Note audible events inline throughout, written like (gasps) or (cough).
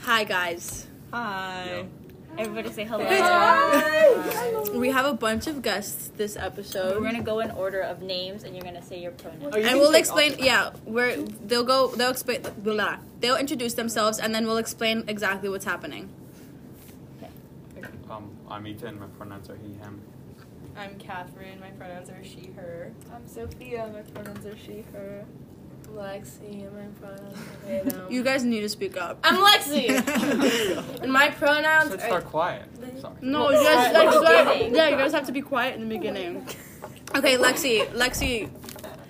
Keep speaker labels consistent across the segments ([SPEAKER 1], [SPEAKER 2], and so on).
[SPEAKER 1] Hi guys.
[SPEAKER 2] Hi. Everybody say hello.
[SPEAKER 1] We have a bunch of guests this episode.
[SPEAKER 2] We're gonna go in order of names, and you're gonna say your pronouns.
[SPEAKER 3] you
[SPEAKER 1] and
[SPEAKER 3] can
[SPEAKER 1] we'll
[SPEAKER 3] take
[SPEAKER 1] explain yeah, we're they'll go they'll explain blah, blah. they'll introduce themselves and then we'll explain exactly what's happening.
[SPEAKER 4] Um, I'm Ethan. My pronouns are he, him.
[SPEAKER 5] I'm Catherine. My pronouns are she, her.
[SPEAKER 6] I'm Sophia. My pronouns are she, her. Lexi. And my pronouns are (laughs) they, them.
[SPEAKER 1] You guys need to speak up.
[SPEAKER 6] I'm Lexi. and my pronouns
[SPEAKER 4] Let's
[SPEAKER 6] are.
[SPEAKER 4] start quiet. Sorry.
[SPEAKER 1] (laughs) No, you guys like,
[SPEAKER 2] Alright,
[SPEAKER 1] start-
[SPEAKER 2] beginning.
[SPEAKER 1] yeah, you guys have to be quiet in the beginning. Okay, Lexi, Lexi.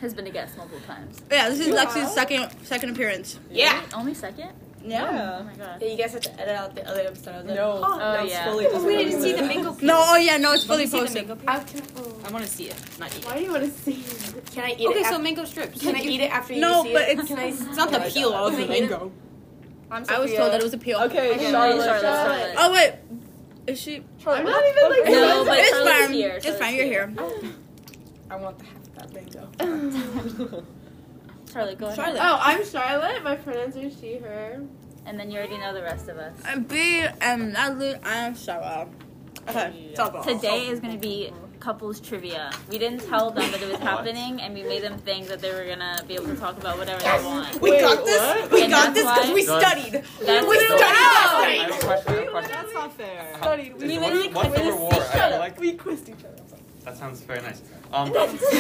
[SPEAKER 2] Has been a guest multiple times.
[SPEAKER 1] Yeah, this is Lexi's second second appearance.
[SPEAKER 6] Yeah.
[SPEAKER 2] Only- Only second?
[SPEAKER 1] Yeah.
[SPEAKER 2] Oh my god.
[SPEAKER 6] Yeah, you guys have to edit out the other episode. I was like,
[SPEAKER 5] No.
[SPEAKER 2] Oh,
[SPEAKER 5] no, it's
[SPEAKER 2] yeah.
[SPEAKER 5] fully just
[SPEAKER 6] We didn't see the
[SPEAKER 5] Hollywood.
[SPEAKER 6] mingle.
[SPEAKER 1] No, oh yeah, no, it's fully
[SPEAKER 2] Did you see the
[SPEAKER 1] posted.
[SPEAKER 2] mango peel?
[SPEAKER 6] I can,
[SPEAKER 5] I want to see it, not eat it.
[SPEAKER 6] why do you want to see? it? Can I eat
[SPEAKER 5] Okay,
[SPEAKER 6] it?
[SPEAKER 5] so
[SPEAKER 6] af-
[SPEAKER 5] mango strips.
[SPEAKER 6] can I eat it after you
[SPEAKER 1] No,
[SPEAKER 6] see
[SPEAKER 1] but
[SPEAKER 6] it?
[SPEAKER 1] it's-
[SPEAKER 6] can I,
[SPEAKER 5] It's not the peel of the
[SPEAKER 6] Can I eat it?
[SPEAKER 5] mango.
[SPEAKER 6] I'm
[SPEAKER 1] I was told that it was a peel.
[SPEAKER 5] Okay,
[SPEAKER 6] Okay,
[SPEAKER 5] Charlotte.
[SPEAKER 6] Charlotte.
[SPEAKER 1] Oh wait, is she?
[SPEAKER 6] I'm not even like.
[SPEAKER 2] No, but
[SPEAKER 1] it's
[SPEAKER 2] Charlotte's
[SPEAKER 1] fine.
[SPEAKER 2] here,
[SPEAKER 1] It's
[SPEAKER 2] Charlotte's
[SPEAKER 1] fine. You're
[SPEAKER 2] here.
[SPEAKER 1] here.
[SPEAKER 5] I want the half of that mango.
[SPEAKER 2] Charlotte, go ahead.
[SPEAKER 1] Charlotte.
[SPEAKER 6] Oh, I'm Charlotte. My pronouns are she, her.
[SPEAKER 2] Oh. And then you already know the rest of us.
[SPEAKER 1] I'm Uh, B um, and Natalie and Sarah. Okay, stop it.
[SPEAKER 2] Today is gonna be couples trivia. We didn't tell them that it was happening, and we made them think that they were gonna be able to talk about whatever they want.
[SPEAKER 5] We got this.
[SPEAKER 2] (laughs) We And got that's this 'cause why- we
[SPEAKER 4] Guys, guys,
[SPEAKER 2] That's the-
[SPEAKER 4] I have a question, I have a question.
[SPEAKER 5] That's not fair.
[SPEAKER 4] How-
[SPEAKER 6] We
[SPEAKER 4] is-
[SPEAKER 6] literally
[SPEAKER 4] what's- what's the
[SPEAKER 6] quizzed
[SPEAKER 4] reward?
[SPEAKER 6] each
[SPEAKER 4] I- I
[SPEAKER 6] other.
[SPEAKER 4] like-
[SPEAKER 6] We quizzed each other.
[SPEAKER 4] That sounds very nice. Um, I think. I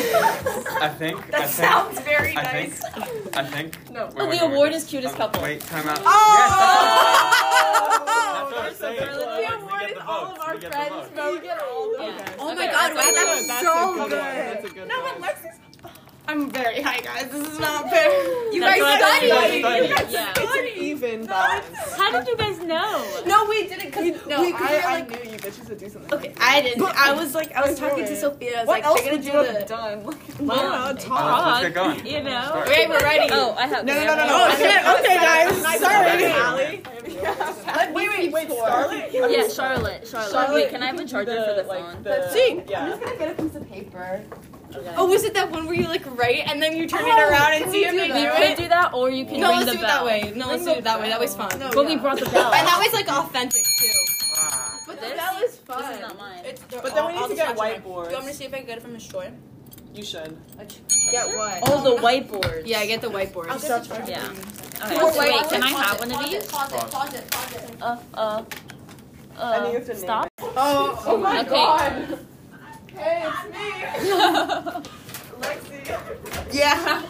[SPEAKER 6] That
[SPEAKER 4] think,
[SPEAKER 6] sounds very
[SPEAKER 4] I
[SPEAKER 6] nice.
[SPEAKER 4] think. I think.
[SPEAKER 6] No.
[SPEAKER 4] wait, wait, wait,
[SPEAKER 2] the award
[SPEAKER 4] wait.
[SPEAKER 2] is cutest
[SPEAKER 4] Um,
[SPEAKER 2] couple.
[SPEAKER 4] Wait, time out.
[SPEAKER 1] Oh!
[SPEAKER 4] That's what I'm saying.
[SPEAKER 5] The
[SPEAKER 4] Like, we
[SPEAKER 6] award
[SPEAKER 4] get
[SPEAKER 6] is
[SPEAKER 4] the
[SPEAKER 6] all of
[SPEAKER 4] votes,
[SPEAKER 6] our
[SPEAKER 4] we get the
[SPEAKER 6] friends,
[SPEAKER 4] votes.
[SPEAKER 6] but we get all the.
[SPEAKER 2] Yeah.
[SPEAKER 1] Oh my
[SPEAKER 2] Okay,
[SPEAKER 1] god,
[SPEAKER 2] that's
[SPEAKER 1] wait,
[SPEAKER 2] a-
[SPEAKER 1] that's
[SPEAKER 5] that's
[SPEAKER 1] so
[SPEAKER 5] a good one.
[SPEAKER 1] good.
[SPEAKER 5] That's a good one.
[SPEAKER 6] Lexi's. I'm very high, guys. This is not fair.
[SPEAKER 2] You guys
[SPEAKER 4] studied.
[SPEAKER 6] studied.
[SPEAKER 4] Studied.
[SPEAKER 6] You guys
[SPEAKER 2] Yeah.
[SPEAKER 6] studied.
[SPEAKER 5] It's an (laughs) even balance.
[SPEAKER 2] How did you guys know?
[SPEAKER 6] No, we didn't. Cause
[SPEAKER 3] No,
[SPEAKER 6] we, 'cause
[SPEAKER 3] I,
[SPEAKER 6] you're
[SPEAKER 3] I
[SPEAKER 6] like,
[SPEAKER 3] knew you bitches would do something.
[SPEAKER 6] okay, I didn't.
[SPEAKER 3] But-
[SPEAKER 6] I was like, I was talking to
[SPEAKER 3] Sure.
[SPEAKER 6] Sophia. I was
[SPEAKER 3] What
[SPEAKER 6] like,
[SPEAKER 3] else
[SPEAKER 6] they're
[SPEAKER 3] would
[SPEAKER 6] gonna do
[SPEAKER 3] you have
[SPEAKER 6] the.
[SPEAKER 3] done? Like,
[SPEAKER 2] Wow.
[SPEAKER 3] talk.
[SPEAKER 4] Uh, let's get going.
[SPEAKER 2] You know.
[SPEAKER 4] Start.
[SPEAKER 6] Okay, we're ready.
[SPEAKER 2] Oh, I have.
[SPEAKER 3] No, no, no, no,
[SPEAKER 1] Oh,
[SPEAKER 3] no.
[SPEAKER 1] okay, okay, guys. Sorry.
[SPEAKER 3] Allie.
[SPEAKER 6] wait, wait, wait.
[SPEAKER 5] Scarlet?
[SPEAKER 2] Oh, Yeah, Charlotte. Charlotte. Wait, can I have a charger for the phone?
[SPEAKER 5] See? Yeah.
[SPEAKER 6] gonna get a piece of paper.
[SPEAKER 2] Okay.
[SPEAKER 6] Oh, was it that one where you like write and then you turn it around and see if
[SPEAKER 2] we
[SPEAKER 6] they do
[SPEAKER 2] could
[SPEAKER 6] it?
[SPEAKER 2] do that, or you can
[SPEAKER 6] No,
[SPEAKER 2] ring
[SPEAKER 6] let's
[SPEAKER 2] the
[SPEAKER 6] do it that
[SPEAKER 2] bell.
[SPEAKER 6] way. No, let's do it that way. That way's fun.
[SPEAKER 1] No,
[SPEAKER 2] But we
[SPEAKER 1] yeah.
[SPEAKER 2] brought
[SPEAKER 1] (laughs)
[SPEAKER 2] the bell.
[SPEAKER 6] And that way's like authentic too.
[SPEAKER 4] Ah,
[SPEAKER 6] But
[SPEAKER 2] This-
[SPEAKER 6] is
[SPEAKER 2] This is not mine.
[SPEAKER 5] But then we need to get
[SPEAKER 1] Do you want me to
[SPEAKER 5] whiteboards.
[SPEAKER 1] see if I can get it from the store?
[SPEAKER 5] You should.
[SPEAKER 6] Get what?
[SPEAKER 2] Oh, the whiteboard.
[SPEAKER 6] Yeah, get the whiteboard.
[SPEAKER 2] Yeah. Okay. Wait, can I have one of these?
[SPEAKER 1] Pause
[SPEAKER 4] it,
[SPEAKER 1] pause it, pause it.
[SPEAKER 2] Uh, uh,
[SPEAKER 5] And you
[SPEAKER 2] uh.
[SPEAKER 5] have to name
[SPEAKER 2] Stop.
[SPEAKER 3] Oh, oh my
[SPEAKER 2] Okay.
[SPEAKER 3] god.
[SPEAKER 6] Hey, it's me. (laughs)
[SPEAKER 5] Lexi,
[SPEAKER 1] Yeah.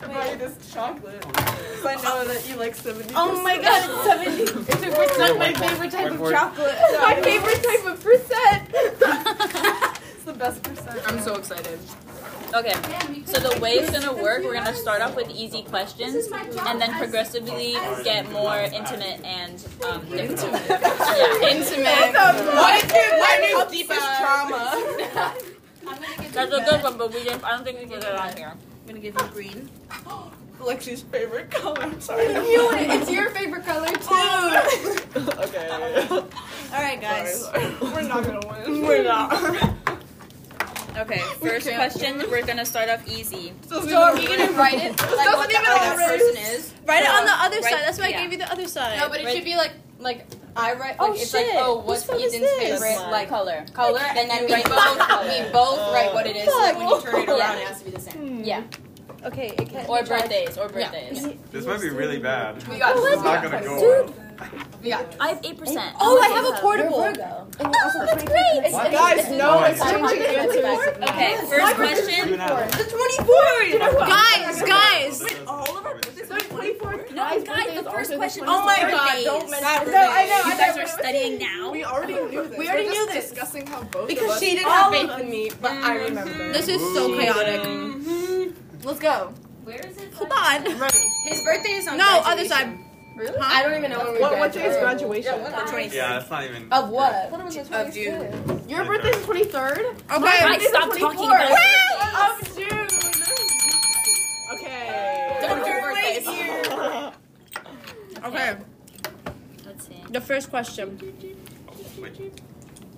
[SPEAKER 5] I brought you this chocolate. I know that you like 70
[SPEAKER 6] Oh my god, it's seventy. It's a percent.
[SPEAKER 4] Yeah,
[SPEAKER 6] my
[SPEAKER 4] whiteboard,
[SPEAKER 6] favorite type of
[SPEAKER 4] whiteboard.
[SPEAKER 6] chocolate. my favorite type of (laughs) percent.
[SPEAKER 5] It's the best percent.
[SPEAKER 6] I'm so excited.
[SPEAKER 2] Okay. So the way it's gonna work, we're gonna start off with easy questions, and then progressively get more intimate and um. (laughs) Intimate. Yeah.
[SPEAKER 6] Intimate. What if your life deepest trauma?
[SPEAKER 2] That's a good one, but we didn't. I don't think we did it on here.
[SPEAKER 1] I'm gonna give you
[SPEAKER 6] (laughs)
[SPEAKER 1] green.
[SPEAKER 5] Lexi's favorite color. I'm sorry.
[SPEAKER 6] Knew it. It's your favorite color
[SPEAKER 1] Oh.
[SPEAKER 6] too.
[SPEAKER 5] okay.
[SPEAKER 1] Alright, guys.
[SPEAKER 5] We're not gonna win.
[SPEAKER 6] We're not.
[SPEAKER 2] Okay. First question. We're gonna start off easy.
[SPEAKER 6] So are we gonna write it? Like what the other person is?
[SPEAKER 1] Write it on the other
[SPEAKER 2] Right-
[SPEAKER 1] side. That's why
[SPEAKER 2] yeah.
[SPEAKER 1] I gave you the other side.
[SPEAKER 6] No, but it
[SPEAKER 2] Right.
[SPEAKER 6] should be like like I write like
[SPEAKER 2] Oh,
[SPEAKER 6] it's
[SPEAKER 2] shit.
[SPEAKER 6] like oh what's
[SPEAKER 1] fuck is
[SPEAKER 6] Ethan's
[SPEAKER 1] this?
[SPEAKER 6] favorite like
[SPEAKER 2] color.
[SPEAKER 6] color and then we
[SPEAKER 2] Right.
[SPEAKER 6] both
[SPEAKER 2] (laughs)
[SPEAKER 6] we both write what it is and then when you turn it
[SPEAKER 2] Yeah.
[SPEAKER 6] around it has to be the same.
[SPEAKER 2] Yeah.
[SPEAKER 1] okay, it can't
[SPEAKER 2] (laughs) Or
[SPEAKER 1] be bad.
[SPEAKER 2] birthdays. Or birthdays.
[SPEAKER 4] This might be really bad.
[SPEAKER 6] We got
[SPEAKER 4] It's not gonna go. well.
[SPEAKER 6] we got
[SPEAKER 2] I have eight percent.
[SPEAKER 1] Oh, I have a portable. Oh,
[SPEAKER 6] that's great. It's,
[SPEAKER 4] What?
[SPEAKER 5] Guys, no,
[SPEAKER 4] Why?
[SPEAKER 5] it's too much answers.
[SPEAKER 2] (laughs) Okay, first question.
[SPEAKER 4] You and Allie.
[SPEAKER 1] The 24! Guys, guys!
[SPEAKER 4] all of our
[SPEAKER 2] No, guys, the first question.
[SPEAKER 1] Oh my god, don't mention No, I know.
[SPEAKER 2] You guys (laughs) are studying now.
[SPEAKER 3] We already knew this.
[SPEAKER 1] We already
[SPEAKER 3] We're
[SPEAKER 1] knew
[SPEAKER 3] just
[SPEAKER 1] this.
[SPEAKER 3] discussing how both of
[SPEAKER 1] Because
[SPEAKER 3] us
[SPEAKER 1] she didn't have
[SPEAKER 3] all of
[SPEAKER 1] faith.
[SPEAKER 3] them me, but I
[SPEAKER 6] Mm-hmm.
[SPEAKER 3] remember.
[SPEAKER 1] This is so chaotic. Let's go.
[SPEAKER 2] Where is it?
[SPEAKER 1] Hold on.
[SPEAKER 6] his birthday is on
[SPEAKER 1] No, other side.
[SPEAKER 6] Really? I don't even know when we
[SPEAKER 3] What, what
[SPEAKER 6] graduate.
[SPEAKER 3] day is graduation?
[SPEAKER 4] Yeah, that's not even.
[SPEAKER 6] Of what?
[SPEAKER 3] of June.
[SPEAKER 4] Your birthday is
[SPEAKER 2] Guys,
[SPEAKER 1] Okay.
[SPEAKER 2] stop talking about it.
[SPEAKER 6] Of June.
[SPEAKER 5] Okay.
[SPEAKER 6] Don't do birthdays.
[SPEAKER 1] Okay.
[SPEAKER 2] Let's see.
[SPEAKER 1] The first question.
[SPEAKER 4] Oh, Wait.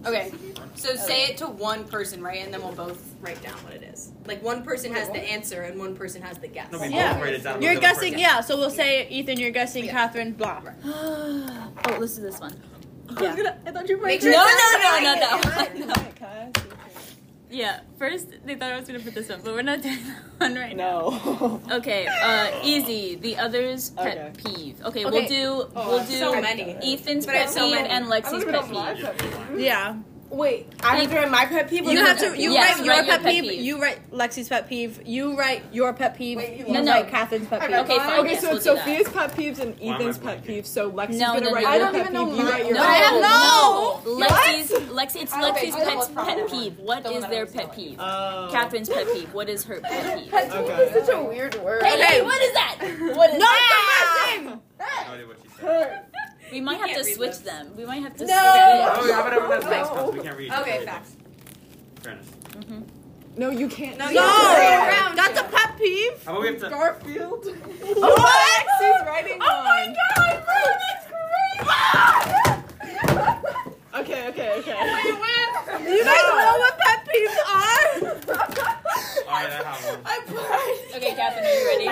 [SPEAKER 7] Okay. So say it to one person, right? And then we'll both write down what it is. Like one person has the answer and one person has the guess.
[SPEAKER 4] No, we
[SPEAKER 1] Yeah.
[SPEAKER 4] both write it down. We'll
[SPEAKER 1] You're
[SPEAKER 4] do it
[SPEAKER 1] guessing,
[SPEAKER 4] first.
[SPEAKER 1] yeah. So we'll say Ethan, you're guessing Catherine, blah.
[SPEAKER 2] oh, listen to this one.
[SPEAKER 1] Yeah.
[SPEAKER 8] I thought you were
[SPEAKER 7] Make
[SPEAKER 2] No,
[SPEAKER 7] sure
[SPEAKER 2] no,
[SPEAKER 7] it's not
[SPEAKER 2] no,
[SPEAKER 7] mine.
[SPEAKER 2] not that one. No.
[SPEAKER 8] Can I ask you?
[SPEAKER 2] (laughs) Yeah, first they thought I was gonna put this one, but we're not doing that one right now.
[SPEAKER 8] No.
[SPEAKER 2] Okay, uh, easy. The other's pet
[SPEAKER 8] Okay.
[SPEAKER 2] peeve. Okay,
[SPEAKER 1] Okay.
[SPEAKER 2] we'll do
[SPEAKER 5] Oh,
[SPEAKER 2] we'll do
[SPEAKER 7] so many.
[SPEAKER 2] Ethan's
[SPEAKER 7] But I
[SPEAKER 2] pet
[SPEAKER 7] have so
[SPEAKER 2] peeve
[SPEAKER 7] many.
[SPEAKER 2] and
[SPEAKER 3] I don't
[SPEAKER 2] Lexi's
[SPEAKER 3] even
[SPEAKER 2] pet
[SPEAKER 3] know my
[SPEAKER 2] peeve.
[SPEAKER 3] pet peeve.
[SPEAKER 1] Yeah.
[SPEAKER 5] Wait, I have to write my pet peeve. or
[SPEAKER 1] You
[SPEAKER 5] the
[SPEAKER 1] have
[SPEAKER 5] pet
[SPEAKER 1] to. You
[SPEAKER 2] Yes,
[SPEAKER 1] write your
[SPEAKER 2] write your
[SPEAKER 1] pet
[SPEAKER 2] pet
[SPEAKER 1] peeve,
[SPEAKER 2] peeve.
[SPEAKER 1] You write Lexi's pet peeve. You write your pet peeve.
[SPEAKER 3] Wait,
[SPEAKER 1] you
[SPEAKER 3] you
[SPEAKER 2] No,
[SPEAKER 1] write
[SPEAKER 2] no.
[SPEAKER 1] Catherine's pet
[SPEAKER 3] I
[SPEAKER 1] peeve.
[SPEAKER 3] read
[SPEAKER 2] Okay,
[SPEAKER 3] mine.
[SPEAKER 2] fine.
[SPEAKER 8] (laughs) Okay,
[SPEAKER 2] yes,
[SPEAKER 8] so
[SPEAKER 2] we'll
[SPEAKER 8] it's
[SPEAKER 2] do that.
[SPEAKER 8] Sophia's pet peeves and
[SPEAKER 4] am I
[SPEAKER 8] Ethan's pet
[SPEAKER 4] blanking?
[SPEAKER 8] peeves. So Lexi's
[SPEAKER 2] No,
[SPEAKER 8] gonna
[SPEAKER 2] no,
[SPEAKER 8] write
[SPEAKER 2] no,
[SPEAKER 8] your
[SPEAKER 2] no. I
[SPEAKER 8] pet
[SPEAKER 5] don't even
[SPEAKER 8] peeve.
[SPEAKER 5] know
[SPEAKER 8] You write
[SPEAKER 5] mine.
[SPEAKER 8] your
[SPEAKER 5] No,
[SPEAKER 8] own.
[SPEAKER 5] I have
[SPEAKER 2] no. Lexi's Lex. It's
[SPEAKER 3] I don't
[SPEAKER 2] Lexi's
[SPEAKER 3] think- I don't
[SPEAKER 2] pet's
[SPEAKER 3] know what's
[SPEAKER 2] pet
[SPEAKER 3] wrong.
[SPEAKER 2] peeve. What
[SPEAKER 7] Don't
[SPEAKER 2] is
[SPEAKER 7] let
[SPEAKER 2] their
[SPEAKER 7] us
[SPEAKER 2] pet
[SPEAKER 7] know.
[SPEAKER 2] peeve?
[SPEAKER 8] Oh.
[SPEAKER 2] Catherine's pet peeve. What is her pet peeve?
[SPEAKER 3] Pet peeve
[SPEAKER 8] Okay.
[SPEAKER 3] is such a weird word.
[SPEAKER 2] Hey,
[SPEAKER 1] Okay.
[SPEAKER 2] what is that? What is
[SPEAKER 1] No,
[SPEAKER 2] that?
[SPEAKER 1] it's not my thing.
[SPEAKER 4] I have no idea what she said.
[SPEAKER 2] We might
[SPEAKER 7] We
[SPEAKER 2] have
[SPEAKER 7] can't
[SPEAKER 2] to
[SPEAKER 7] read
[SPEAKER 2] switch
[SPEAKER 7] lips.
[SPEAKER 2] them. We might have to.
[SPEAKER 8] No.
[SPEAKER 4] Oh, yeah, but everyone has
[SPEAKER 3] No.
[SPEAKER 4] nice phones. We can't read.
[SPEAKER 7] Okay, facts.
[SPEAKER 4] Fairness.
[SPEAKER 8] No, you can't.
[SPEAKER 7] No, you
[SPEAKER 1] No,
[SPEAKER 7] Round
[SPEAKER 1] that's a pet peeve.
[SPEAKER 4] How about we have to?
[SPEAKER 3] Garfield.
[SPEAKER 1] What?
[SPEAKER 3] Lexi's writing
[SPEAKER 1] Oh my god, bro, that's great.
[SPEAKER 8] Okay, okay, okay.
[SPEAKER 1] You guys know what pet peeves are?
[SPEAKER 4] All right, I have one.
[SPEAKER 2] Okay, Catherine, are you ready?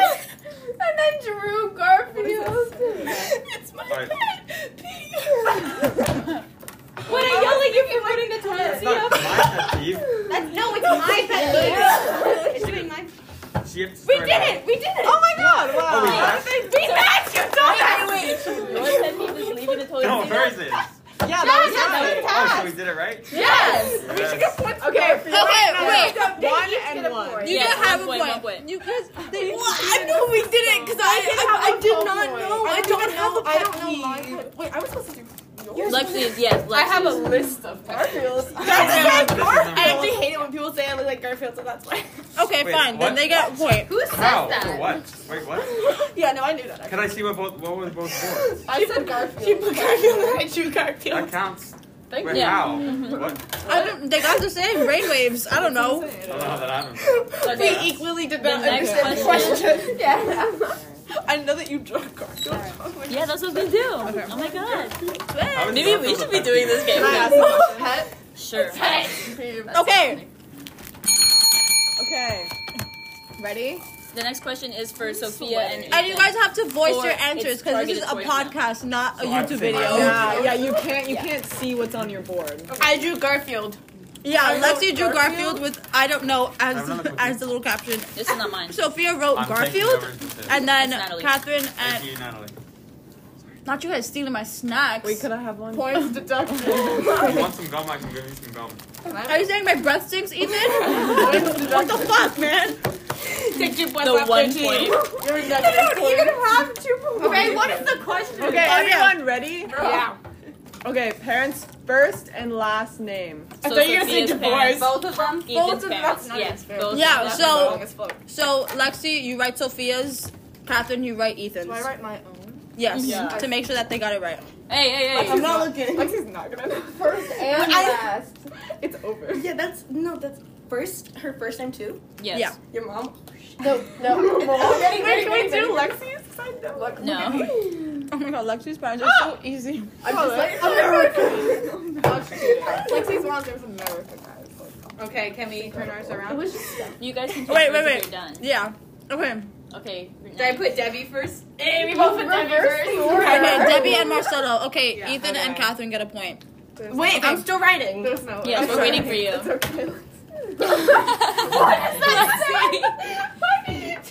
[SPEAKER 3] And then Drew Garfield.
[SPEAKER 1] it's my
[SPEAKER 4] All right.
[SPEAKER 1] pet peeve.
[SPEAKER 7] What are you like?
[SPEAKER 4] It's not my pet peeve.
[SPEAKER 7] That's, no, it's my pet peeve. It should be my.
[SPEAKER 4] She has to
[SPEAKER 7] We
[SPEAKER 4] start
[SPEAKER 7] did
[SPEAKER 4] out.
[SPEAKER 7] it. We did it.
[SPEAKER 1] Oh my god.
[SPEAKER 4] Oh, we
[SPEAKER 1] Wow.
[SPEAKER 4] matched?
[SPEAKER 1] We matched. You don't
[SPEAKER 2] Wait, your pet peeve is leaving a toilet
[SPEAKER 4] No,
[SPEAKER 2] seat
[SPEAKER 4] hers is.
[SPEAKER 8] Yeah, that was
[SPEAKER 4] Oh, so we did it right?
[SPEAKER 1] Yes.
[SPEAKER 4] We should get points.
[SPEAKER 8] Okay, for
[SPEAKER 1] Okay, wait.
[SPEAKER 8] one and one.
[SPEAKER 1] You
[SPEAKER 2] Yeah,
[SPEAKER 1] don't
[SPEAKER 2] one
[SPEAKER 1] have a
[SPEAKER 2] point, one
[SPEAKER 1] point.
[SPEAKER 2] point.
[SPEAKER 1] You guys, they, well, I know we did it because I, I, I,
[SPEAKER 3] a
[SPEAKER 1] did
[SPEAKER 3] full
[SPEAKER 1] not
[SPEAKER 3] point.
[SPEAKER 1] know.
[SPEAKER 3] I
[SPEAKER 1] I don't have a
[SPEAKER 3] I
[SPEAKER 1] pet
[SPEAKER 3] don't know my
[SPEAKER 1] peeve.
[SPEAKER 3] pet. Wait, I was supposed to do yours.
[SPEAKER 2] Lexi's, yes, Lexi's.
[SPEAKER 3] I have a list of Garfields.
[SPEAKER 4] That's right.
[SPEAKER 5] I actually hate it when people say I look like Garfield, so that's why.
[SPEAKER 1] Okay,
[SPEAKER 4] Wait,
[SPEAKER 1] fine. Then
[SPEAKER 4] what?
[SPEAKER 1] they get a point.
[SPEAKER 7] Who says
[SPEAKER 4] How?
[SPEAKER 7] that?
[SPEAKER 4] For what? Wait, what?
[SPEAKER 3] (laughs) yeah, no, I knew that.
[SPEAKER 4] Can I see what both what was both for?
[SPEAKER 3] I
[SPEAKER 6] (laughs)
[SPEAKER 3] said Garfield.
[SPEAKER 5] She put Garfield and I drew Garfield.
[SPEAKER 4] That counts.
[SPEAKER 3] Thank
[SPEAKER 4] Wait,
[SPEAKER 2] you.
[SPEAKER 4] (laughs) how? What?
[SPEAKER 1] I don't. They got the same brainwaves. I don't know.
[SPEAKER 4] I don't know how that happened.
[SPEAKER 2] Okay.
[SPEAKER 1] We equally did
[SPEAKER 2] The
[SPEAKER 1] not
[SPEAKER 2] next
[SPEAKER 1] understand the
[SPEAKER 2] question.
[SPEAKER 1] question.
[SPEAKER 3] (laughs) Yeah.
[SPEAKER 1] I know that you drunk.
[SPEAKER 2] Yeah, that's what we do. Oh my god.
[SPEAKER 4] How is
[SPEAKER 2] Maybe
[SPEAKER 4] that
[SPEAKER 2] we
[SPEAKER 4] not
[SPEAKER 2] should
[SPEAKER 4] a
[SPEAKER 2] be
[SPEAKER 4] pet
[SPEAKER 2] doing
[SPEAKER 4] peeve?
[SPEAKER 2] this game.
[SPEAKER 3] Pet.
[SPEAKER 2] Sure.
[SPEAKER 6] (laughs)
[SPEAKER 1] Okay.
[SPEAKER 8] Okay.
[SPEAKER 1] Ready?
[SPEAKER 2] The next question is for Sophia and
[SPEAKER 1] And you guys have to voice
[SPEAKER 2] Or
[SPEAKER 1] your
[SPEAKER 2] it's
[SPEAKER 1] answers because this is a
[SPEAKER 2] targeted voice
[SPEAKER 1] podcast, not a
[SPEAKER 4] So I have to
[SPEAKER 1] YouTube
[SPEAKER 4] say my
[SPEAKER 1] video.
[SPEAKER 4] own.
[SPEAKER 8] Yeah, yeah, you can't you can't see what's on your board.
[SPEAKER 5] I drew Garfield.
[SPEAKER 1] Yeah, Lexi drew Garfield
[SPEAKER 3] Garfield?
[SPEAKER 1] with I don't know
[SPEAKER 4] I
[SPEAKER 1] as
[SPEAKER 4] don't know.
[SPEAKER 1] as the little caption.
[SPEAKER 2] This is
[SPEAKER 1] (laughs)
[SPEAKER 2] not mine.
[SPEAKER 1] Sophia wrote
[SPEAKER 4] I'm taking
[SPEAKER 1] Garfield,
[SPEAKER 4] over this instead.
[SPEAKER 1] and then uh,
[SPEAKER 2] That's Natalie.
[SPEAKER 1] Catherine
[SPEAKER 4] Thank
[SPEAKER 1] and
[SPEAKER 4] you, Natalie.
[SPEAKER 1] not you guys stealing my snacks.
[SPEAKER 8] Wait, could I have
[SPEAKER 1] (laughs)
[SPEAKER 8] one?
[SPEAKER 3] Points deducted.
[SPEAKER 4] If you want some gum? I can give you some gum.
[SPEAKER 1] Are you saying my breath stinks, Ethan? what the fuck, man? (laughs)
[SPEAKER 2] The one point.
[SPEAKER 3] You're negative
[SPEAKER 1] You
[SPEAKER 3] points.
[SPEAKER 1] have two
[SPEAKER 5] Okay, what is the question?
[SPEAKER 8] Okay,
[SPEAKER 1] Oh, yeah.
[SPEAKER 8] everyone ready?
[SPEAKER 5] Yeah.
[SPEAKER 8] Okay, parents first and last name.
[SPEAKER 2] I thought you were going to say divorce.
[SPEAKER 7] Both of them.
[SPEAKER 2] Ethan's
[SPEAKER 3] of
[SPEAKER 2] parents.
[SPEAKER 3] them.
[SPEAKER 2] Yes. Both of
[SPEAKER 1] Yeah,
[SPEAKER 2] them.
[SPEAKER 1] so-
[SPEAKER 3] Long as fuck.
[SPEAKER 1] So Lexi, you write Sophia's. Catherine, you write Ethan's.
[SPEAKER 3] Do I write my own?
[SPEAKER 1] Yes,
[SPEAKER 8] Yeah.
[SPEAKER 1] to make sure that they got it right.
[SPEAKER 2] Hey, hey, hey.
[SPEAKER 3] Oh, not looking. Lexi's not gonna know. First and (laughs) last. It's over.
[SPEAKER 5] Yeah, that's no, that's first her first name (laughs) too.
[SPEAKER 2] Yes.
[SPEAKER 1] Yeah.
[SPEAKER 5] Your mom.
[SPEAKER 3] (laughs) No,
[SPEAKER 6] (laughs)
[SPEAKER 3] no.
[SPEAKER 5] Wait,
[SPEAKER 3] (laughs) Wait,
[SPEAKER 5] wait,
[SPEAKER 3] can we
[SPEAKER 5] wait,
[SPEAKER 3] do
[SPEAKER 5] wait.
[SPEAKER 3] Lexi's? 'Cause I know. Look, (laughs)
[SPEAKER 2] No.
[SPEAKER 1] Oh my god, Lexi's (gasps) parents are so easy.
[SPEAKER 3] I'm just like (laughs) America. Lexi's mom's name's America, guys. Like,
[SPEAKER 7] Okay, can we turn ours around?
[SPEAKER 2] You guys can
[SPEAKER 1] Wait, wait,
[SPEAKER 2] choose
[SPEAKER 1] wait.
[SPEAKER 2] if you're done.
[SPEAKER 1] Yeah. Okay.
[SPEAKER 2] Okay.
[SPEAKER 7] Did I put Debbie first?
[SPEAKER 3] hey, we both put Debbie
[SPEAKER 1] Okay, Debbie and Marcelo. Okay,
[SPEAKER 7] Yeah,
[SPEAKER 1] Ethan and Catherine get a point.
[SPEAKER 5] Wait, I'm still writing.
[SPEAKER 3] There's no.
[SPEAKER 2] Yes,
[SPEAKER 3] way.
[SPEAKER 2] we're waiting for you.
[SPEAKER 3] It's okay.
[SPEAKER 2] what is that?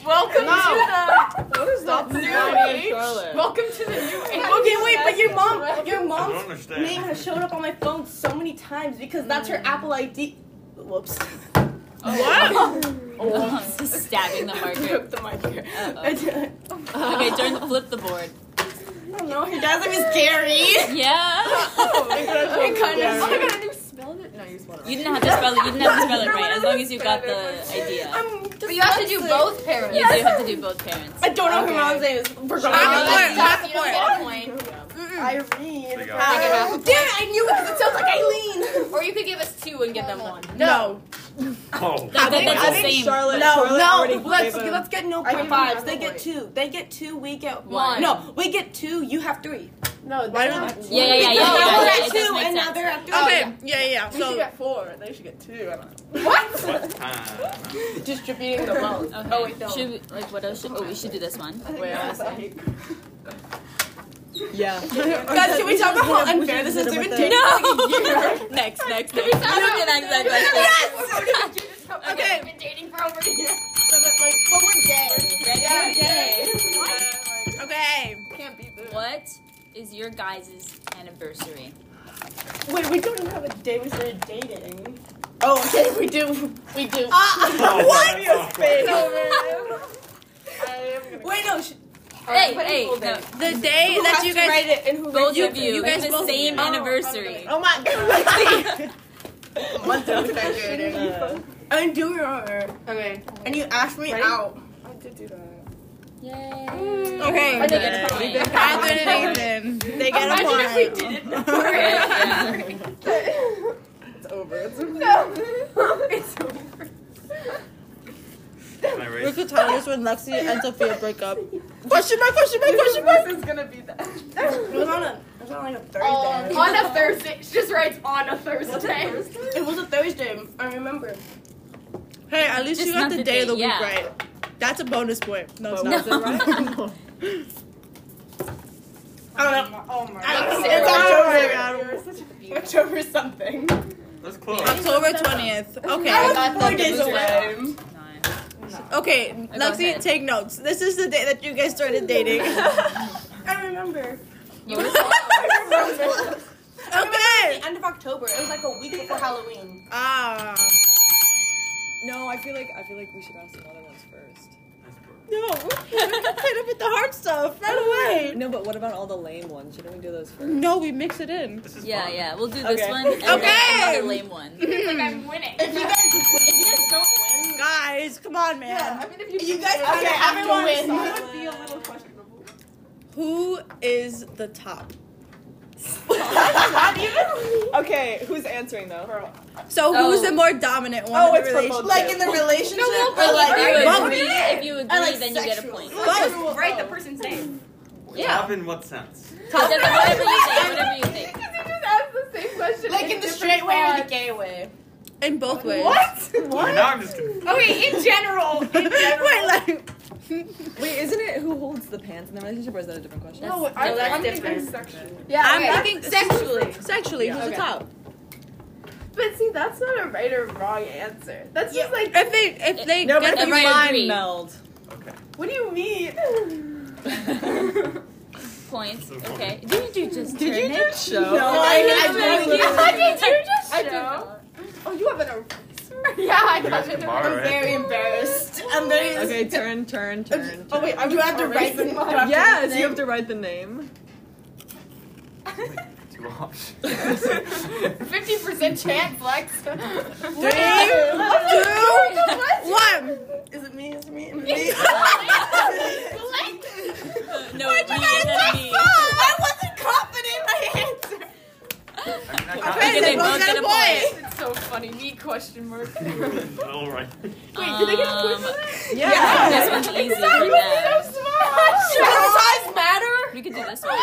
[SPEAKER 3] Welcome to
[SPEAKER 8] Stop
[SPEAKER 3] the new age. Welcome to the new age.
[SPEAKER 5] (laughs) Okay, wait, but your mom, your
[SPEAKER 4] I
[SPEAKER 5] mom's
[SPEAKER 4] don't understand.
[SPEAKER 5] name has showed up on my phone so many times because that's
[SPEAKER 1] Mm.
[SPEAKER 5] her Apple ID. Whoops.
[SPEAKER 2] (laughs) Stabbing the marker.
[SPEAKER 8] (laughs)
[SPEAKER 5] Flip the mic here.
[SPEAKER 1] Oh.
[SPEAKER 5] I
[SPEAKER 2] Uh-oh.
[SPEAKER 5] don't
[SPEAKER 2] Okay, turn the flip the board.
[SPEAKER 5] know. Her dad's name
[SPEAKER 8] (laughs)
[SPEAKER 5] is Gary.
[SPEAKER 2] Yeah.
[SPEAKER 3] Congratulations.
[SPEAKER 5] kind of-
[SPEAKER 3] Oh my god, and you spelled it? No, you spelled it.
[SPEAKER 2] You didn't have to spell it. You didn't have to spell it right. As long as you got the idea.
[SPEAKER 5] I'm
[SPEAKER 7] But you have to do both parents.
[SPEAKER 2] You do have to do both parents.
[SPEAKER 5] I don't know her mom's name is. We're going
[SPEAKER 1] I'm
[SPEAKER 5] on.
[SPEAKER 1] a
[SPEAKER 7] Half you
[SPEAKER 1] point,
[SPEAKER 7] don't
[SPEAKER 1] half
[SPEAKER 7] get a point.
[SPEAKER 4] There you
[SPEAKER 5] Irene.
[SPEAKER 4] go.
[SPEAKER 7] I get half a
[SPEAKER 5] (laughs) Damn, I knew it because it sounds like Eileen.
[SPEAKER 7] Or you could give us two and give them
[SPEAKER 5] (laughs)
[SPEAKER 7] one.
[SPEAKER 1] No.
[SPEAKER 4] Oh.
[SPEAKER 2] That- that-
[SPEAKER 8] I
[SPEAKER 2] that's the
[SPEAKER 8] think
[SPEAKER 2] same.
[SPEAKER 8] Charlotte.
[SPEAKER 5] No,
[SPEAKER 8] Charlotte already
[SPEAKER 5] no, let's,
[SPEAKER 8] gave a-
[SPEAKER 5] let's get no
[SPEAKER 3] I
[SPEAKER 5] point
[SPEAKER 3] didn't
[SPEAKER 5] fives.
[SPEAKER 3] have
[SPEAKER 5] They
[SPEAKER 3] a
[SPEAKER 5] get
[SPEAKER 3] point.
[SPEAKER 5] two. They get two. We get
[SPEAKER 7] One.
[SPEAKER 5] No, we get two. You have three.
[SPEAKER 6] No,
[SPEAKER 1] Why
[SPEAKER 6] they
[SPEAKER 1] don't-
[SPEAKER 6] have
[SPEAKER 2] Yeah, yeah, yeah, yeah. yeah, yeah, yeah, it does make sense.
[SPEAKER 1] Okay, yeah, yeah.
[SPEAKER 3] We should
[SPEAKER 1] So
[SPEAKER 3] get four. They should get two. I don't
[SPEAKER 4] What Ah, time?
[SPEAKER 3] know. Distributing
[SPEAKER 5] (laughs)
[SPEAKER 3] the wealth.
[SPEAKER 2] Okay.
[SPEAKER 3] Oh, wait, no.
[SPEAKER 2] Should we, like what else? Should, oh, we should do this (laughs) one.
[SPEAKER 3] Wait, I was like,
[SPEAKER 8] (laughs)
[SPEAKER 1] guys, can we talk about how unfair this is? We've been dating for like a
[SPEAKER 2] (laughs)
[SPEAKER 1] year.
[SPEAKER 2] Next, next, next. You can ask that question.
[SPEAKER 1] Okay.
[SPEAKER 5] Been dating for over a year.
[SPEAKER 3] like,
[SPEAKER 5] But we're gay.
[SPEAKER 2] Ready?
[SPEAKER 1] Okay.
[SPEAKER 3] can't beat this.
[SPEAKER 2] What is your guys' anniversary?
[SPEAKER 3] Wait, we don't even have a day we started dating. Oh,
[SPEAKER 8] (laughs)
[SPEAKER 3] okay, we do. We do.
[SPEAKER 4] Ah! what?
[SPEAKER 3] Wait, no. Sh-
[SPEAKER 2] Hey, hey, no,
[SPEAKER 1] The day that you guys
[SPEAKER 3] write it and who
[SPEAKER 2] both
[SPEAKER 1] You-
[SPEAKER 2] of you,
[SPEAKER 1] you guys
[SPEAKER 2] it's the
[SPEAKER 1] both-
[SPEAKER 2] same
[SPEAKER 1] Oh,
[SPEAKER 2] anniversary.
[SPEAKER 3] Oh my
[SPEAKER 8] (laughs)
[SPEAKER 3] god.
[SPEAKER 5] One day.
[SPEAKER 3] I do remember.
[SPEAKER 5] Okay.
[SPEAKER 3] And you asked me
[SPEAKER 5] Ready?
[SPEAKER 3] out.
[SPEAKER 5] I did do that.
[SPEAKER 2] Yay.
[SPEAKER 1] Okay.
[SPEAKER 2] They get a
[SPEAKER 1] Okay.
[SPEAKER 2] point. (laughs)
[SPEAKER 1] Catherine and Nathan. They get a
[SPEAKER 5] Imagine
[SPEAKER 1] point.
[SPEAKER 5] if we didn't.
[SPEAKER 2] Yeah, yeah.
[SPEAKER 3] It's over. It's over.
[SPEAKER 4] Am I right?
[SPEAKER 6] could tell this when Lexi and Sophia break up.
[SPEAKER 1] Question mark, question mark, question mark.
[SPEAKER 3] This is gonna be Oh. that. It was on a. It was on like a Thursday.
[SPEAKER 5] Um, on a Thursday. She just writes on a Thursday.
[SPEAKER 3] it was a Thursday. I remember.
[SPEAKER 1] Hey, at least
[SPEAKER 2] Just
[SPEAKER 1] you got
[SPEAKER 2] not
[SPEAKER 1] the
[SPEAKER 2] the
[SPEAKER 1] day of the
[SPEAKER 2] day,
[SPEAKER 1] week
[SPEAKER 2] yeah.
[SPEAKER 1] right. That's a bonus point. No, it's
[SPEAKER 2] No.
[SPEAKER 1] not.
[SPEAKER 2] was it right? (laughs)
[SPEAKER 3] I don't know. Oh my
[SPEAKER 1] I don't
[SPEAKER 3] god.
[SPEAKER 1] see it.
[SPEAKER 3] It's October. October something.
[SPEAKER 4] That's close.
[SPEAKER 1] October 20th.
[SPEAKER 3] I
[SPEAKER 1] Okay.
[SPEAKER 3] was four days away.
[SPEAKER 1] Okay,
[SPEAKER 2] I got
[SPEAKER 1] Lexi,
[SPEAKER 2] that.
[SPEAKER 1] take notes. This is the day that you guys started dating.
[SPEAKER 3] I remember.
[SPEAKER 2] You would've said-
[SPEAKER 1] Okay.
[SPEAKER 3] The end of October. It was like a week before Halloween.
[SPEAKER 1] Ah.
[SPEAKER 8] No, I feel like I feel like we should ask some other ones first. (laughs)
[SPEAKER 1] No, we hit up with the hard stuff right away.
[SPEAKER 8] Oh, No, but what about all the lame ones? Shouldn't we do those first?
[SPEAKER 1] No, we mix it in.
[SPEAKER 4] This is
[SPEAKER 2] Yeah,
[SPEAKER 4] fun.
[SPEAKER 2] yeah. We'll do this
[SPEAKER 8] Okay.
[SPEAKER 2] one and
[SPEAKER 1] Okay.
[SPEAKER 2] then another lame (laughs) one.
[SPEAKER 5] It's like I'm winning.
[SPEAKER 3] If you guys, if you guys don't win,
[SPEAKER 1] Guys, come on, man.
[SPEAKER 3] mean, if you, guys okay, everyone win. would be a little questionable.
[SPEAKER 1] Who is the top?
[SPEAKER 3] Not even
[SPEAKER 8] Okay, who's answering though?
[SPEAKER 1] So who's
[SPEAKER 2] Oh.
[SPEAKER 1] the more dominant one
[SPEAKER 8] Oh,
[SPEAKER 1] in
[SPEAKER 8] it's
[SPEAKER 1] the
[SPEAKER 8] for
[SPEAKER 1] relationship?
[SPEAKER 8] both.
[SPEAKER 3] like in the relationship.
[SPEAKER 2] No,
[SPEAKER 3] or like,
[SPEAKER 2] if,
[SPEAKER 1] both.
[SPEAKER 2] you agree, if you agree,
[SPEAKER 3] like,
[SPEAKER 2] then you get a
[SPEAKER 3] sexual.
[SPEAKER 2] point.
[SPEAKER 1] Both.
[SPEAKER 9] Write the person's name.
[SPEAKER 4] Love in what sense?
[SPEAKER 2] It doesn't- whatever you think, whatever you think.
[SPEAKER 5] Because you just asked the same question.
[SPEAKER 3] like in the straight way or the gay way.
[SPEAKER 1] In both ways.
[SPEAKER 8] (laughs)
[SPEAKER 4] What? Now I'm just confused.
[SPEAKER 5] Okay, in general. In
[SPEAKER 1] (laughs) Wait,
[SPEAKER 5] general.
[SPEAKER 1] like.
[SPEAKER 8] Wait, isn't it who holds the pants in the relationship, or is that a different question?
[SPEAKER 2] That's
[SPEAKER 5] I,
[SPEAKER 2] different.
[SPEAKER 5] I'm thinking
[SPEAKER 3] different.
[SPEAKER 5] sexual.
[SPEAKER 1] Yeah, I'm
[SPEAKER 5] okay.
[SPEAKER 1] thinking sexually. Sexually, who's the top?
[SPEAKER 5] But see, that's not a right or wrong answer. That's just like,
[SPEAKER 1] If they, if they,
[SPEAKER 8] no,
[SPEAKER 1] get
[SPEAKER 8] but if
[SPEAKER 1] the
[SPEAKER 8] you
[SPEAKER 2] right
[SPEAKER 8] mind
[SPEAKER 2] agree.
[SPEAKER 8] meld.
[SPEAKER 4] Okay.
[SPEAKER 5] what do you mean?
[SPEAKER 2] Points. Okay. Did you just turn
[SPEAKER 8] Did you Oh,
[SPEAKER 2] it?
[SPEAKER 8] just show?
[SPEAKER 3] No, I, I,
[SPEAKER 5] Yeah, did you just
[SPEAKER 3] I did
[SPEAKER 5] show?
[SPEAKER 3] Oh, you have an.
[SPEAKER 5] Yeah, I
[SPEAKER 4] You guys
[SPEAKER 5] got it.
[SPEAKER 4] can borrow
[SPEAKER 3] I'm
[SPEAKER 4] it.
[SPEAKER 3] very embarrassed. I'm very.
[SPEAKER 8] Okay, turn, turn, turn.
[SPEAKER 3] Oh wait, I do have to write the.
[SPEAKER 8] Yes, you have to write the name.
[SPEAKER 4] Two options. (laughs)
[SPEAKER 5] 50% chance, Lex.
[SPEAKER 1] Three, two, one.
[SPEAKER 3] Is it me? Is it me?
[SPEAKER 2] No, me and then me.
[SPEAKER 3] I wasn't confident in my answer.
[SPEAKER 4] I mean, I got
[SPEAKER 1] Okay,
[SPEAKER 2] Okay,
[SPEAKER 1] they
[SPEAKER 2] they
[SPEAKER 1] both
[SPEAKER 2] both
[SPEAKER 1] get a
[SPEAKER 2] get a
[SPEAKER 1] point.
[SPEAKER 5] It's so funny. Me question mark. Uh,
[SPEAKER 4] it. All right.
[SPEAKER 2] Wait, did I get a point for that?
[SPEAKER 8] Yeah.
[SPEAKER 2] This one's easy for them.
[SPEAKER 3] Does size matter?
[SPEAKER 2] We could do this one.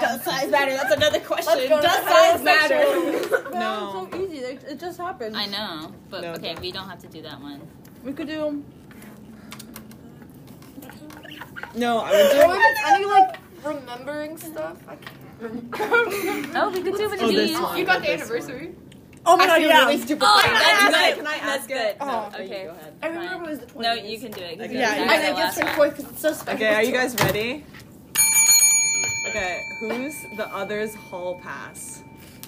[SPEAKER 3] Does size matter? That's another question.
[SPEAKER 6] go to
[SPEAKER 3] Does
[SPEAKER 6] the
[SPEAKER 3] size matter?
[SPEAKER 8] No.
[SPEAKER 6] so easy. It, it just happened.
[SPEAKER 2] I know, but
[SPEAKER 8] No,
[SPEAKER 2] okay, we don't have to do that one.
[SPEAKER 1] We could do.
[SPEAKER 8] No, I would do.
[SPEAKER 5] (laughs) Are you like remembering stuff? I
[SPEAKER 2] Oh, we could do one of
[SPEAKER 8] Oh, this
[SPEAKER 2] these.
[SPEAKER 8] one.
[SPEAKER 5] You got the
[SPEAKER 8] This one.
[SPEAKER 5] anniversary?
[SPEAKER 1] Oh my god, yeah.
[SPEAKER 2] Oh,
[SPEAKER 8] Can I
[SPEAKER 2] that's
[SPEAKER 8] ask
[SPEAKER 2] good.
[SPEAKER 8] it? Can I ask
[SPEAKER 2] That's
[SPEAKER 8] it?
[SPEAKER 2] good.
[SPEAKER 8] No,
[SPEAKER 2] No, okay.
[SPEAKER 8] go ahead.
[SPEAKER 3] I
[SPEAKER 2] remember
[SPEAKER 3] remember it was the
[SPEAKER 2] No, you can do it.
[SPEAKER 8] Okay.
[SPEAKER 1] Yeah, you
[SPEAKER 2] I
[SPEAKER 1] can.
[SPEAKER 2] got
[SPEAKER 3] I
[SPEAKER 2] the
[SPEAKER 3] guess
[SPEAKER 2] last
[SPEAKER 3] from
[SPEAKER 2] one.
[SPEAKER 3] fourth because it's so special.
[SPEAKER 8] Okay, are you guys ready?
[SPEAKER 4] Okay.
[SPEAKER 8] Okay, who's the other's hall pass?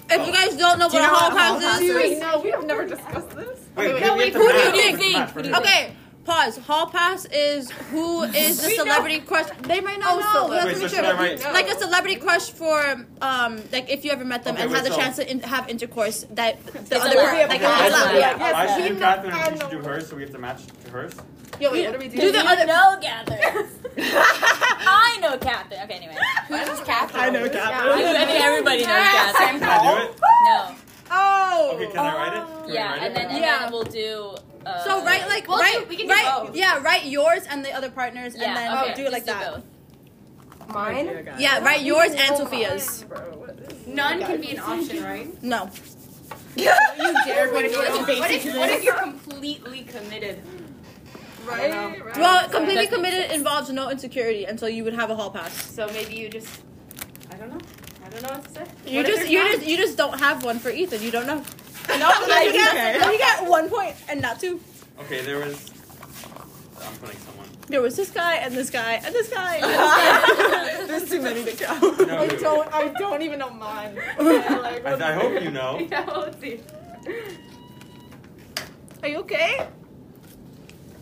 [SPEAKER 1] If you guys don't know
[SPEAKER 8] you
[SPEAKER 1] what a
[SPEAKER 8] know
[SPEAKER 1] hall
[SPEAKER 8] what a hall
[SPEAKER 1] pass
[SPEAKER 8] pass
[SPEAKER 1] is,
[SPEAKER 8] is?
[SPEAKER 5] No, we have never discussed this.
[SPEAKER 1] wait,
[SPEAKER 4] Wait, wait,
[SPEAKER 1] wait,
[SPEAKER 4] wait,
[SPEAKER 1] who do you
[SPEAKER 2] think? Who do you think?
[SPEAKER 1] Okay, pause. Hall pass is who is
[SPEAKER 8] (laughs)
[SPEAKER 1] the celebrity crush? They might not know.
[SPEAKER 4] Wait,
[SPEAKER 1] That's
[SPEAKER 4] so
[SPEAKER 1] what
[SPEAKER 4] should I
[SPEAKER 1] you're-
[SPEAKER 4] write?
[SPEAKER 5] No.
[SPEAKER 1] Like a celebrity crush for um, like if you ever met them
[SPEAKER 4] Okay,
[SPEAKER 1] and
[SPEAKER 4] wait,
[SPEAKER 1] had the
[SPEAKER 4] so-
[SPEAKER 1] chance to in- have intercourse, that the other
[SPEAKER 2] allowed.
[SPEAKER 1] person like
[SPEAKER 4] Okay,
[SPEAKER 2] Yeah,
[SPEAKER 1] it's
[SPEAKER 4] I
[SPEAKER 1] allowed.
[SPEAKER 4] should,
[SPEAKER 1] Yeah.
[SPEAKER 4] I should
[SPEAKER 3] Yes,
[SPEAKER 4] do Catherine and you should do hers, so we have to match to hers.
[SPEAKER 1] Yo, wait,
[SPEAKER 5] What are we
[SPEAKER 1] do the other.
[SPEAKER 2] know Gather. I know Catherine. Okay, anyway.
[SPEAKER 8] I know, Catherine.
[SPEAKER 2] I think everybody knows Catherine.
[SPEAKER 4] Can I do it?
[SPEAKER 2] (laughs) No.
[SPEAKER 1] Oh.
[SPEAKER 4] Okay, can I write it? Can I
[SPEAKER 2] Yeah,
[SPEAKER 4] write
[SPEAKER 2] and
[SPEAKER 4] it?
[SPEAKER 2] then and
[SPEAKER 1] Yeah.
[SPEAKER 2] then we'll do. Uh,
[SPEAKER 1] So write like
[SPEAKER 5] Well,
[SPEAKER 1] write
[SPEAKER 5] we can do
[SPEAKER 1] write
[SPEAKER 5] both.
[SPEAKER 1] yeah write yours and the other partners
[SPEAKER 2] Yeah,
[SPEAKER 1] and then
[SPEAKER 2] okay,
[SPEAKER 1] do it like
[SPEAKER 2] just
[SPEAKER 1] that.
[SPEAKER 2] both.
[SPEAKER 5] Mine?
[SPEAKER 1] Yeah, right. Yours and Sophia's.
[SPEAKER 9] None can be an option, right?
[SPEAKER 1] No.
[SPEAKER 9] what, if, what, if, what if
[SPEAKER 5] (laughs)
[SPEAKER 9] you're completely committed?
[SPEAKER 5] Right?
[SPEAKER 1] Well, completely committed involves no insecurity, and so you would have a hall pass.
[SPEAKER 5] So maybe you just.
[SPEAKER 9] I don't know. I don't know what to say.
[SPEAKER 1] You just you just you just don't have one for Ethan. You don't know. (laughs)
[SPEAKER 8] No,
[SPEAKER 1] you, got, you got one point and not two.
[SPEAKER 4] Okay, there was. I'm putting someone.
[SPEAKER 1] There was this guy and this guy and this guy. (laughs) and
[SPEAKER 8] There's too many to count.
[SPEAKER 4] No,
[SPEAKER 3] I
[SPEAKER 4] who?
[SPEAKER 3] don't. I don't even know mine. Like,
[SPEAKER 4] I, I hope you know.
[SPEAKER 5] Yeah, well, let's see.
[SPEAKER 1] Are you okay?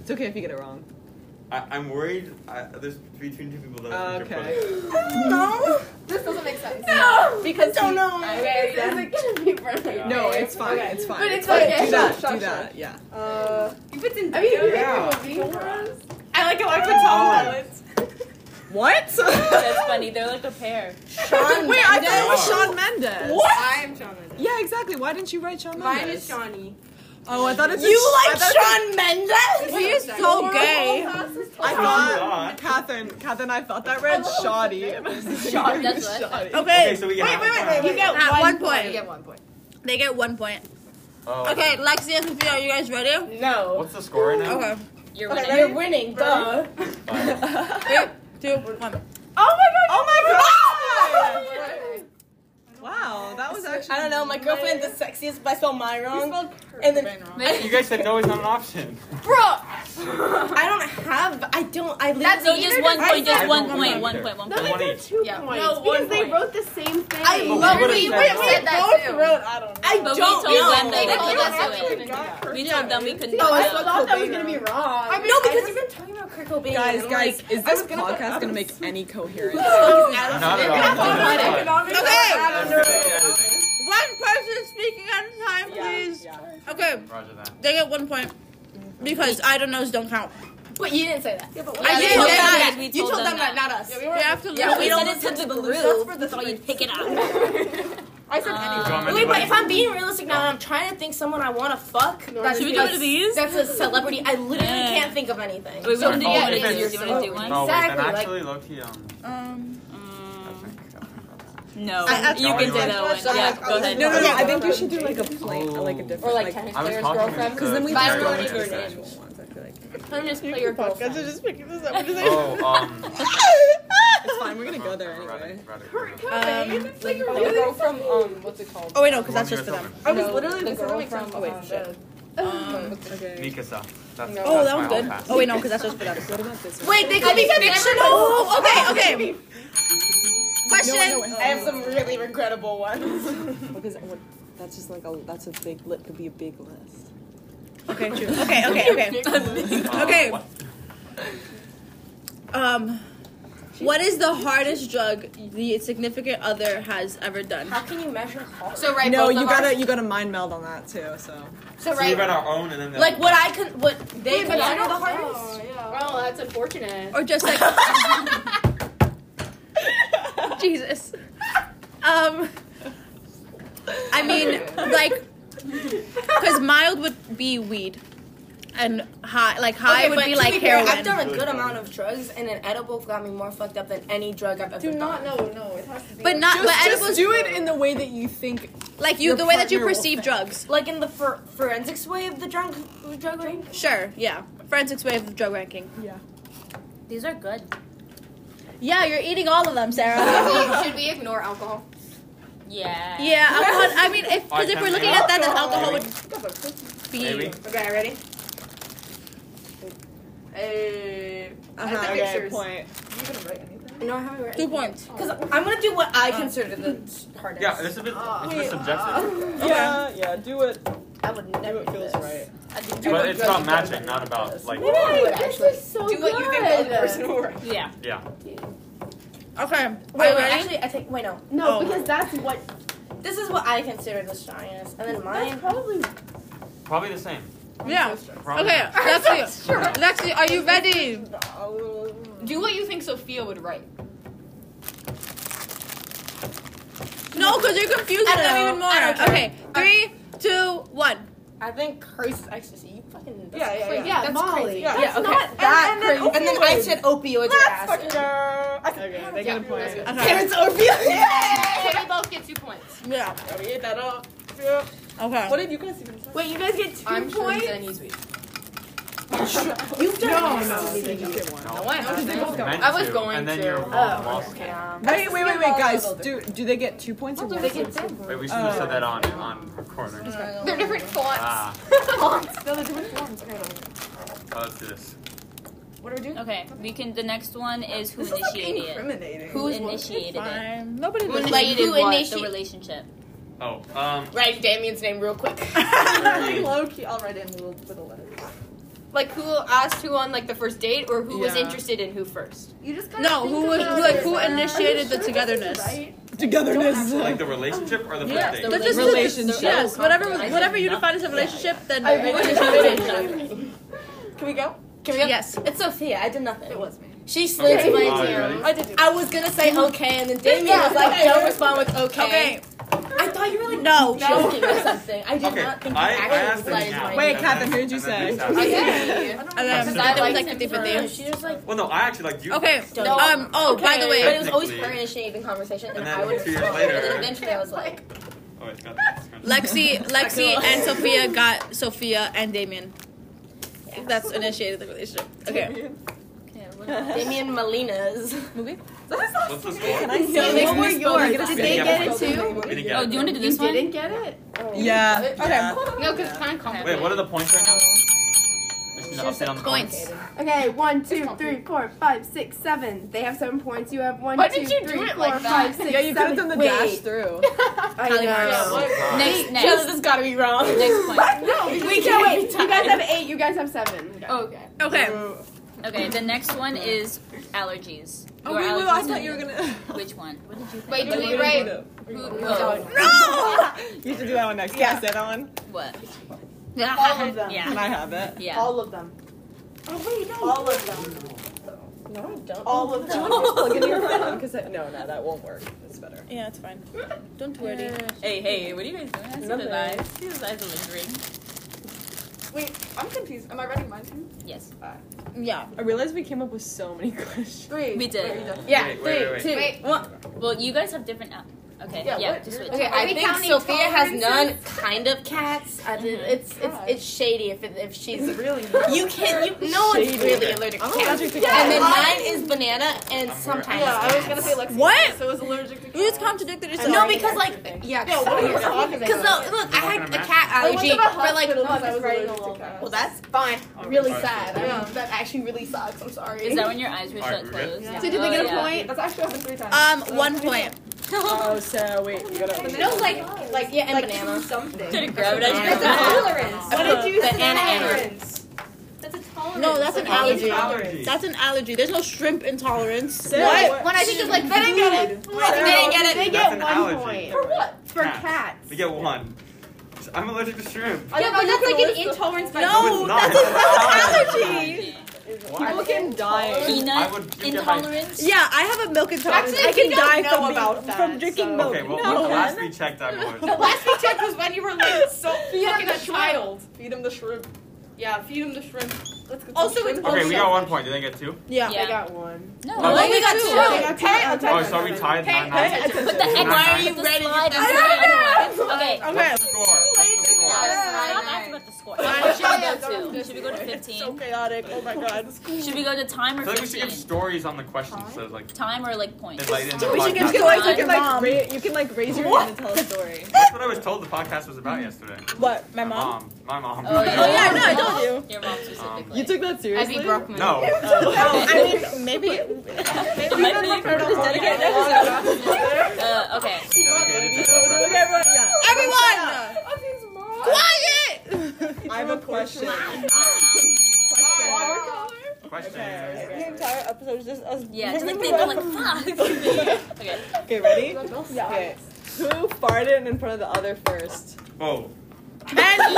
[SPEAKER 8] It's okay if you get it wrong.
[SPEAKER 4] I, I'm worried. I, there's between two people that I think you're
[SPEAKER 8] Okay.
[SPEAKER 4] putting.
[SPEAKER 1] No.
[SPEAKER 5] (laughs) This doesn't make sense.
[SPEAKER 3] because don't know.
[SPEAKER 5] Okay, this isn't gonna be
[SPEAKER 4] Yeah.
[SPEAKER 5] right.
[SPEAKER 8] No, it's fine.
[SPEAKER 5] Okay.
[SPEAKER 8] It's fine.
[SPEAKER 5] But it's
[SPEAKER 8] fine.
[SPEAKER 5] okay.
[SPEAKER 8] Do that.
[SPEAKER 5] Shush,
[SPEAKER 8] do
[SPEAKER 5] shush,
[SPEAKER 8] that. Yeah.
[SPEAKER 5] Uh,
[SPEAKER 9] If it's in
[SPEAKER 5] I mean, you
[SPEAKER 4] Yeah.
[SPEAKER 5] can make it with us.
[SPEAKER 9] I like how I put
[SPEAKER 8] Oh.
[SPEAKER 4] Oh.
[SPEAKER 9] Tom Holland.
[SPEAKER 8] What?
[SPEAKER 2] (laughs) That's funny. They're like a pair.
[SPEAKER 8] (laughs) Sean Wait, I thought it was Sean Mendes.
[SPEAKER 9] I am Sean Mendes.
[SPEAKER 8] Yeah, exactly. Why didn't you write Sean Mendes?
[SPEAKER 9] Mine is Shawnee.
[SPEAKER 8] Oh, I thought it's
[SPEAKER 1] You like
[SPEAKER 8] Sean.
[SPEAKER 1] Sean Mendes? He is so gay.
[SPEAKER 8] I
[SPEAKER 4] Sean.
[SPEAKER 8] thought Catherine. Catherine, I thought that read shoddy. (laughs) Shoddy.
[SPEAKER 2] that's what I
[SPEAKER 4] Okay,
[SPEAKER 2] thought.
[SPEAKER 1] Okay.
[SPEAKER 4] so we get half a point.
[SPEAKER 3] wait,
[SPEAKER 1] You get one, point.
[SPEAKER 5] You get one point.
[SPEAKER 1] They get one point.
[SPEAKER 4] Oh.
[SPEAKER 1] Okay, Lexi and Sophia, are you guys ready?
[SPEAKER 3] No.
[SPEAKER 4] What's the score
[SPEAKER 1] (laughs)
[SPEAKER 4] right now?
[SPEAKER 1] Okay.
[SPEAKER 2] You're
[SPEAKER 3] Okay,
[SPEAKER 2] winning.
[SPEAKER 3] you're winning, duh.
[SPEAKER 4] Five.
[SPEAKER 1] Three, two, one.
[SPEAKER 3] Oh my god!
[SPEAKER 8] Wow, that was actually.
[SPEAKER 3] I don't know. My girlfriend's the sexiest, but I spelled my wrong. And then
[SPEAKER 4] You guys said no is not an option.
[SPEAKER 3] I don't have. I don't. I
[SPEAKER 2] That's
[SPEAKER 3] literally.
[SPEAKER 2] no, just one
[SPEAKER 3] I
[SPEAKER 2] point, just
[SPEAKER 3] said
[SPEAKER 2] one
[SPEAKER 4] one
[SPEAKER 2] point,
[SPEAKER 4] point.
[SPEAKER 2] one point, one
[SPEAKER 3] No,
[SPEAKER 2] point.
[SPEAKER 3] they
[SPEAKER 4] One
[SPEAKER 3] got
[SPEAKER 4] each.
[SPEAKER 3] two
[SPEAKER 2] Yeah.
[SPEAKER 3] points.
[SPEAKER 5] No,
[SPEAKER 3] because
[SPEAKER 5] one
[SPEAKER 3] they
[SPEAKER 5] point.
[SPEAKER 3] wrote the same thing.
[SPEAKER 5] I love
[SPEAKER 4] would've
[SPEAKER 5] we, we,
[SPEAKER 4] said that.
[SPEAKER 5] we
[SPEAKER 3] They
[SPEAKER 5] both
[SPEAKER 3] both
[SPEAKER 5] wrote.
[SPEAKER 3] wrote. I don't know.
[SPEAKER 2] But we told them they
[SPEAKER 3] Like,
[SPEAKER 2] told
[SPEAKER 3] I
[SPEAKER 2] us to
[SPEAKER 3] actually
[SPEAKER 2] win.
[SPEAKER 3] got
[SPEAKER 2] We told them we couldn't.
[SPEAKER 3] No, I
[SPEAKER 2] do
[SPEAKER 3] still
[SPEAKER 2] it.
[SPEAKER 3] thought that was gonna be wrong. I
[SPEAKER 5] no, because
[SPEAKER 3] we've been talking about Kurt Cobain.
[SPEAKER 8] Guys,
[SPEAKER 3] I'm
[SPEAKER 8] guys,
[SPEAKER 3] like,
[SPEAKER 8] is this
[SPEAKER 3] gonna put
[SPEAKER 8] podcast gonna
[SPEAKER 3] Adam
[SPEAKER 8] make any coherence?
[SPEAKER 4] Not
[SPEAKER 5] Maybe that's all about
[SPEAKER 4] at all.
[SPEAKER 5] economics.
[SPEAKER 1] Okay.
[SPEAKER 5] I don't know.
[SPEAKER 1] One person speaking at a time, please. Okay,
[SPEAKER 4] Roger that.
[SPEAKER 1] they get one point because I don't knows don't count.
[SPEAKER 5] But you didn't say that.
[SPEAKER 1] I
[SPEAKER 2] we
[SPEAKER 1] did
[SPEAKER 2] told
[SPEAKER 1] say
[SPEAKER 2] them
[SPEAKER 1] that.
[SPEAKER 2] that. We
[SPEAKER 1] You
[SPEAKER 2] told
[SPEAKER 1] told
[SPEAKER 2] them
[SPEAKER 1] them that, not us. We have to.
[SPEAKER 2] Yeah, we
[SPEAKER 1] listen.
[SPEAKER 2] said it to the group. That's all you pick it up.
[SPEAKER 3] I said
[SPEAKER 4] Do you
[SPEAKER 2] Um,
[SPEAKER 4] want me to
[SPEAKER 3] Wait, Uh, but
[SPEAKER 4] vote?
[SPEAKER 3] if I'm being realistic now, and I'm trying to think someone I want to fuck. That's,
[SPEAKER 2] Should we do one of these?
[SPEAKER 3] that's a celebrity. I literally
[SPEAKER 2] Yeah.
[SPEAKER 3] can't think of anything.
[SPEAKER 2] Wait, we want to do
[SPEAKER 4] Oh,
[SPEAKER 2] one
[SPEAKER 4] if
[SPEAKER 2] of these.
[SPEAKER 4] it's- Oh.
[SPEAKER 2] Do you want to do one?
[SPEAKER 4] No, wait, then
[SPEAKER 3] Exactly, like-
[SPEAKER 4] actually, low key, um,
[SPEAKER 1] Um,
[SPEAKER 4] I
[SPEAKER 2] Mm,
[SPEAKER 4] think. I think-
[SPEAKER 2] No,
[SPEAKER 8] I- I-
[SPEAKER 2] you can do that one. Yeah, go ahead.
[SPEAKER 8] oh, No, no, no. I think you should do like a plane, like a different,
[SPEAKER 3] Or like tennis
[SPEAKER 4] I was
[SPEAKER 3] players,
[SPEAKER 4] talking
[SPEAKER 3] girlfriend.
[SPEAKER 4] to
[SPEAKER 8] Because then we
[SPEAKER 4] the
[SPEAKER 8] just
[SPEAKER 4] guy
[SPEAKER 8] go
[SPEAKER 4] who
[SPEAKER 8] into
[SPEAKER 4] was
[SPEAKER 8] the
[SPEAKER 4] there.
[SPEAKER 8] sexual ones. I feel like
[SPEAKER 3] I'm just play your
[SPEAKER 8] podcasts are
[SPEAKER 3] girlfriend.
[SPEAKER 8] just picking this up.
[SPEAKER 4] Oh, um.
[SPEAKER 8] (laughs) It's fine. We're gonna go there anyway.
[SPEAKER 1] um,
[SPEAKER 3] The girl from um, what's it called?
[SPEAKER 1] oh wait, no, because that's just for them.
[SPEAKER 3] I was literally
[SPEAKER 5] the
[SPEAKER 3] this
[SPEAKER 5] girl
[SPEAKER 3] doesn't make sense.
[SPEAKER 5] from,
[SPEAKER 3] Oh, wait,
[SPEAKER 5] um,
[SPEAKER 3] shit.
[SPEAKER 1] Um,
[SPEAKER 8] Okay.
[SPEAKER 4] Mikasa. That's,
[SPEAKER 1] oh,
[SPEAKER 4] that's
[SPEAKER 1] that
[SPEAKER 4] my
[SPEAKER 1] one's good.
[SPEAKER 4] all pass.
[SPEAKER 1] Oh wait, no, because that's just for them.
[SPEAKER 8] What about this one?
[SPEAKER 1] Wait, they could be fictional. (laughs) Okay, okay.
[SPEAKER 8] No,
[SPEAKER 1] Question.
[SPEAKER 8] no,
[SPEAKER 3] I have some really regrettable ones.
[SPEAKER 8] (laughs) Because what, that's just like a that's a big lit could be a big list.
[SPEAKER 1] Okay, true. Okay, okay, okay.
[SPEAKER 4] Um,
[SPEAKER 1] Okay.
[SPEAKER 4] what-
[SPEAKER 1] Um, what is the hardest drug the significant other has ever done?
[SPEAKER 3] How can you measure hard?
[SPEAKER 9] So right,
[SPEAKER 8] No,
[SPEAKER 9] both
[SPEAKER 8] you
[SPEAKER 9] of ours-
[SPEAKER 8] gotta you gotta mind meld on that too. So
[SPEAKER 4] So
[SPEAKER 3] So
[SPEAKER 4] we read our own and then the
[SPEAKER 3] like what I could, what they
[SPEAKER 5] Wait,
[SPEAKER 3] could
[SPEAKER 5] but I
[SPEAKER 3] measure the
[SPEAKER 5] don't
[SPEAKER 3] hardest.
[SPEAKER 5] Oh, that's unfortunate.
[SPEAKER 1] Or just (laughs) like Jesus. Um I mean like cuz mild would be weed and high like high
[SPEAKER 3] Okay,
[SPEAKER 1] would
[SPEAKER 3] but
[SPEAKER 1] be
[SPEAKER 3] to
[SPEAKER 1] like
[SPEAKER 3] be fair,
[SPEAKER 1] heroin.
[SPEAKER 3] I've done a good amount of drugs, and an edible got me more fucked up than any drug I've ever
[SPEAKER 5] Do
[SPEAKER 3] done.
[SPEAKER 5] not know. No, it has to be.
[SPEAKER 1] but not but
[SPEAKER 8] just,
[SPEAKER 1] edibles
[SPEAKER 8] do it in the way that you think.
[SPEAKER 1] like you
[SPEAKER 8] your
[SPEAKER 1] the way that you
[SPEAKER 8] partner will
[SPEAKER 1] perceive
[SPEAKER 8] think.
[SPEAKER 1] drugs.
[SPEAKER 3] Like in the for- forensics way of the drunk drug rank.
[SPEAKER 1] Sure, yeah. Forensics way of drug ranking.
[SPEAKER 8] Yeah.
[SPEAKER 2] These are good.
[SPEAKER 1] Yeah, you're eating all of them, Sarah. (laughs)
[SPEAKER 5] (laughs) should, we, should
[SPEAKER 3] (laughs)
[SPEAKER 5] we ignore alcohol?
[SPEAKER 2] Yeah.
[SPEAKER 1] yeah, alcohol. I mean, if because if we're looking at that, then alcohol would
[SPEAKER 4] Maybe.
[SPEAKER 1] be.
[SPEAKER 5] Okay, ready?
[SPEAKER 3] Uh,
[SPEAKER 8] Uh-huh,
[SPEAKER 5] the
[SPEAKER 8] okay.
[SPEAKER 5] pictures.
[SPEAKER 8] Point.
[SPEAKER 3] No, I haven't read.
[SPEAKER 1] Two points.
[SPEAKER 3] Because I'm gonna do what I consider the hardest.
[SPEAKER 4] Yeah, this is a bit, it's a bit subjective.
[SPEAKER 8] (laughs) Yeah, yeah. Do it.
[SPEAKER 3] I would
[SPEAKER 8] Do
[SPEAKER 3] never
[SPEAKER 8] it
[SPEAKER 3] do
[SPEAKER 8] feels
[SPEAKER 3] this.
[SPEAKER 8] right.
[SPEAKER 4] But it's about matching, not about, like,
[SPEAKER 5] Wait, this is so
[SPEAKER 9] do what you think the other
[SPEAKER 5] good.
[SPEAKER 9] person will write.
[SPEAKER 2] Yeah.
[SPEAKER 4] yeah.
[SPEAKER 1] Okay. Wait,
[SPEAKER 3] Wait, wait,
[SPEAKER 1] ready?
[SPEAKER 3] actually, I take. Wait, no.
[SPEAKER 1] Oh.
[SPEAKER 5] No, because that's what.
[SPEAKER 3] This is what I consider the strongest, and then
[SPEAKER 5] That's
[SPEAKER 3] mine.
[SPEAKER 5] probably.
[SPEAKER 4] Probably the same.
[SPEAKER 1] yeah.
[SPEAKER 4] Probably.
[SPEAKER 1] Okay, Lexi, Lexi, are you ready?
[SPEAKER 5] Do what you think Sophia would write.
[SPEAKER 1] No, because you're confusing
[SPEAKER 3] I don't
[SPEAKER 1] them
[SPEAKER 3] know.
[SPEAKER 1] even
[SPEAKER 3] I
[SPEAKER 1] more.
[SPEAKER 3] don't
[SPEAKER 1] Okay, three, two, one.
[SPEAKER 3] I think curse ecstasy. You fucking. that's
[SPEAKER 5] Yeah, yeah,
[SPEAKER 3] crazy.
[SPEAKER 5] yeah.
[SPEAKER 3] That's
[SPEAKER 5] Molly.
[SPEAKER 3] crazy.
[SPEAKER 5] Yeah.
[SPEAKER 3] Yeah,
[SPEAKER 5] That's
[SPEAKER 3] okay.
[SPEAKER 5] not that
[SPEAKER 3] and, and then
[SPEAKER 5] crazy.
[SPEAKER 3] I said opioids. or acid.
[SPEAKER 5] I
[SPEAKER 8] Okay, they get a point.
[SPEAKER 3] Parents or
[SPEAKER 8] (laughs)
[SPEAKER 3] feelings.
[SPEAKER 5] So we both get two points.
[SPEAKER 1] Yeah.
[SPEAKER 3] Yeah, we ate that up. Yeah.
[SPEAKER 1] Okay.
[SPEAKER 3] What did you guys even say?
[SPEAKER 1] Wait, you guys get 2
[SPEAKER 5] I'm sure
[SPEAKER 1] points.
[SPEAKER 5] it's an easy week.
[SPEAKER 3] You've done
[SPEAKER 5] no,
[SPEAKER 3] it.
[SPEAKER 5] No, I haven't.
[SPEAKER 4] Meant
[SPEAKER 5] I was
[SPEAKER 4] to,
[SPEAKER 5] going
[SPEAKER 4] and then
[SPEAKER 5] to.
[SPEAKER 4] your mom lost it.
[SPEAKER 8] Wait, wait, wait, wait, guys. Do do they get two points or one? point?
[SPEAKER 4] Wait, we should have said that on on recorder.
[SPEAKER 5] They're different fonts.
[SPEAKER 4] Ah,
[SPEAKER 5] Fonts. No, they're different fonts. Okay,
[SPEAKER 4] oh, let's do this.
[SPEAKER 5] What are we doing?
[SPEAKER 2] Okay, we can. The next one is who initiated it.
[SPEAKER 3] Incriminating.
[SPEAKER 2] Who initiated it?
[SPEAKER 1] Fine. Nobody
[SPEAKER 5] Who
[SPEAKER 1] listens.
[SPEAKER 2] Like who
[SPEAKER 5] Initiated what?
[SPEAKER 2] initiated
[SPEAKER 5] The
[SPEAKER 2] the relationship?
[SPEAKER 4] Oh, um,
[SPEAKER 5] Write Damien's name real quick.
[SPEAKER 3] Low key, I'll write in little with a letter.
[SPEAKER 5] like who asked who on like the first date, or who was
[SPEAKER 8] Yeah.
[SPEAKER 5] interested in who first?
[SPEAKER 6] You just
[SPEAKER 1] No, who was like who initiated the togetherness?
[SPEAKER 8] Togetherness.
[SPEAKER 4] like the relationship or the first
[SPEAKER 2] Yes,
[SPEAKER 4] date?
[SPEAKER 2] the
[SPEAKER 1] But this is-
[SPEAKER 8] Relationship.
[SPEAKER 1] Yes, whatever whatever you define as a relationship, then
[SPEAKER 3] Can we go? Can we go?
[SPEAKER 1] yes.
[SPEAKER 6] It's Sophia. I did nothing. It was me.
[SPEAKER 5] She
[SPEAKER 4] slid to my Okay. DM.
[SPEAKER 3] I did do
[SPEAKER 6] I was gonna say okay, and then Damien
[SPEAKER 5] Yeah,
[SPEAKER 6] was like,
[SPEAKER 5] okay.
[SPEAKER 6] "Don't respond with okay."
[SPEAKER 1] Okay.
[SPEAKER 6] I thought you were like
[SPEAKER 1] No.
[SPEAKER 6] joking or something. I did
[SPEAKER 4] okay,
[SPEAKER 6] not think you
[SPEAKER 4] I, I
[SPEAKER 6] actually
[SPEAKER 4] asked
[SPEAKER 6] realized
[SPEAKER 4] him now.
[SPEAKER 6] my-
[SPEAKER 8] Wait,
[SPEAKER 4] and
[SPEAKER 8] Catherine,
[SPEAKER 4] then-
[SPEAKER 8] who did you
[SPEAKER 4] and then
[SPEAKER 8] say?
[SPEAKER 4] this happened.
[SPEAKER 1] And then
[SPEAKER 4] Because
[SPEAKER 1] neither
[SPEAKER 4] I
[SPEAKER 1] was like 50 50.
[SPEAKER 6] She was like,
[SPEAKER 4] Well, no, I actually liked you.
[SPEAKER 1] Okay.
[SPEAKER 6] No.
[SPEAKER 1] Um. Oh, by the
[SPEAKER 6] but it
[SPEAKER 1] way,
[SPEAKER 6] was always her
[SPEAKER 4] Technically.
[SPEAKER 6] initiating the conversation, and,
[SPEAKER 4] And
[SPEAKER 6] I
[SPEAKER 4] then
[SPEAKER 6] would
[SPEAKER 4] two years
[SPEAKER 6] respond. And then
[SPEAKER 4] later-
[SPEAKER 6] eventually, I was like,
[SPEAKER 4] Oh, it's got
[SPEAKER 1] (laughs)
[SPEAKER 4] it's got- (laughs)
[SPEAKER 1] Lexi, Lexi, and Sophia got Sophia and Damien. That's initiated the relationship. Okay.
[SPEAKER 2] Oh,
[SPEAKER 6] Damien Molina's.
[SPEAKER 4] What's the score?
[SPEAKER 6] No, they were yours.
[SPEAKER 4] Did they get it
[SPEAKER 5] too?
[SPEAKER 4] We didn't get
[SPEAKER 2] Oh,
[SPEAKER 4] it.
[SPEAKER 2] do you want to do this one?
[SPEAKER 5] get it?
[SPEAKER 8] Yeah. yeah.
[SPEAKER 5] No, because it's kind of
[SPEAKER 4] Wait,
[SPEAKER 5] complicated.
[SPEAKER 4] what are the points right now? There's an update on the
[SPEAKER 1] Points.
[SPEAKER 10] Okay, one, two, three, four, five, six, seven. They have seven points. You have one,
[SPEAKER 5] Why
[SPEAKER 10] two,
[SPEAKER 5] did you do
[SPEAKER 10] three,
[SPEAKER 5] it like
[SPEAKER 10] four,
[SPEAKER 5] that?
[SPEAKER 10] five, six,
[SPEAKER 8] Yeah, you could have done
[SPEAKER 10] seven.
[SPEAKER 8] the
[SPEAKER 10] Wait,
[SPEAKER 8] dash through.
[SPEAKER 10] I
[SPEAKER 1] Cali
[SPEAKER 10] know.
[SPEAKER 1] Maris.
[SPEAKER 2] Next,
[SPEAKER 5] Jealous
[SPEAKER 2] next,
[SPEAKER 5] has got to be wrong.
[SPEAKER 2] next point.
[SPEAKER 10] No, we can't wait. You guys have eight. You guys have seven.
[SPEAKER 5] Okay.
[SPEAKER 1] Okay.
[SPEAKER 2] Okay, the next one is allergies.
[SPEAKER 8] Oh,
[SPEAKER 2] Your
[SPEAKER 8] wait, wait,
[SPEAKER 2] allergies
[SPEAKER 8] I
[SPEAKER 2] are
[SPEAKER 8] thought you were
[SPEAKER 2] good.
[SPEAKER 8] gonna. (laughs)
[SPEAKER 2] Which one? What did you think?
[SPEAKER 5] Wait,
[SPEAKER 8] What
[SPEAKER 5] do
[SPEAKER 8] were
[SPEAKER 5] we
[SPEAKER 8] you
[SPEAKER 5] write?
[SPEAKER 8] gonna
[SPEAKER 5] Who,
[SPEAKER 2] Oh,
[SPEAKER 8] do? You should do that one next. Can I say that one?
[SPEAKER 2] what?
[SPEAKER 3] all of them.
[SPEAKER 2] Yeah,
[SPEAKER 8] (laughs) Can I have it?
[SPEAKER 2] yeah.
[SPEAKER 3] All of them. All of them.
[SPEAKER 6] No, I don't.
[SPEAKER 3] All of them.
[SPEAKER 8] Look at your phone, 'cause that- no, no, that won't work. It's better.
[SPEAKER 1] Yeah, it's fine. Don't worry.
[SPEAKER 2] Hey, hey, what are you guys doing? I see those eyes. See those eyes are lingering.
[SPEAKER 5] Wait, I'm confused. Am I writing mine too?
[SPEAKER 2] Yes,
[SPEAKER 1] Yeah.
[SPEAKER 8] I realized we came up with so many (laughs) questions.
[SPEAKER 3] Three.
[SPEAKER 2] we did.
[SPEAKER 4] Yeah, wait, wait, wait.
[SPEAKER 5] Wait,
[SPEAKER 2] Well, you guys have different. al- Okay,
[SPEAKER 3] Yeah,
[SPEAKER 2] yeah,
[SPEAKER 3] what-
[SPEAKER 2] just switch.
[SPEAKER 6] Okay,
[SPEAKER 5] Are
[SPEAKER 6] I
[SPEAKER 5] we
[SPEAKER 6] think
[SPEAKER 5] counting
[SPEAKER 6] Sophia has none.
[SPEAKER 5] tolerances?
[SPEAKER 6] Kind of cats. I did. It's it's it's shady if it, if she's
[SPEAKER 3] Really?
[SPEAKER 6] (laughs) you can you no one's really allergic to
[SPEAKER 8] I'm
[SPEAKER 6] cats.
[SPEAKER 8] allergic to
[SPEAKER 6] And then
[SPEAKER 8] cats.
[SPEAKER 6] mine is banana and
[SPEAKER 4] I'm
[SPEAKER 6] sometimes
[SPEAKER 5] yeah,
[SPEAKER 4] allergic.
[SPEAKER 5] I was gonna say Lexi.
[SPEAKER 1] What?
[SPEAKER 5] So it was allergic to.
[SPEAKER 1] You just contradicted yourself.
[SPEAKER 6] no because like yeah
[SPEAKER 3] Yeah, what are you talking
[SPEAKER 6] because
[SPEAKER 3] about?
[SPEAKER 6] no, look I had a
[SPEAKER 4] Like,
[SPEAKER 6] cat allergy
[SPEAKER 5] about
[SPEAKER 6] for like
[SPEAKER 5] hospital?
[SPEAKER 3] I was
[SPEAKER 5] writing
[SPEAKER 3] allergic to
[SPEAKER 6] well
[SPEAKER 3] cats.
[SPEAKER 6] that's
[SPEAKER 5] Fine.
[SPEAKER 6] really
[SPEAKER 4] Alright,
[SPEAKER 6] sad. I mean,
[SPEAKER 5] Yeah.
[SPEAKER 6] that actually really sucks. I'm sorry.
[SPEAKER 2] Is that when your eyes were
[SPEAKER 4] Alright,
[SPEAKER 2] shut
[SPEAKER 4] we're good?
[SPEAKER 2] closed?
[SPEAKER 5] So did
[SPEAKER 2] Oh,
[SPEAKER 5] we get a
[SPEAKER 2] yeah. (laughs)
[SPEAKER 5] point?
[SPEAKER 3] That's actually happened three times.
[SPEAKER 1] Um, one point.
[SPEAKER 8] Oh, so wait, you gotta.
[SPEAKER 6] no like like yeah and
[SPEAKER 3] Like
[SPEAKER 6] banana.
[SPEAKER 3] something.
[SPEAKER 2] Should have grabbed it.
[SPEAKER 6] That's a tolerance.
[SPEAKER 3] What did you
[SPEAKER 2] The
[SPEAKER 3] say?
[SPEAKER 2] Anna Anna.
[SPEAKER 3] Tolerance.
[SPEAKER 5] That's a tolerance.
[SPEAKER 1] No, that's an allergy.
[SPEAKER 4] Allergies.
[SPEAKER 1] That's an allergy. There's no shrimp intolerance.
[SPEAKER 8] Sarah,
[SPEAKER 6] When I think of like food,
[SPEAKER 3] Sarah,
[SPEAKER 4] get it. That's an allergy.
[SPEAKER 3] For what?
[SPEAKER 4] For cats. We get one. I'm allergic to shrimp.
[SPEAKER 6] yeah, but that's like an intolerance by
[SPEAKER 4] No, it's not. that's
[SPEAKER 8] that's an
[SPEAKER 4] (laughs)
[SPEAKER 2] Allergy.
[SPEAKER 8] People can die.
[SPEAKER 4] I
[SPEAKER 2] Peanut
[SPEAKER 4] would give you my-
[SPEAKER 2] intolerance.
[SPEAKER 1] Yeah, I have a milk intolerance.
[SPEAKER 3] Actually,
[SPEAKER 1] I can
[SPEAKER 3] we don't
[SPEAKER 1] die
[SPEAKER 3] know
[SPEAKER 1] from, being-
[SPEAKER 3] about that,
[SPEAKER 1] from drinking
[SPEAKER 3] so-
[SPEAKER 1] milk.
[SPEAKER 4] Okay, well,
[SPEAKER 1] no.
[SPEAKER 4] when last we checked, I was.
[SPEAKER 5] Last we checked was when you were like so fucking a child.
[SPEAKER 3] Feed him the shrimp.
[SPEAKER 5] Yeah, feed him the shrimp. Let's go.
[SPEAKER 3] Also, it's
[SPEAKER 4] Okay, we got one point. Did they get two?
[SPEAKER 1] yeah.
[SPEAKER 10] Oh
[SPEAKER 2] Yeah.
[SPEAKER 3] I got one.
[SPEAKER 2] No,
[SPEAKER 4] Oh,
[SPEAKER 2] like,
[SPEAKER 1] we got
[SPEAKER 3] They
[SPEAKER 1] two.
[SPEAKER 3] got two.
[SPEAKER 5] Hey,
[SPEAKER 3] I'll
[SPEAKER 4] Oh,
[SPEAKER 3] take
[SPEAKER 4] so we
[SPEAKER 3] one.
[SPEAKER 4] tied nine nine.
[SPEAKER 2] but the egg.
[SPEAKER 4] Why are
[SPEAKER 2] you ready? Okay,
[SPEAKER 1] Okay.
[SPEAKER 4] What's the score? What's the score?
[SPEAKER 2] I'm asked about the score. What should we go to? Should we go to
[SPEAKER 3] So
[SPEAKER 2] 15?
[SPEAKER 3] chaotic. Oh my god.
[SPEAKER 2] Should we go to time
[SPEAKER 4] I
[SPEAKER 2] or
[SPEAKER 4] feel like we should give
[SPEAKER 2] 15?
[SPEAKER 4] stories on the questions. So like,
[SPEAKER 2] Time or like points?
[SPEAKER 4] invite in the
[SPEAKER 1] We should give
[SPEAKER 4] podcast.
[SPEAKER 1] stories
[SPEAKER 2] Mine.
[SPEAKER 8] You
[SPEAKER 1] like
[SPEAKER 8] can
[SPEAKER 1] your
[SPEAKER 8] like,
[SPEAKER 1] mom.
[SPEAKER 8] ra- you can like raise your hand and tell a story. Uh-huh.
[SPEAKER 4] That's what I was told the podcast was about yesterday.
[SPEAKER 8] (laughs) What? My
[SPEAKER 4] My
[SPEAKER 8] mom?
[SPEAKER 4] mom. My mom.
[SPEAKER 2] Oh,
[SPEAKER 1] Oh yeah, no, I told you.
[SPEAKER 2] Your mom specifically.
[SPEAKER 8] You took that seriously?
[SPEAKER 5] Abby
[SPEAKER 8] (laughs)
[SPEAKER 5] Brockman.
[SPEAKER 4] No.
[SPEAKER 8] Oh, I mean, (laughs) maybe.
[SPEAKER 2] It might be- (laughs)
[SPEAKER 8] Dedicate an episode.
[SPEAKER 2] Uh, okay.
[SPEAKER 8] Okay, everyone, yeah.
[SPEAKER 1] Everyone, quiet.
[SPEAKER 8] I have a question. (laughs)
[SPEAKER 4] Questions.
[SPEAKER 8] The entire episode is just us.
[SPEAKER 2] Yeah, just like people like fuck. okay.
[SPEAKER 8] (laughs) Okay, ready? Okay. Who farted in front of the other first?
[SPEAKER 4] Whoa. (laughs)
[SPEAKER 1] And
[SPEAKER 2] Raise your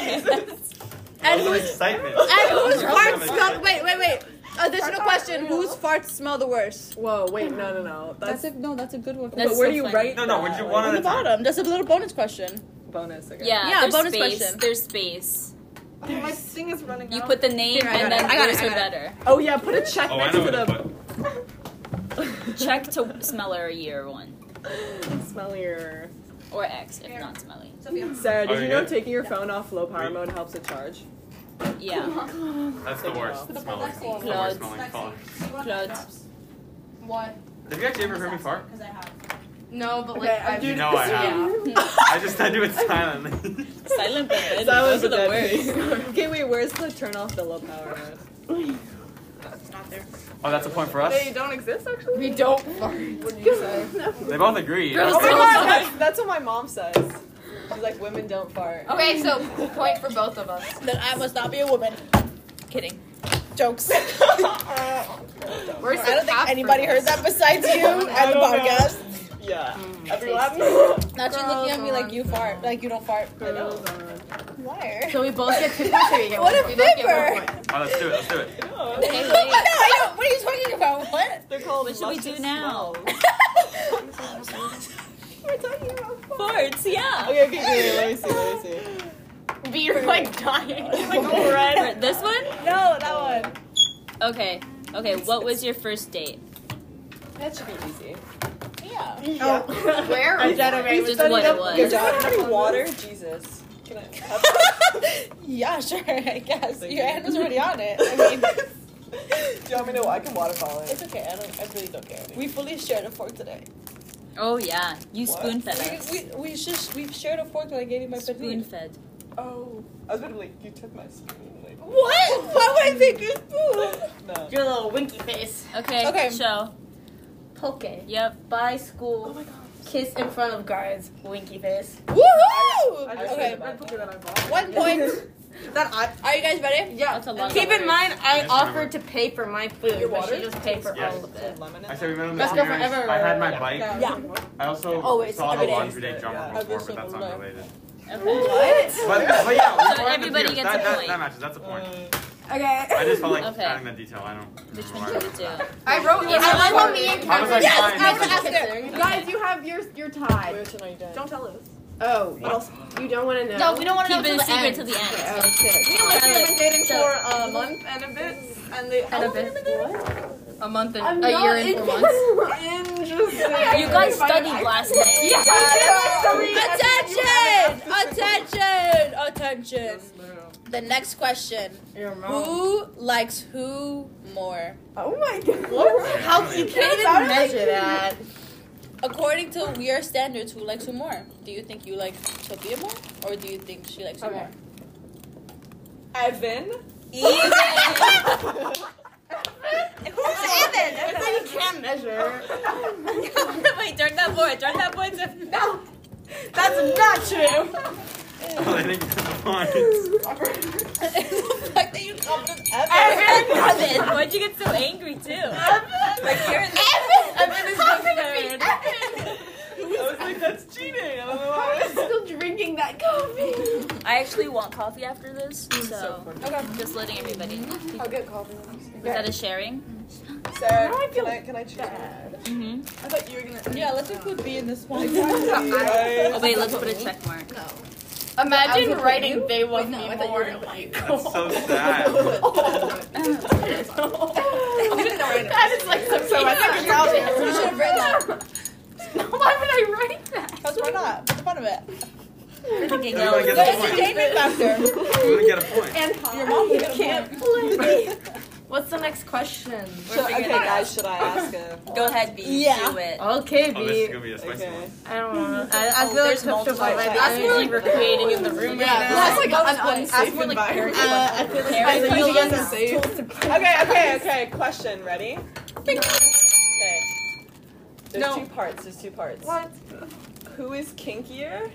[SPEAKER 2] hand.
[SPEAKER 1] and
[SPEAKER 4] Some
[SPEAKER 1] who's
[SPEAKER 4] excitement.
[SPEAKER 1] and whose
[SPEAKER 4] Some
[SPEAKER 1] farts
[SPEAKER 4] excitement.
[SPEAKER 1] smell? Wait, wait, wait. Additional question: Whose farts smell the worst?
[SPEAKER 8] Whoa, wait, no, no, no. That's, a no. That's a good one.
[SPEAKER 2] That's
[SPEAKER 8] but where
[SPEAKER 2] so
[SPEAKER 8] do you
[SPEAKER 2] funny.
[SPEAKER 8] write?
[SPEAKER 4] No, no,
[SPEAKER 8] that?
[SPEAKER 4] would you
[SPEAKER 8] Like,
[SPEAKER 4] want
[SPEAKER 1] On the
[SPEAKER 6] Um,
[SPEAKER 1] bottom. That's a little bonus question.
[SPEAKER 8] bonus? Okay.
[SPEAKER 2] Yeah,
[SPEAKER 1] Yeah,
[SPEAKER 2] there's
[SPEAKER 1] bonus
[SPEAKER 2] space.
[SPEAKER 1] question.
[SPEAKER 2] There's space.
[SPEAKER 3] My thing is running
[SPEAKER 2] You
[SPEAKER 3] out.
[SPEAKER 2] put the name
[SPEAKER 1] Here, I
[SPEAKER 2] and
[SPEAKER 1] got it.
[SPEAKER 2] then
[SPEAKER 1] I got it, I
[SPEAKER 2] yours are
[SPEAKER 1] got
[SPEAKER 2] better.
[SPEAKER 8] Oh yeah, put a check
[SPEAKER 4] Oh, I
[SPEAKER 8] next
[SPEAKER 4] know
[SPEAKER 8] to
[SPEAKER 4] what to
[SPEAKER 8] the.
[SPEAKER 4] put.
[SPEAKER 2] (laughs)
[SPEAKER 4] (laughs)
[SPEAKER 2] check to smeller a year one
[SPEAKER 8] Smellier.
[SPEAKER 2] or X if not smelly.
[SPEAKER 8] Sarah, did
[SPEAKER 4] Oh,
[SPEAKER 8] you
[SPEAKER 4] yeah?
[SPEAKER 8] know taking your phone off low power
[SPEAKER 4] Wait.
[SPEAKER 8] mode helps it charge?
[SPEAKER 2] Yeah,
[SPEAKER 4] That's the
[SPEAKER 8] There you
[SPEAKER 4] worst
[SPEAKER 8] go.
[SPEAKER 4] smelling. The
[SPEAKER 2] Clods.
[SPEAKER 4] worst smelling color.
[SPEAKER 2] clothes.
[SPEAKER 5] What?
[SPEAKER 4] Have you actually ever heard me fart?
[SPEAKER 5] No, but
[SPEAKER 10] Okay,
[SPEAKER 5] like
[SPEAKER 10] I'm
[SPEAKER 5] I've
[SPEAKER 4] You know I
[SPEAKER 3] (laughs)
[SPEAKER 4] have. I just I do it silently. (laughs)
[SPEAKER 2] Silent
[SPEAKER 1] (laughs)
[SPEAKER 2] but good.
[SPEAKER 8] That
[SPEAKER 2] Those
[SPEAKER 8] was
[SPEAKER 2] are the worst.
[SPEAKER 8] worst. okay, wait, where's the turn off the low power mode?
[SPEAKER 4] Oh, that's a point for us.
[SPEAKER 8] They don't exist actually?
[SPEAKER 5] we don't.
[SPEAKER 8] What do you say?
[SPEAKER 4] They both agree.
[SPEAKER 8] Oh my
[SPEAKER 5] Girls
[SPEAKER 8] god, that's, that's what my mom says. She's like, women don't fart.
[SPEAKER 5] Okay, so point for both of us.
[SPEAKER 2] Then I must not be a woman. Kidding.
[SPEAKER 8] (laughs)
[SPEAKER 6] Jokes.
[SPEAKER 5] Where's the
[SPEAKER 6] I don't
[SPEAKER 5] cap
[SPEAKER 6] think
[SPEAKER 5] for
[SPEAKER 6] anybody heard
[SPEAKER 5] this?
[SPEAKER 6] that besides you at the
[SPEAKER 8] don't know.
[SPEAKER 6] podcast.
[SPEAKER 8] Yeah. (laughs)
[SPEAKER 6] Not you looking at me like you fart, like you don't fart.
[SPEAKER 8] Girls on.
[SPEAKER 6] Liar.
[SPEAKER 1] So we both get two points or you get
[SPEAKER 6] What
[SPEAKER 1] one?
[SPEAKER 6] a
[SPEAKER 1] We both get one
[SPEAKER 6] fibber.
[SPEAKER 1] point.
[SPEAKER 4] Oh, let's do it. Let's do it.
[SPEAKER 8] No,
[SPEAKER 6] no, I don't. What are you talking about? What?
[SPEAKER 8] they're called
[SPEAKER 2] What should we
[SPEAKER 8] luscious
[SPEAKER 2] do now?
[SPEAKER 8] smells.
[SPEAKER 6] We're talking about fart.
[SPEAKER 2] Farts, yeah.
[SPEAKER 8] Okay, okay, okay, let me see, let me see.
[SPEAKER 3] Beer like dying.
[SPEAKER 1] (laughs) oh,
[SPEAKER 2] (laughs) Right, This one?
[SPEAKER 6] No, that one.
[SPEAKER 2] Okay. Okay, what was your first date?
[SPEAKER 8] That should be easy.
[SPEAKER 6] Yeah.
[SPEAKER 5] Oh, where?
[SPEAKER 3] I'm
[SPEAKER 5] Or
[SPEAKER 3] generating.
[SPEAKER 2] Just what it was.
[SPEAKER 8] Does anyone have any
[SPEAKER 6] (laughs)
[SPEAKER 8] water? Jesus. Can I have
[SPEAKER 6] Yeah, sure. I guess
[SPEAKER 8] Thank
[SPEAKER 6] your
[SPEAKER 8] you.
[SPEAKER 6] hand was already on
[SPEAKER 8] (laughs)
[SPEAKER 6] it. I mean,
[SPEAKER 8] Do you want me to? I can waterfall it.
[SPEAKER 6] it's okay. I don't. I really don't care. We fully shared a fork today.
[SPEAKER 2] Oh yeah, you
[SPEAKER 8] What?
[SPEAKER 2] spoon fed
[SPEAKER 6] We
[SPEAKER 2] us.
[SPEAKER 6] we we just we shared a fork when I gave you my
[SPEAKER 2] Spoon
[SPEAKER 6] spoon.
[SPEAKER 2] fed.
[SPEAKER 8] Oh, I was gonna be like, you took my spoon. Like, (laughs)
[SPEAKER 6] What? Why would I take your spoon?
[SPEAKER 8] no.
[SPEAKER 3] Your little winky face.
[SPEAKER 2] Okay.
[SPEAKER 6] Okay.
[SPEAKER 2] Show.
[SPEAKER 5] Poke.
[SPEAKER 2] Yep.
[SPEAKER 5] By school. Kiss in front of guards. Winky face.
[SPEAKER 8] I
[SPEAKER 6] Woohoo!
[SPEAKER 8] just
[SPEAKER 6] Okay.
[SPEAKER 8] said the that (laughs) I bought.
[SPEAKER 6] One point.
[SPEAKER 5] That I.
[SPEAKER 6] Are you guys ready?
[SPEAKER 5] Yeah.
[SPEAKER 2] That's a lot of
[SPEAKER 5] Keep in
[SPEAKER 2] words.
[SPEAKER 5] mind, I
[SPEAKER 4] Yes,
[SPEAKER 5] offered to pay for my food,
[SPEAKER 8] Your
[SPEAKER 5] but she
[SPEAKER 8] water?
[SPEAKER 5] just paid for
[SPEAKER 4] Yes.
[SPEAKER 8] oh.
[SPEAKER 5] all of it.
[SPEAKER 8] Lemon in
[SPEAKER 4] I said remember
[SPEAKER 5] Let's
[SPEAKER 4] the
[SPEAKER 5] go
[SPEAKER 4] years
[SPEAKER 5] forever.
[SPEAKER 4] I had my bike.
[SPEAKER 8] Yeah.
[SPEAKER 4] I also
[SPEAKER 6] Oh, wait, so
[SPEAKER 4] saw the
[SPEAKER 6] every day.
[SPEAKER 4] laundry day drummer
[SPEAKER 8] Yeah.
[SPEAKER 4] before,
[SPEAKER 6] Every
[SPEAKER 4] but that's
[SPEAKER 6] single
[SPEAKER 4] not
[SPEAKER 6] day.
[SPEAKER 4] related.
[SPEAKER 2] Okay.
[SPEAKER 10] What?
[SPEAKER 4] But, but yeah, we
[SPEAKER 2] So
[SPEAKER 4] fought in the
[SPEAKER 2] everybody
[SPEAKER 4] field.
[SPEAKER 2] gets
[SPEAKER 4] that,
[SPEAKER 2] a
[SPEAKER 4] that,
[SPEAKER 2] point.
[SPEAKER 4] That matches. That's a point.
[SPEAKER 10] Okay.
[SPEAKER 4] I
[SPEAKER 10] (laughs)
[SPEAKER 4] just felt like
[SPEAKER 2] Okay.
[SPEAKER 4] adding that detail. I don't.
[SPEAKER 2] Which
[SPEAKER 4] remember
[SPEAKER 2] one
[SPEAKER 4] why.
[SPEAKER 2] should we do?
[SPEAKER 5] I wrote. I love how me and
[SPEAKER 4] I was like,
[SPEAKER 5] Cameron.
[SPEAKER 4] fine.
[SPEAKER 10] I was
[SPEAKER 4] but-
[SPEAKER 10] asked it. Guys, you have your your tie.
[SPEAKER 8] Where tonight you done?
[SPEAKER 5] Don't tell us.
[SPEAKER 10] Oh,
[SPEAKER 4] What?
[SPEAKER 10] you- you don't want to know.
[SPEAKER 5] No, we don't want to
[SPEAKER 2] Keep
[SPEAKER 5] know
[SPEAKER 2] it a
[SPEAKER 5] till the
[SPEAKER 2] secret
[SPEAKER 5] end.
[SPEAKER 2] till the end.
[SPEAKER 10] Oh shit.
[SPEAKER 5] We don't want to know. We've been dating for a month and a bit, and they.
[SPEAKER 1] And a bit. A month and
[SPEAKER 10] I'm
[SPEAKER 1] a
[SPEAKER 10] not
[SPEAKER 1] year and four months.
[SPEAKER 5] Interesting.
[SPEAKER 2] You guys studied last night.
[SPEAKER 5] Yeah.
[SPEAKER 6] Attention! Attention! Attention! The next question. Who likes who more?
[SPEAKER 10] Oh my god.
[SPEAKER 5] How you can't even measure that.
[SPEAKER 6] According to your standards, who likes who more? Do you think you like Sophia more? Or do you think she likes you more?
[SPEAKER 8] Evan?
[SPEAKER 5] That's how you can't measure.
[SPEAKER 2] (laughs) Wait, turn that boy. Turn that
[SPEAKER 5] (laughs)
[SPEAKER 2] boy to.
[SPEAKER 5] That's not true.
[SPEAKER 4] (laughs) I think that's a point.
[SPEAKER 6] the fact that you called him
[SPEAKER 2] Evan, why'd you get so angry too? Like you're in the
[SPEAKER 8] I was like, that's cheating. I don't know why.
[SPEAKER 6] (laughs)
[SPEAKER 10] Still drinking that coffee.
[SPEAKER 2] I actually want coffee after this, so
[SPEAKER 8] funny.
[SPEAKER 2] just letting everybody. know.
[SPEAKER 6] Mm, I'll get coffee.
[SPEAKER 2] Is that a sharing?
[SPEAKER 8] Sarah, can I, can I choose?
[SPEAKER 2] Mm-hmm.
[SPEAKER 8] I thought you were gonna.
[SPEAKER 6] Yeah, let's include B in this one. (laughs)
[SPEAKER 8] Right.
[SPEAKER 2] Oh wait, let's put a check mark.
[SPEAKER 5] Imagine writing they want me more.
[SPEAKER 4] That's so sad.
[SPEAKER 5] That is like some so
[SPEAKER 6] You should have read that.
[SPEAKER 5] Why would I write that?
[SPEAKER 6] Because why not? What's the fun of it?
[SPEAKER 2] I think it
[SPEAKER 4] Everyone
[SPEAKER 2] goes.
[SPEAKER 4] gets
[SPEAKER 5] (laughs)
[SPEAKER 4] a
[SPEAKER 6] There's entertainment
[SPEAKER 4] point.
[SPEAKER 6] factor.
[SPEAKER 4] I'm gonna get a point.
[SPEAKER 6] Your mom would get a point.
[SPEAKER 5] What's the next question?
[SPEAKER 8] Should- okay, guys, should I ask a.
[SPEAKER 2] Go ahead, B.
[SPEAKER 6] Yeah.
[SPEAKER 2] Do it.
[SPEAKER 5] Okay,
[SPEAKER 4] Oh, this is
[SPEAKER 5] B.
[SPEAKER 4] gonna be a spicy
[SPEAKER 8] Okay.
[SPEAKER 4] one.
[SPEAKER 5] I don't know. I, I feel like
[SPEAKER 2] there's
[SPEAKER 5] comfortable
[SPEAKER 2] multiple.
[SPEAKER 5] by the
[SPEAKER 2] That's
[SPEAKER 5] energy
[SPEAKER 2] more like
[SPEAKER 5] we're creating in the room right
[SPEAKER 6] like an
[SPEAKER 8] Safe environment.
[SPEAKER 6] I feel like I
[SPEAKER 5] now.
[SPEAKER 6] feel like
[SPEAKER 5] guys are safe.
[SPEAKER 8] Okay, okay, okay. Question, ready? Okay. There's two parts. There's two parts.
[SPEAKER 5] What?
[SPEAKER 8] Who is kinkier?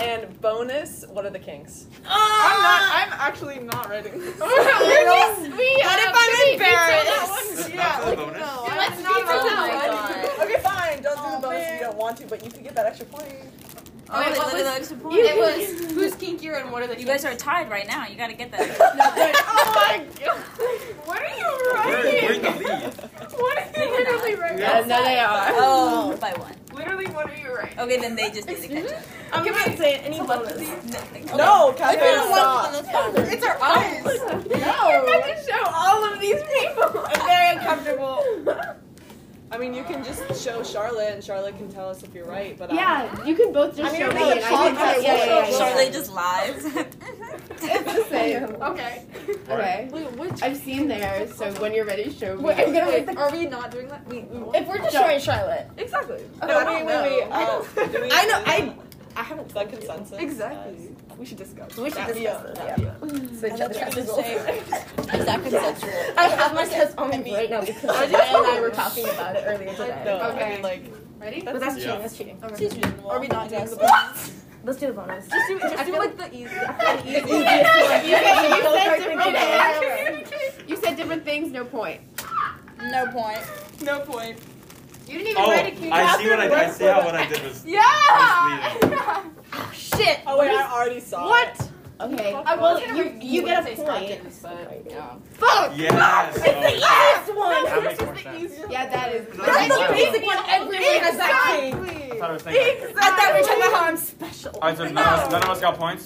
[SPEAKER 8] And bonus, what are the kinks?
[SPEAKER 2] Oh,
[SPEAKER 8] I'm not.
[SPEAKER 5] I'm
[SPEAKER 8] I'm actually not writing. (laughs) This.
[SPEAKER 5] What if I'm embarrassed?
[SPEAKER 4] That's not a bonus.
[SPEAKER 5] Let's not
[SPEAKER 2] Oh
[SPEAKER 8] okay, fine. Don't do the bonus if you don't want to, but you could get that extra point.
[SPEAKER 2] Oh, wait, look at the extra point.
[SPEAKER 5] It was who's kinkier and what are the
[SPEAKER 2] You guys are tied right now. You gotta
[SPEAKER 5] (laughs)
[SPEAKER 2] get that.
[SPEAKER 5] What are you
[SPEAKER 4] We're, we're in the lead.
[SPEAKER 5] What are you literally writing?
[SPEAKER 4] Yeah.
[SPEAKER 5] no, they are.
[SPEAKER 2] Oh, by one.
[SPEAKER 5] Literally, what are you writing?
[SPEAKER 2] Okay, then they just need to catch up.
[SPEAKER 5] I'm not saying any bonus.
[SPEAKER 8] No, Catherine, stop.
[SPEAKER 5] It's our eyes. (laughs)
[SPEAKER 8] (laughs)
[SPEAKER 5] No. You're about to show all of these people. I'm very uncomfortable.
[SPEAKER 8] I mean, you can just show Charlotte, and Charlotte can tell us if you're right. But um,
[SPEAKER 10] Yeah, you can both just
[SPEAKER 8] I mean,
[SPEAKER 10] show
[SPEAKER 8] I'm
[SPEAKER 10] me.
[SPEAKER 8] not
[SPEAKER 10] and I can
[SPEAKER 8] apologizing.
[SPEAKER 10] tell- yeah, yeah, yeah, yeah.
[SPEAKER 2] Charlotte just lies.
[SPEAKER 10] It's the same.
[SPEAKER 3] Oh.
[SPEAKER 5] Okay.
[SPEAKER 10] Okay.
[SPEAKER 5] Wait, which?
[SPEAKER 10] I've seen theirs, so when you're ready, show me.
[SPEAKER 5] Wait, I'm gonna wait. Are we not doing that? We, we won't.
[SPEAKER 10] If we're just showing Charlotte.
[SPEAKER 5] Exactly.
[SPEAKER 8] no,
[SPEAKER 5] I
[SPEAKER 8] wait,
[SPEAKER 5] don't
[SPEAKER 8] wait, wait.
[SPEAKER 5] know.
[SPEAKER 8] Uh, (laughs) do we
[SPEAKER 5] I know,
[SPEAKER 8] do
[SPEAKER 5] I-
[SPEAKER 8] that?
[SPEAKER 5] I haven't.
[SPEAKER 8] Is that consensus?
[SPEAKER 5] Exactly. We should discuss.
[SPEAKER 10] We should discuss this. Yeah. So
[SPEAKER 6] That's what I'm saying. Is that consensual?
[SPEAKER 10] I have my test on me right now because Ryan and I were talking about it earlier today.
[SPEAKER 8] No, I
[SPEAKER 5] Okay.
[SPEAKER 8] mean (laughs) like.
[SPEAKER 5] Ready?
[SPEAKER 10] But that's
[SPEAKER 4] Yeah.
[SPEAKER 10] cheating. That's cheating.
[SPEAKER 5] Okay.
[SPEAKER 6] She's reasonable.
[SPEAKER 5] Are we not
[SPEAKER 6] I
[SPEAKER 5] doing the
[SPEAKER 6] guess.
[SPEAKER 5] bonus? (laughs)
[SPEAKER 10] Let's do the bonus.
[SPEAKER 5] Just do, just do like the easy. the easy.
[SPEAKER 10] you, said, you,
[SPEAKER 5] Don't start
[SPEAKER 10] said different,
[SPEAKER 5] thinking about
[SPEAKER 10] you said different things. No point.
[SPEAKER 6] No point.
[SPEAKER 8] No point.
[SPEAKER 5] You didn't even
[SPEAKER 4] Oh,
[SPEAKER 5] write a key.
[SPEAKER 4] I see what I did. I see how what I did was. Yeah.
[SPEAKER 5] Shit.
[SPEAKER 8] Oh wait, I already saw. What?
[SPEAKER 10] Okay.
[SPEAKER 5] I was gonna
[SPEAKER 10] you,
[SPEAKER 5] repeat
[SPEAKER 10] you
[SPEAKER 5] what
[SPEAKER 10] get
[SPEAKER 5] I
[SPEAKER 10] a
[SPEAKER 5] say,
[SPEAKER 10] point.
[SPEAKER 5] Scroggins, but no.
[SPEAKER 4] Yes. Oh,
[SPEAKER 10] Yes, one.
[SPEAKER 4] that makes more sense.
[SPEAKER 10] Yeah, that is.
[SPEAKER 4] That's
[SPEAKER 10] That's
[SPEAKER 4] the
[SPEAKER 10] the basic
[SPEAKER 4] basic
[SPEAKER 10] one. Everyone has that.
[SPEAKER 4] I thought it was thinking.
[SPEAKER 5] I thought we were talking about how I'm
[SPEAKER 4] All
[SPEAKER 5] special.
[SPEAKER 4] right, so none of us, none of us got points.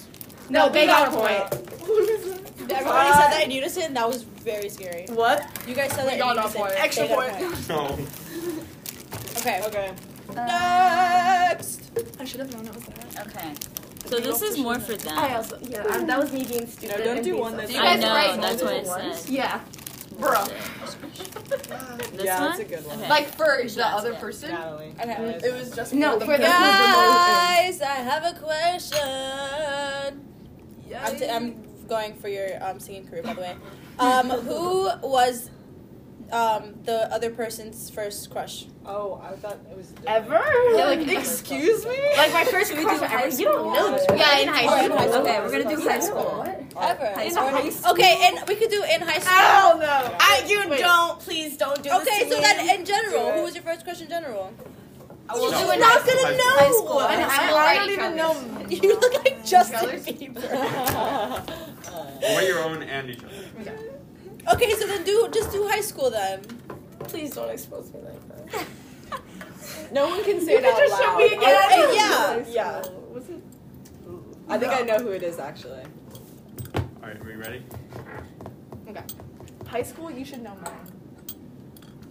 [SPEAKER 10] No, they got a point.
[SPEAKER 6] Everybody said that in unison. and That was very scary.
[SPEAKER 8] What?
[SPEAKER 6] You guys said that in
[SPEAKER 5] got a
[SPEAKER 6] unison.
[SPEAKER 5] point.
[SPEAKER 6] They
[SPEAKER 5] Extra
[SPEAKER 6] got a
[SPEAKER 5] point.
[SPEAKER 4] No.
[SPEAKER 6] Okay.
[SPEAKER 8] (laughs) Okay.
[SPEAKER 10] Uh,
[SPEAKER 6] Next.
[SPEAKER 5] I should have known it was that.
[SPEAKER 2] (laughs) Okay. So this is more for
[SPEAKER 10] I
[SPEAKER 2] them.
[SPEAKER 10] also. Yeah, um, that was me being stupid.
[SPEAKER 8] No, don't
[SPEAKER 10] and
[SPEAKER 8] do
[SPEAKER 10] being
[SPEAKER 8] one that's-
[SPEAKER 10] so-
[SPEAKER 5] You
[SPEAKER 2] I
[SPEAKER 5] guys
[SPEAKER 2] know,
[SPEAKER 8] "Oh,
[SPEAKER 5] write
[SPEAKER 2] that's what it
[SPEAKER 10] multiple ones?
[SPEAKER 2] says.
[SPEAKER 10] Yeah.
[SPEAKER 5] Bro.
[SPEAKER 2] This
[SPEAKER 8] yeah,
[SPEAKER 2] one?
[SPEAKER 8] that's a good one.
[SPEAKER 2] Okay.
[SPEAKER 5] Like for the other
[SPEAKER 2] Yeah.
[SPEAKER 5] person.
[SPEAKER 8] Natalie.
[SPEAKER 6] Okay.
[SPEAKER 8] Guys.
[SPEAKER 5] It was just
[SPEAKER 10] No, for the
[SPEAKER 6] Guys, I have a question. I'm, t- I'm going for your um, singing career, by
[SPEAKER 5] (laughs)
[SPEAKER 6] the way. Um, who was um, the other person's first crush?
[SPEAKER 8] Oh, I thought it was
[SPEAKER 10] ever.
[SPEAKER 5] Yeah, like excuse me.
[SPEAKER 10] Like my first crush ever. You don't know this.
[SPEAKER 5] Yeah, in high
[SPEAKER 6] in high
[SPEAKER 5] school.
[SPEAKER 6] school.
[SPEAKER 5] Okay, we're gonna do high school.
[SPEAKER 6] Ever?
[SPEAKER 5] In high school.
[SPEAKER 6] Okay, and we could do in high school.
[SPEAKER 8] no.
[SPEAKER 10] I, you don't. Please don't do
[SPEAKER 6] Okay, so then in general, who was your first crush in general?
[SPEAKER 4] Well,
[SPEAKER 6] You're
[SPEAKER 4] no.
[SPEAKER 6] not gonna
[SPEAKER 4] High
[SPEAKER 6] know.
[SPEAKER 4] school.
[SPEAKER 5] And
[SPEAKER 10] I
[SPEAKER 5] I
[SPEAKER 10] don't
[SPEAKER 5] don't even
[SPEAKER 10] (laughs)
[SPEAKER 5] know.
[SPEAKER 6] You look like Justin
[SPEAKER 5] Colors?
[SPEAKER 6] Bieber.
[SPEAKER 4] We're your own and each other.
[SPEAKER 6] okay, so then do just do high school then.
[SPEAKER 10] Please don't expose me like that.
[SPEAKER 8] (laughs) No one can say it out
[SPEAKER 10] just
[SPEAKER 8] loud.
[SPEAKER 10] show me again.
[SPEAKER 6] Oh, yeah.
[SPEAKER 8] Yeah.
[SPEAKER 10] Was it?
[SPEAKER 8] I think I know who it is actually.
[SPEAKER 4] All right, are we ready?
[SPEAKER 5] High school, you should know mine.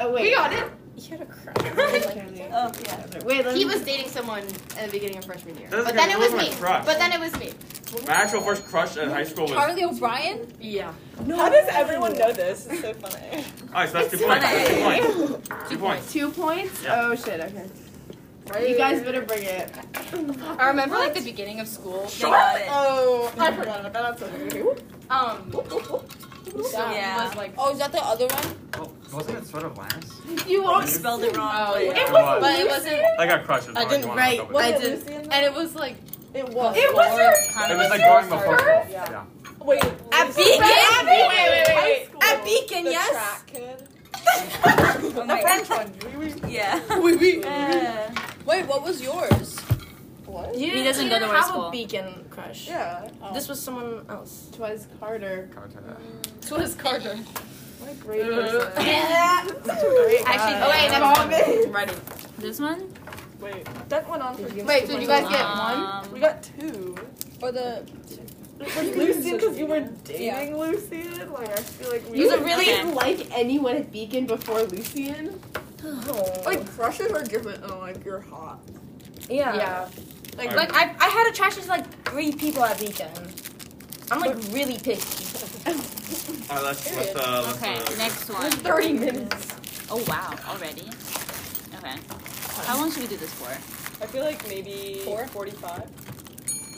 [SPEAKER 10] Oh wait.
[SPEAKER 5] We got it.
[SPEAKER 10] You had
[SPEAKER 5] (laughs)
[SPEAKER 10] a crush.
[SPEAKER 6] Oh yeah.
[SPEAKER 10] wait. Let me.
[SPEAKER 5] He was dating someone at the beginning of freshman year.
[SPEAKER 4] That
[SPEAKER 5] But
[SPEAKER 4] doesn't
[SPEAKER 5] then it
[SPEAKER 4] count.
[SPEAKER 5] was
[SPEAKER 4] That was
[SPEAKER 5] me.
[SPEAKER 4] my crush.
[SPEAKER 5] But then it was me.
[SPEAKER 4] My actual first crush in high school was. All
[SPEAKER 6] Charlie O'Brien?
[SPEAKER 5] Yeah.
[SPEAKER 8] How does everyone know this? It's so funny.
[SPEAKER 4] right, so that's two points. That's two points. Two points.
[SPEAKER 10] Two points?
[SPEAKER 4] Yeah.
[SPEAKER 10] Oh shit, okay. You guys better bring it.
[SPEAKER 5] I remember like the beginning of school.
[SPEAKER 2] They got it.
[SPEAKER 10] Oh.
[SPEAKER 5] I forgot about that. That's okay.
[SPEAKER 10] (laughs)
[SPEAKER 5] Um.
[SPEAKER 2] Yeah.
[SPEAKER 5] Was like.
[SPEAKER 6] Oh, is that the other one?
[SPEAKER 11] Well, wasn't it sort of last?
[SPEAKER 10] You
[SPEAKER 2] You
[SPEAKER 10] won't.
[SPEAKER 2] spelled it wrong.
[SPEAKER 5] Oh,
[SPEAKER 2] but-
[SPEAKER 5] yeah.
[SPEAKER 10] It
[SPEAKER 4] Come on.
[SPEAKER 10] was
[SPEAKER 5] But it wasn't.
[SPEAKER 4] I got crushed.
[SPEAKER 10] I didn't write. I
[SPEAKER 8] it
[SPEAKER 10] did-
[SPEAKER 8] Lucy in there?
[SPEAKER 5] And it was like.
[SPEAKER 8] It was.
[SPEAKER 10] It was your.
[SPEAKER 11] It was like going before.
[SPEAKER 10] first?
[SPEAKER 11] Yeah. yeah.
[SPEAKER 8] Wait.
[SPEAKER 6] At
[SPEAKER 8] Lucy-
[SPEAKER 6] Beacon?
[SPEAKER 10] Abby! Wait, wait, wait,
[SPEAKER 8] High
[SPEAKER 10] wait.
[SPEAKER 8] school.
[SPEAKER 6] At Beacon,
[SPEAKER 8] The
[SPEAKER 6] yes.
[SPEAKER 8] track kid.
[SPEAKER 2] Oh my
[SPEAKER 5] French
[SPEAKER 2] God.
[SPEAKER 5] one.
[SPEAKER 2] (laughs) Yeah.
[SPEAKER 10] Wait, wait.
[SPEAKER 2] Yeah.
[SPEAKER 6] Wait, what was yours?
[SPEAKER 10] What?
[SPEAKER 2] He doesn't go to our school.
[SPEAKER 10] beacon crush.
[SPEAKER 8] Yeah.
[SPEAKER 3] Oh.
[SPEAKER 10] This was someone else. Twas Carter.
[SPEAKER 11] Carter.
[SPEAKER 5] Twas Carter.
[SPEAKER 10] What a great person.
[SPEAKER 5] Actually,
[SPEAKER 2] Oh,
[SPEAKER 10] Uh,
[SPEAKER 5] okay, next one. Ready.
[SPEAKER 2] This one?
[SPEAKER 8] Wait. That went on for.
[SPEAKER 5] Wait, did you guys get one?
[SPEAKER 2] Um,
[SPEAKER 8] We got two.
[SPEAKER 6] Or the
[SPEAKER 8] Lucy, because you were dating
[SPEAKER 6] Yeah.
[SPEAKER 8] Lucy. Like I feel like we.
[SPEAKER 10] You
[SPEAKER 2] a really-
[SPEAKER 10] didn't like anyone at Beacon before (sighs) Lucian?
[SPEAKER 5] Like crushes are different than like you're hot.
[SPEAKER 10] Yeah.
[SPEAKER 5] Like
[SPEAKER 4] Alright.
[SPEAKER 5] like
[SPEAKER 10] I, I had attraction to like three people at Beacon. I'm like really picky.
[SPEAKER 4] All right, let's let's uh. Let's,
[SPEAKER 2] Okay,
[SPEAKER 4] uh,
[SPEAKER 2] next one.
[SPEAKER 10] 30 minutes.
[SPEAKER 2] Oh wow, already? Okay. How long should we do this for?
[SPEAKER 8] I feel like maybe
[SPEAKER 6] Four?
[SPEAKER 8] forty-five.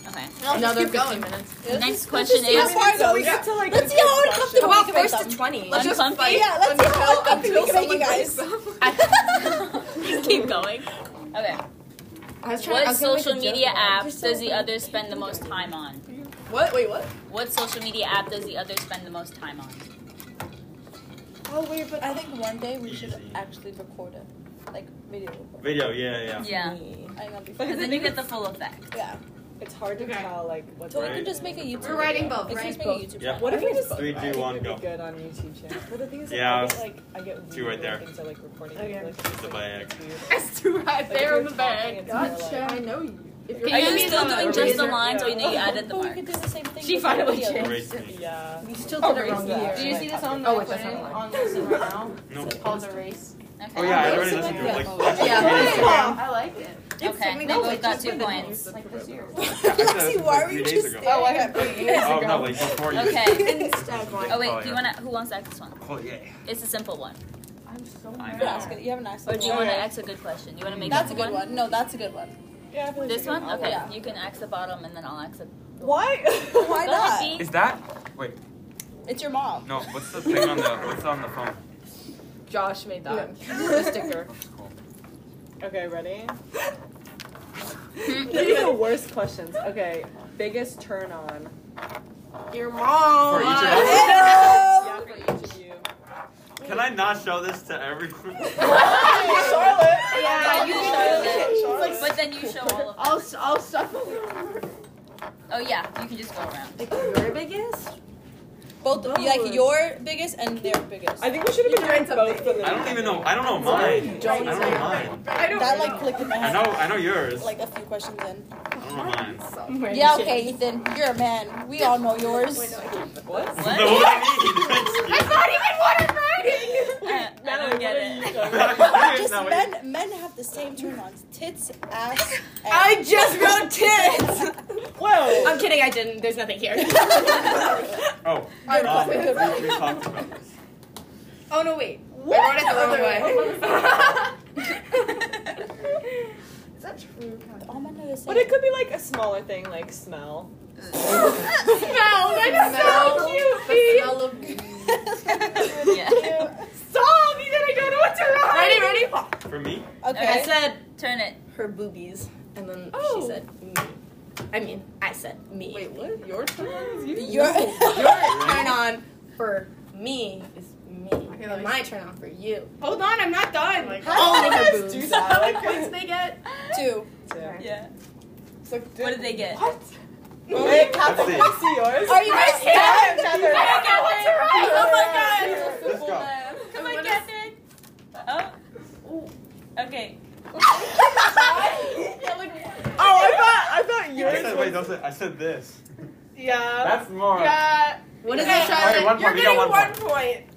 [SPEAKER 2] Okay.
[SPEAKER 5] another 15 minutes.
[SPEAKER 2] Next question
[SPEAKER 6] see how
[SPEAKER 2] is-
[SPEAKER 6] far
[SPEAKER 8] So
[SPEAKER 6] though.
[SPEAKER 8] we get to like.
[SPEAKER 6] Let's
[SPEAKER 8] the
[SPEAKER 6] see
[SPEAKER 8] good
[SPEAKER 6] how
[SPEAKER 8] questions.
[SPEAKER 6] uncomfortable we can make them.
[SPEAKER 10] 20.
[SPEAKER 2] Let's just fight.
[SPEAKER 6] Yeah, let's see how uncomfortable we can make you guys.
[SPEAKER 2] (laughs) Keep going. Okay.
[SPEAKER 10] I was trying
[SPEAKER 2] What (laughs)
[SPEAKER 10] I was gonna make a
[SPEAKER 2] social
[SPEAKER 10] joke
[SPEAKER 2] media
[SPEAKER 10] about
[SPEAKER 2] app
[SPEAKER 10] it.
[SPEAKER 2] does the other spend the most time on?
[SPEAKER 5] What? Wait, what?
[SPEAKER 2] What social media app does the other spend the most time on?
[SPEAKER 6] Oh wait, but I think one day we should
[SPEAKER 4] Easy.
[SPEAKER 6] actually record it, like video.
[SPEAKER 4] Video. Yeah, yeah.
[SPEAKER 2] Yeah.
[SPEAKER 6] I know before.
[SPEAKER 8] But
[SPEAKER 2] Because then you get the full effect.
[SPEAKER 6] Yeah.
[SPEAKER 8] It's hard to
[SPEAKER 5] Okay.
[SPEAKER 8] tell like what.
[SPEAKER 6] So we
[SPEAKER 4] Right.
[SPEAKER 6] can just make a YouTube.
[SPEAKER 11] We're writing
[SPEAKER 6] video.
[SPEAKER 5] both,
[SPEAKER 6] Let's
[SPEAKER 5] right?
[SPEAKER 6] just make a YouTube.
[SPEAKER 4] Yeah.
[SPEAKER 8] What if we just
[SPEAKER 4] Three, two,
[SPEAKER 8] I think
[SPEAKER 4] one,
[SPEAKER 8] it'd be
[SPEAKER 4] go.
[SPEAKER 8] Good on YouTube channel. But the thing is, like,
[SPEAKER 4] Yeah,
[SPEAKER 8] I get like I get
[SPEAKER 4] two right
[SPEAKER 8] weird when
[SPEAKER 4] there.
[SPEAKER 8] Things are like recording.
[SPEAKER 10] Okay.
[SPEAKER 8] Like,
[SPEAKER 4] It's a bag.
[SPEAKER 8] (laughs)
[SPEAKER 5] It's too right
[SPEAKER 8] Like, if
[SPEAKER 5] there
[SPEAKER 8] you're
[SPEAKER 5] in the
[SPEAKER 8] talking,
[SPEAKER 5] bag.
[SPEAKER 8] it's more like-
[SPEAKER 10] I know you. If you're
[SPEAKER 2] Are
[SPEAKER 5] Yeah,
[SPEAKER 2] you
[SPEAKER 5] it's
[SPEAKER 2] still
[SPEAKER 5] not
[SPEAKER 2] doing
[SPEAKER 5] a
[SPEAKER 2] just the
[SPEAKER 5] razor.
[SPEAKER 2] lines or you know you added the
[SPEAKER 6] But we
[SPEAKER 2] mark?
[SPEAKER 6] could Oh, do the same thing.
[SPEAKER 5] She
[SPEAKER 6] with
[SPEAKER 5] finally
[SPEAKER 6] video.
[SPEAKER 5] changed.
[SPEAKER 4] Erase me.
[SPEAKER 8] Yeah.
[SPEAKER 10] you still did it
[SPEAKER 8] Erase
[SPEAKER 10] wrong
[SPEAKER 8] that.
[SPEAKER 10] here.
[SPEAKER 5] Do you see this on
[SPEAKER 10] Oh,
[SPEAKER 5] the
[SPEAKER 10] wait, that's
[SPEAKER 5] Twitter
[SPEAKER 10] not
[SPEAKER 5] on Listen right now?
[SPEAKER 4] Nope.
[SPEAKER 5] It's called the race.
[SPEAKER 2] Okay.
[SPEAKER 4] Oh yeah, I already listened to it. Like, last
[SPEAKER 2] Yeah.
[SPEAKER 5] (laughs)
[SPEAKER 4] minute ago.
[SPEAKER 5] I like it.
[SPEAKER 2] Okay, they both got
[SPEAKER 6] (laughs)
[SPEAKER 2] two points.
[SPEAKER 4] Yeah, I said this, like,
[SPEAKER 6] why were
[SPEAKER 4] three
[SPEAKER 6] you
[SPEAKER 4] days
[SPEAKER 6] just
[SPEAKER 4] ago.
[SPEAKER 6] there?
[SPEAKER 5] I got three years
[SPEAKER 4] Oh no, like before you.
[SPEAKER 2] Okay. Oh
[SPEAKER 5] ago.
[SPEAKER 2] wait, do you wanna? Who wants to ask this one?
[SPEAKER 11] Oh yeah.
[SPEAKER 2] It's a simple one.
[SPEAKER 5] I'm so
[SPEAKER 11] I
[SPEAKER 5] mad.
[SPEAKER 11] know.
[SPEAKER 6] That's good. You have a nice
[SPEAKER 2] Or
[SPEAKER 6] one.
[SPEAKER 2] do you wanna ask a good question? You wanna make
[SPEAKER 6] That's a
[SPEAKER 2] it
[SPEAKER 6] good one. No, that's a good one.
[SPEAKER 8] Yeah, I feel like
[SPEAKER 2] This
[SPEAKER 8] you can-
[SPEAKER 2] one? Okay.
[SPEAKER 6] Yeah.
[SPEAKER 2] You can ask the bottom and then I'll ask the.
[SPEAKER 8] Why?
[SPEAKER 6] Why
[SPEAKER 2] Go ahead,
[SPEAKER 6] not?
[SPEAKER 2] B.
[SPEAKER 11] Is that? Wait,
[SPEAKER 6] It's your mom.
[SPEAKER 11] no. What's the thing on the? What's on the phone?
[SPEAKER 5] Josh made that. The sticker.
[SPEAKER 11] That's cool.
[SPEAKER 8] Okay, ready? These are the worst questions. Okay, biggest turn on.
[SPEAKER 5] Your mom.
[SPEAKER 4] For each of us.
[SPEAKER 8] Yeah, for each of you.
[SPEAKER 4] Can I not show this to everyone?
[SPEAKER 8] Charlotte.
[SPEAKER 2] Yeah, you can show it.
[SPEAKER 8] Charlotte.
[SPEAKER 2] But then you show all of them.
[SPEAKER 5] I'll, I'll shuffle.
[SPEAKER 2] Oh yeah, you can just go around.
[SPEAKER 5] Your biggest?
[SPEAKER 6] Both of you, like your biggest and their biggest.
[SPEAKER 8] I think we should have been doing both for the.
[SPEAKER 4] I don't even know. I don't know mine. I don't know mine.
[SPEAKER 5] I don't
[SPEAKER 6] that like clicked in my
[SPEAKER 4] I
[SPEAKER 6] head.
[SPEAKER 4] know. I know yours.
[SPEAKER 6] Like a few questions in.
[SPEAKER 4] I don't know mine.
[SPEAKER 6] Yeah, okay, Ethan, you're a man. We all know yours.
[SPEAKER 3] (laughs)
[SPEAKER 8] What?
[SPEAKER 6] (laughs)
[SPEAKER 4] (laughs) No, (laughs) what
[SPEAKER 2] I, I don't get it.
[SPEAKER 4] do you mean?
[SPEAKER 6] Just men, men have the same turn ons tits, ass, and
[SPEAKER 5] (laughs) I just wrote tits.
[SPEAKER 8] (laughs) Whoa.
[SPEAKER 3] I'm kidding, I didn't. There's nothing here.
[SPEAKER 4] Oh,
[SPEAKER 5] I
[SPEAKER 4] um,
[SPEAKER 5] wrote it.
[SPEAKER 4] we, we talked about this.
[SPEAKER 5] Oh no, wait. I wrote it the other
[SPEAKER 10] (laughs)
[SPEAKER 5] way. Is that true?
[SPEAKER 6] all men are the same.
[SPEAKER 8] But it could be like a smaller thing, like smell.
[SPEAKER 5] Smell. That's so cute. The smell of
[SPEAKER 2] (laughs) Yeah.
[SPEAKER 5] Stop! You I don't know what to write. Ready, ready.
[SPEAKER 4] For me,
[SPEAKER 2] I
[SPEAKER 6] okay.
[SPEAKER 2] said turn it.
[SPEAKER 3] Her boobies. And then
[SPEAKER 5] Oh.
[SPEAKER 3] she said me. I mean, I said me.
[SPEAKER 5] Wait, what? Your turn.
[SPEAKER 6] You're,
[SPEAKER 3] Your turn on for me is me. and my turn on for you. Oh,
[SPEAKER 5] Hold on, I'm not done. Like,
[SPEAKER 3] Only her boobs.
[SPEAKER 8] Do that. (laughs) Like,
[SPEAKER 5] points they get.
[SPEAKER 6] two.
[SPEAKER 8] two.
[SPEAKER 2] Yeah. What did they get?
[SPEAKER 8] Wait, Catherine,
[SPEAKER 4] Let's see.
[SPEAKER 8] can I see yours?
[SPEAKER 6] Are you guys
[SPEAKER 8] Yeah,
[SPEAKER 6] here?
[SPEAKER 8] Catherine.
[SPEAKER 2] Oh my god!
[SPEAKER 4] let's go.
[SPEAKER 2] Come on, Catherine. Oh. Okay.
[SPEAKER 8] Oh, I thought I thought
[SPEAKER 4] I
[SPEAKER 8] yours
[SPEAKER 4] said,
[SPEAKER 8] was.
[SPEAKER 4] wait, don't say, I said this.
[SPEAKER 6] Oh,
[SPEAKER 8] yeah.
[SPEAKER 11] That's more.
[SPEAKER 5] Yeah.
[SPEAKER 1] What
[SPEAKER 5] is
[SPEAKER 1] it,
[SPEAKER 4] Alright, one point. We got one point.
[SPEAKER 5] point.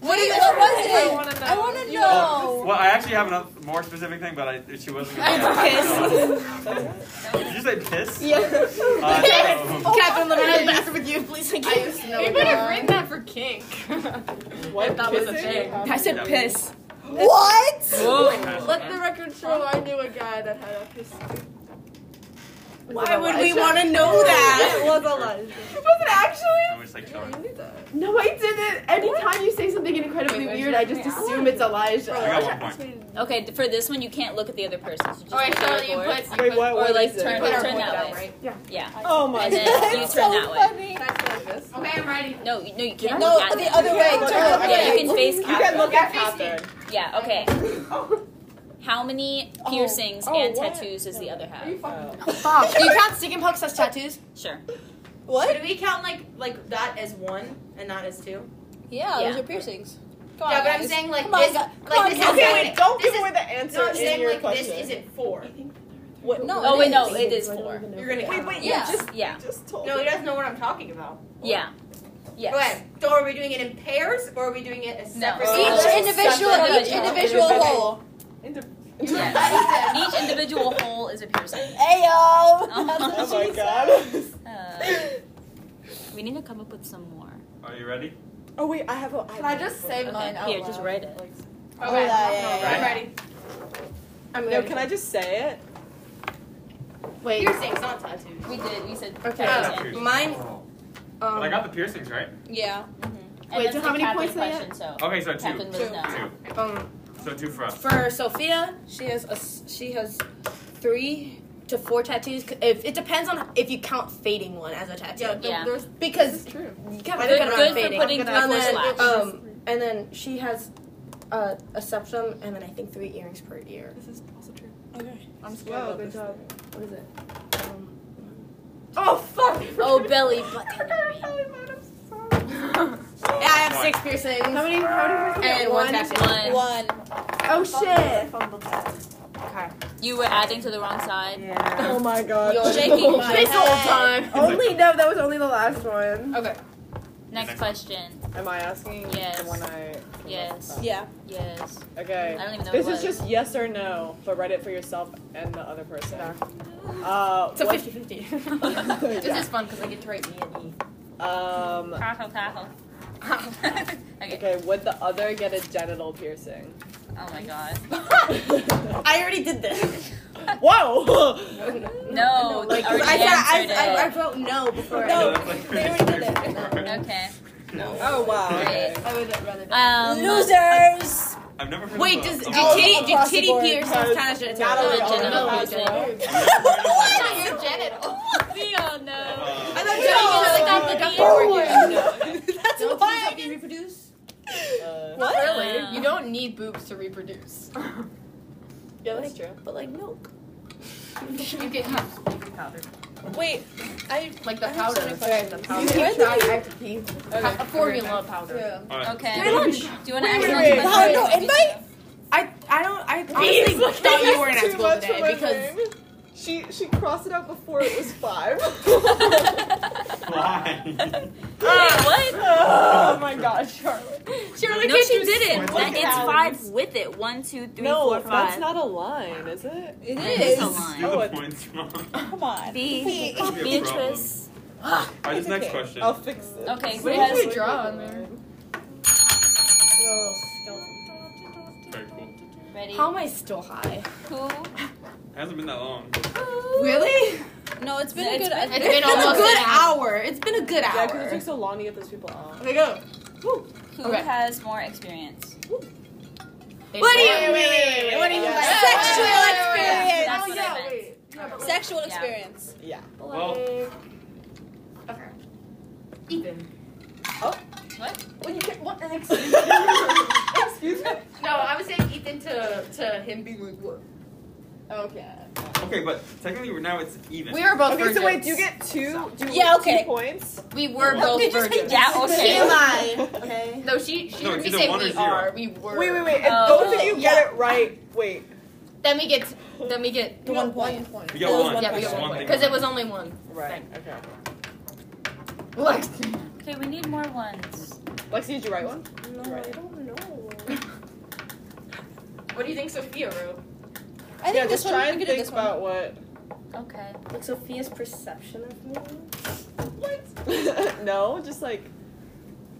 [SPEAKER 6] What, is, what was it?
[SPEAKER 5] wanna know.
[SPEAKER 6] I want to
[SPEAKER 4] Well,
[SPEAKER 6] know.
[SPEAKER 4] well, I actually have another more specific thing, but I, she wasn't. Gonna (laughs) Did you say piss? Yeah. Uh,
[SPEAKER 5] Catherine, let me know
[SPEAKER 3] with you, please.
[SPEAKER 5] I used to know. We would have written that for kink.
[SPEAKER 8] What
[SPEAKER 5] that was a
[SPEAKER 8] kissing?
[SPEAKER 5] thing.
[SPEAKER 3] I said
[SPEAKER 4] Yeah.
[SPEAKER 3] piss.
[SPEAKER 6] What?
[SPEAKER 5] Let the record show I knew a guy that had a piss.
[SPEAKER 3] Why would we want to know
[SPEAKER 4] (laughs)
[SPEAKER 3] that?
[SPEAKER 5] was a lesbian.
[SPEAKER 4] I was like, chilling.
[SPEAKER 5] No, I didn't. Anytime you say something incredibly weird, I just assume it's Elijah.
[SPEAKER 4] I got one point.
[SPEAKER 2] Okay, for this one you can't look at the other person. So just look at the board.
[SPEAKER 5] put.
[SPEAKER 8] Wait, what?
[SPEAKER 2] Or
[SPEAKER 8] what
[SPEAKER 2] like
[SPEAKER 8] is it?
[SPEAKER 2] turn,
[SPEAKER 5] put our
[SPEAKER 2] turn
[SPEAKER 5] board
[SPEAKER 2] that
[SPEAKER 5] down,
[SPEAKER 2] way.
[SPEAKER 5] right?
[SPEAKER 2] Yeah.
[SPEAKER 8] Oh my
[SPEAKER 2] And
[SPEAKER 8] god.
[SPEAKER 2] then you turn
[SPEAKER 6] That's so
[SPEAKER 2] that
[SPEAKER 8] (laughs)
[SPEAKER 2] way.
[SPEAKER 6] funny.
[SPEAKER 5] Okay, I'm ready.
[SPEAKER 2] No, you- no, you can't.
[SPEAKER 6] No,
[SPEAKER 2] look at
[SPEAKER 6] the
[SPEAKER 2] them.
[SPEAKER 6] other way.
[SPEAKER 8] Yeah,
[SPEAKER 6] Turn
[SPEAKER 8] look
[SPEAKER 6] the
[SPEAKER 8] at
[SPEAKER 2] Yeah,
[SPEAKER 6] way.
[SPEAKER 2] you can face
[SPEAKER 8] You can
[SPEAKER 2] Catherine.
[SPEAKER 8] look at
[SPEAKER 5] Catherine.
[SPEAKER 8] Catherine.
[SPEAKER 2] Yeah. Okay. How many
[SPEAKER 6] Oh.
[SPEAKER 2] piercings
[SPEAKER 8] Oh,
[SPEAKER 2] and
[SPEAKER 8] what?
[SPEAKER 2] tattoos does the other have?
[SPEAKER 8] Oh.
[SPEAKER 5] Bob, do you count stick and pokes as tattoos?
[SPEAKER 2] Sure.
[SPEAKER 6] What?
[SPEAKER 9] Do we count like like that as one and not as two?
[SPEAKER 6] Yeah,
[SPEAKER 2] Yeah.
[SPEAKER 6] those are piercings. Come on,
[SPEAKER 9] yeah, but I'm
[SPEAKER 6] guys.
[SPEAKER 9] saying like
[SPEAKER 6] Come on,
[SPEAKER 9] this,
[SPEAKER 6] guys.
[SPEAKER 9] like
[SPEAKER 6] Come on,
[SPEAKER 9] this
[SPEAKER 6] guys.
[SPEAKER 9] is
[SPEAKER 8] Okay, wait. Don't
[SPEAKER 9] this
[SPEAKER 8] give away
[SPEAKER 9] is,
[SPEAKER 8] the answer
[SPEAKER 9] no, I'm
[SPEAKER 8] in
[SPEAKER 9] saying
[SPEAKER 8] your
[SPEAKER 9] like
[SPEAKER 8] question.
[SPEAKER 9] this isn't four.
[SPEAKER 8] What?
[SPEAKER 6] No,
[SPEAKER 2] Oh
[SPEAKER 6] it
[SPEAKER 2] wait, no,
[SPEAKER 6] is.
[SPEAKER 2] it is four.
[SPEAKER 9] You're gonna
[SPEAKER 8] Wait, wait.
[SPEAKER 6] Yeah.
[SPEAKER 8] You just
[SPEAKER 2] Yeah.
[SPEAKER 8] just told.
[SPEAKER 9] No,
[SPEAKER 8] me.
[SPEAKER 9] he doesn't know what I'm talking about.
[SPEAKER 2] Yeah. Yes.
[SPEAKER 9] Okay, so are we doing it in pairs or are we doing it as
[SPEAKER 2] No.
[SPEAKER 9] separate?
[SPEAKER 8] Oh.
[SPEAKER 6] Each
[SPEAKER 1] (laughs)
[SPEAKER 6] individual,
[SPEAKER 2] Separate.
[SPEAKER 6] each individual
[SPEAKER 8] Okay.
[SPEAKER 6] hole.
[SPEAKER 2] Yes. Each individual hole is a piercing. (laughs)
[SPEAKER 6] Ayo. That's
[SPEAKER 8] Oh
[SPEAKER 6] what
[SPEAKER 8] my
[SPEAKER 6] she
[SPEAKER 8] Oh god.
[SPEAKER 6] said.
[SPEAKER 2] Uh, we need to come up with some more.
[SPEAKER 4] Are you ready?
[SPEAKER 8] Oh wait, I have a.
[SPEAKER 5] Can I just say
[SPEAKER 2] Okay,
[SPEAKER 5] mine out
[SPEAKER 2] here,
[SPEAKER 5] loud?
[SPEAKER 2] just write it.
[SPEAKER 9] Okay,
[SPEAKER 6] Oh, yeah, yeah,
[SPEAKER 9] I'm
[SPEAKER 4] yeah.
[SPEAKER 9] ready.
[SPEAKER 5] I'm
[SPEAKER 8] No,
[SPEAKER 5] ready.
[SPEAKER 8] can I just say it?
[SPEAKER 5] Wait.
[SPEAKER 9] Piercings, not tattoos.
[SPEAKER 2] We did. We said.
[SPEAKER 5] Okay.
[SPEAKER 2] piercing.
[SPEAKER 5] Mine.
[SPEAKER 4] But I
[SPEAKER 5] Um,
[SPEAKER 4] got the piercings right.
[SPEAKER 6] Yeah.
[SPEAKER 2] Mm-hmm. And
[SPEAKER 5] Wait,
[SPEAKER 2] that's
[SPEAKER 5] so
[SPEAKER 2] the
[SPEAKER 5] how many
[SPEAKER 2] Catherine
[SPEAKER 5] points did I
[SPEAKER 2] question, so
[SPEAKER 4] Okay, so two,
[SPEAKER 2] Catherine was no.
[SPEAKER 4] two.
[SPEAKER 5] um,
[SPEAKER 4] So two for us.
[SPEAKER 3] For Sophia, she has a s she
[SPEAKER 1] (laughs)
[SPEAKER 3] has three to four tattoos. C- If it depends on if you count fading one as a tattoo.
[SPEAKER 5] yeah, th-
[SPEAKER 2] Yeah.
[SPEAKER 5] there's
[SPEAKER 3] Because
[SPEAKER 5] true.
[SPEAKER 3] you can't
[SPEAKER 5] Good-
[SPEAKER 3] really count
[SPEAKER 2] good
[SPEAKER 3] on
[SPEAKER 2] for
[SPEAKER 3] fading.
[SPEAKER 2] putting
[SPEAKER 3] and
[SPEAKER 2] three,
[SPEAKER 3] then,
[SPEAKER 2] four slashes.
[SPEAKER 3] um, and then she has uh, a septum, and then I think three earrings per ear.
[SPEAKER 5] This is also true.
[SPEAKER 3] Okay.
[SPEAKER 5] I'm scared. Wow, good job.
[SPEAKER 3] What is it? Um,
[SPEAKER 5] Oh fuck!
[SPEAKER 2] Oh, belly button.
[SPEAKER 3] yeah, I have six piercings.
[SPEAKER 5] How many? How many?
[SPEAKER 3] And one tattoo.
[SPEAKER 2] One.
[SPEAKER 6] One.
[SPEAKER 5] Oh shit!
[SPEAKER 2] You were adding to the wrong side.
[SPEAKER 8] Oh my god.
[SPEAKER 6] You're shaking my
[SPEAKER 8] (laughs)
[SPEAKER 5] Face the whole
[SPEAKER 6] head.
[SPEAKER 5] time.
[SPEAKER 4] Only-
[SPEAKER 5] no, that was only the last one.
[SPEAKER 2] Next question.
[SPEAKER 8] Am I asking
[SPEAKER 2] Yes.
[SPEAKER 8] the one I?
[SPEAKER 2] Yes.
[SPEAKER 1] Yeah.
[SPEAKER 2] Yes.
[SPEAKER 8] Okay.
[SPEAKER 2] I don't even know
[SPEAKER 8] This
[SPEAKER 2] what (laughs)
[SPEAKER 8] is
[SPEAKER 2] it was.
[SPEAKER 8] just yes or no, but write it for yourself and the other person. Uh,
[SPEAKER 3] It's a
[SPEAKER 8] what-
[SPEAKER 3] 50-50.
[SPEAKER 8] Yeah.
[SPEAKER 5] This is fun because I get to write me and E.
[SPEAKER 8] Um.
[SPEAKER 2] Tahoe, Tahoe. (laughs) okay.
[SPEAKER 8] Okay. Would the other get a genital piercing?
[SPEAKER 2] Oh my god.
[SPEAKER 3] I already did this.
[SPEAKER 8] Whoa.
[SPEAKER 2] No.
[SPEAKER 3] Like,
[SPEAKER 2] I already
[SPEAKER 3] I, said,
[SPEAKER 2] answered
[SPEAKER 3] I, I, I
[SPEAKER 2] it.
[SPEAKER 3] wrote no before.
[SPEAKER 8] No.
[SPEAKER 3] They already did it.
[SPEAKER 2] okay.
[SPEAKER 8] oh wow. Okay.
[SPEAKER 5] I would rather
[SPEAKER 2] Um,
[SPEAKER 1] Losers.
[SPEAKER 4] I've never heard
[SPEAKER 12] Wait,
[SPEAKER 4] of
[SPEAKER 12] does
[SPEAKER 4] (laughs) a, Uh,
[SPEAKER 12] did
[SPEAKER 4] a-
[SPEAKER 12] titty, did
[SPEAKER 1] across
[SPEAKER 8] (laughs)
[SPEAKER 1] the
[SPEAKER 12] titty
[SPEAKER 1] board,
[SPEAKER 12] piercings
[SPEAKER 8] because
[SPEAKER 12] count as genital?
[SPEAKER 8] not only
[SPEAKER 2] Genital
[SPEAKER 8] genital
[SPEAKER 2] piercing.
[SPEAKER 8] piercing.
[SPEAKER 2] (laughs) We all know.
[SPEAKER 4] uh,
[SPEAKER 5] That's don't why help you reproduce.
[SPEAKER 8] Uh,
[SPEAKER 5] What?
[SPEAKER 2] Really?
[SPEAKER 5] You don't need boobs to reproduce.
[SPEAKER 8] Yeah, that's true.
[SPEAKER 3] But like milk.
[SPEAKER 5] you get baby powder,
[SPEAKER 1] Wait, I
[SPEAKER 5] like the
[SPEAKER 1] I have
[SPEAKER 5] powder.
[SPEAKER 1] so many
[SPEAKER 5] the
[SPEAKER 1] questions.
[SPEAKER 5] powder.
[SPEAKER 1] You can
[SPEAKER 5] Try
[SPEAKER 1] try
[SPEAKER 5] active A formula powder.
[SPEAKER 4] all right.
[SPEAKER 2] Okay.
[SPEAKER 3] Your lunch.
[SPEAKER 2] Do you want to ask
[SPEAKER 8] Wait,
[SPEAKER 2] another
[SPEAKER 8] wait,
[SPEAKER 2] question?
[SPEAKER 8] wait.
[SPEAKER 1] Oh, no, invite?
[SPEAKER 5] I I don't I
[SPEAKER 3] Please,
[SPEAKER 8] (laughs)
[SPEAKER 5] honestly thought you weren't
[SPEAKER 8] Too
[SPEAKER 5] at school
[SPEAKER 8] much for my
[SPEAKER 5] today because
[SPEAKER 8] brain. she she crossed it out before it was five. (laughs)
[SPEAKER 2] (laughs)
[SPEAKER 4] Why?
[SPEAKER 2] Wait, what?
[SPEAKER 8] oh my gosh, Charlotte.
[SPEAKER 2] Shirley, no, she didn't. That it's five with it. One, two, three,
[SPEAKER 8] no,
[SPEAKER 2] four, five.
[SPEAKER 8] that's not a line, is it?
[SPEAKER 1] It
[SPEAKER 2] It's a
[SPEAKER 1] is.
[SPEAKER 4] Do
[SPEAKER 2] line.
[SPEAKER 8] Oh,
[SPEAKER 4] the
[SPEAKER 8] it-
[SPEAKER 4] points wrong.
[SPEAKER 1] Come on.
[SPEAKER 4] That'd
[SPEAKER 2] B.
[SPEAKER 4] be a problem.
[SPEAKER 2] Beatrice.
[SPEAKER 4] All right, this
[SPEAKER 8] It's
[SPEAKER 4] next
[SPEAKER 8] okay.
[SPEAKER 4] question.
[SPEAKER 8] I'll fix it.
[SPEAKER 2] Okay,
[SPEAKER 8] What
[SPEAKER 2] so
[SPEAKER 8] did
[SPEAKER 2] has-
[SPEAKER 8] you draw on there?
[SPEAKER 4] Very cool.
[SPEAKER 2] Ready?
[SPEAKER 3] How am I still high?
[SPEAKER 2] Who?
[SPEAKER 4] It hasn't been that long.
[SPEAKER 3] Really?
[SPEAKER 1] No, it's been a
[SPEAKER 2] It's
[SPEAKER 1] good.
[SPEAKER 2] been-
[SPEAKER 5] it's been
[SPEAKER 3] It's a
[SPEAKER 5] almost
[SPEAKER 3] good
[SPEAKER 5] an hour.
[SPEAKER 3] hour. It's been a good
[SPEAKER 8] Yeah, because it took
[SPEAKER 3] hour.
[SPEAKER 8] so long to get those people out.
[SPEAKER 5] They go.
[SPEAKER 2] Who
[SPEAKER 5] Okay.
[SPEAKER 2] has more experience?
[SPEAKER 3] What do you
[SPEAKER 5] Wait, wait, wait, wait, wait.
[SPEAKER 3] What do you mean by
[SPEAKER 5] Yeah.
[SPEAKER 3] sexual
[SPEAKER 5] Wait,
[SPEAKER 1] experience?
[SPEAKER 2] That's
[SPEAKER 5] wait,
[SPEAKER 2] what
[SPEAKER 5] wait,
[SPEAKER 2] I
[SPEAKER 5] wait.
[SPEAKER 2] meant.
[SPEAKER 1] Sexual
[SPEAKER 2] Yeah.
[SPEAKER 1] experience.
[SPEAKER 8] Yeah.
[SPEAKER 4] Well,
[SPEAKER 5] Okay. Ethan.
[SPEAKER 8] Well, you get what? Excuse me.
[SPEAKER 5] No, I was saying Ethan to to him being like what?
[SPEAKER 8] Okay.
[SPEAKER 4] okay, but technically now it's even.
[SPEAKER 5] We were both
[SPEAKER 8] (laughs) Okay,
[SPEAKER 5] virgins.
[SPEAKER 8] so wait, do you get two? Do you
[SPEAKER 1] Yeah,
[SPEAKER 8] get
[SPEAKER 1] okay.
[SPEAKER 8] Two points.
[SPEAKER 5] We were
[SPEAKER 4] Did
[SPEAKER 5] both
[SPEAKER 1] you say
[SPEAKER 5] virgins.
[SPEAKER 2] Yeah,
[SPEAKER 1] Am
[SPEAKER 2] okay.
[SPEAKER 8] (laughs)
[SPEAKER 1] I? Okay.
[SPEAKER 5] No, she she
[SPEAKER 4] No,
[SPEAKER 5] heard
[SPEAKER 4] it's
[SPEAKER 5] me
[SPEAKER 4] either
[SPEAKER 5] say
[SPEAKER 4] one or
[SPEAKER 5] we
[SPEAKER 4] zero.
[SPEAKER 5] are. We were.
[SPEAKER 8] Wait, wait, wait. If
[SPEAKER 2] Oh,
[SPEAKER 8] both of you
[SPEAKER 1] yeah.
[SPEAKER 8] get it right, wait.
[SPEAKER 5] Then we get then we get
[SPEAKER 1] The one point.
[SPEAKER 4] We got
[SPEAKER 1] That was
[SPEAKER 4] one.
[SPEAKER 1] one
[SPEAKER 5] yeah we
[SPEAKER 4] Just
[SPEAKER 5] got one
[SPEAKER 4] thing.
[SPEAKER 5] because it was only one.
[SPEAKER 8] Right. Okay.
[SPEAKER 5] Lex.
[SPEAKER 2] Okay, we need more ones.
[SPEAKER 8] Lexi, did you write one?
[SPEAKER 1] No, I don't know.
[SPEAKER 5] What do you think Sophia wrote?
[SPEAKER 1] I think
[SPEAKER 8] yeah,
[SPEAKER 1] this
[SPEAKER 8] just
[SPEAKER 1] one.
[SPEAKER 8] try
[SPEAKER 1] we
[SPEAKER 8] and
[SPEAKER 1] could do
[SPEAKER 8] think
[SPEAKER 1] this
[SPEAKER 8] about what. (laughs)
[SPEAKER 2] Okay.
[SPEAKER 3] Like Sophia's perception of me.
[SPEAKER 8] What? no, just like.
[SPEAKER 1] (laughs)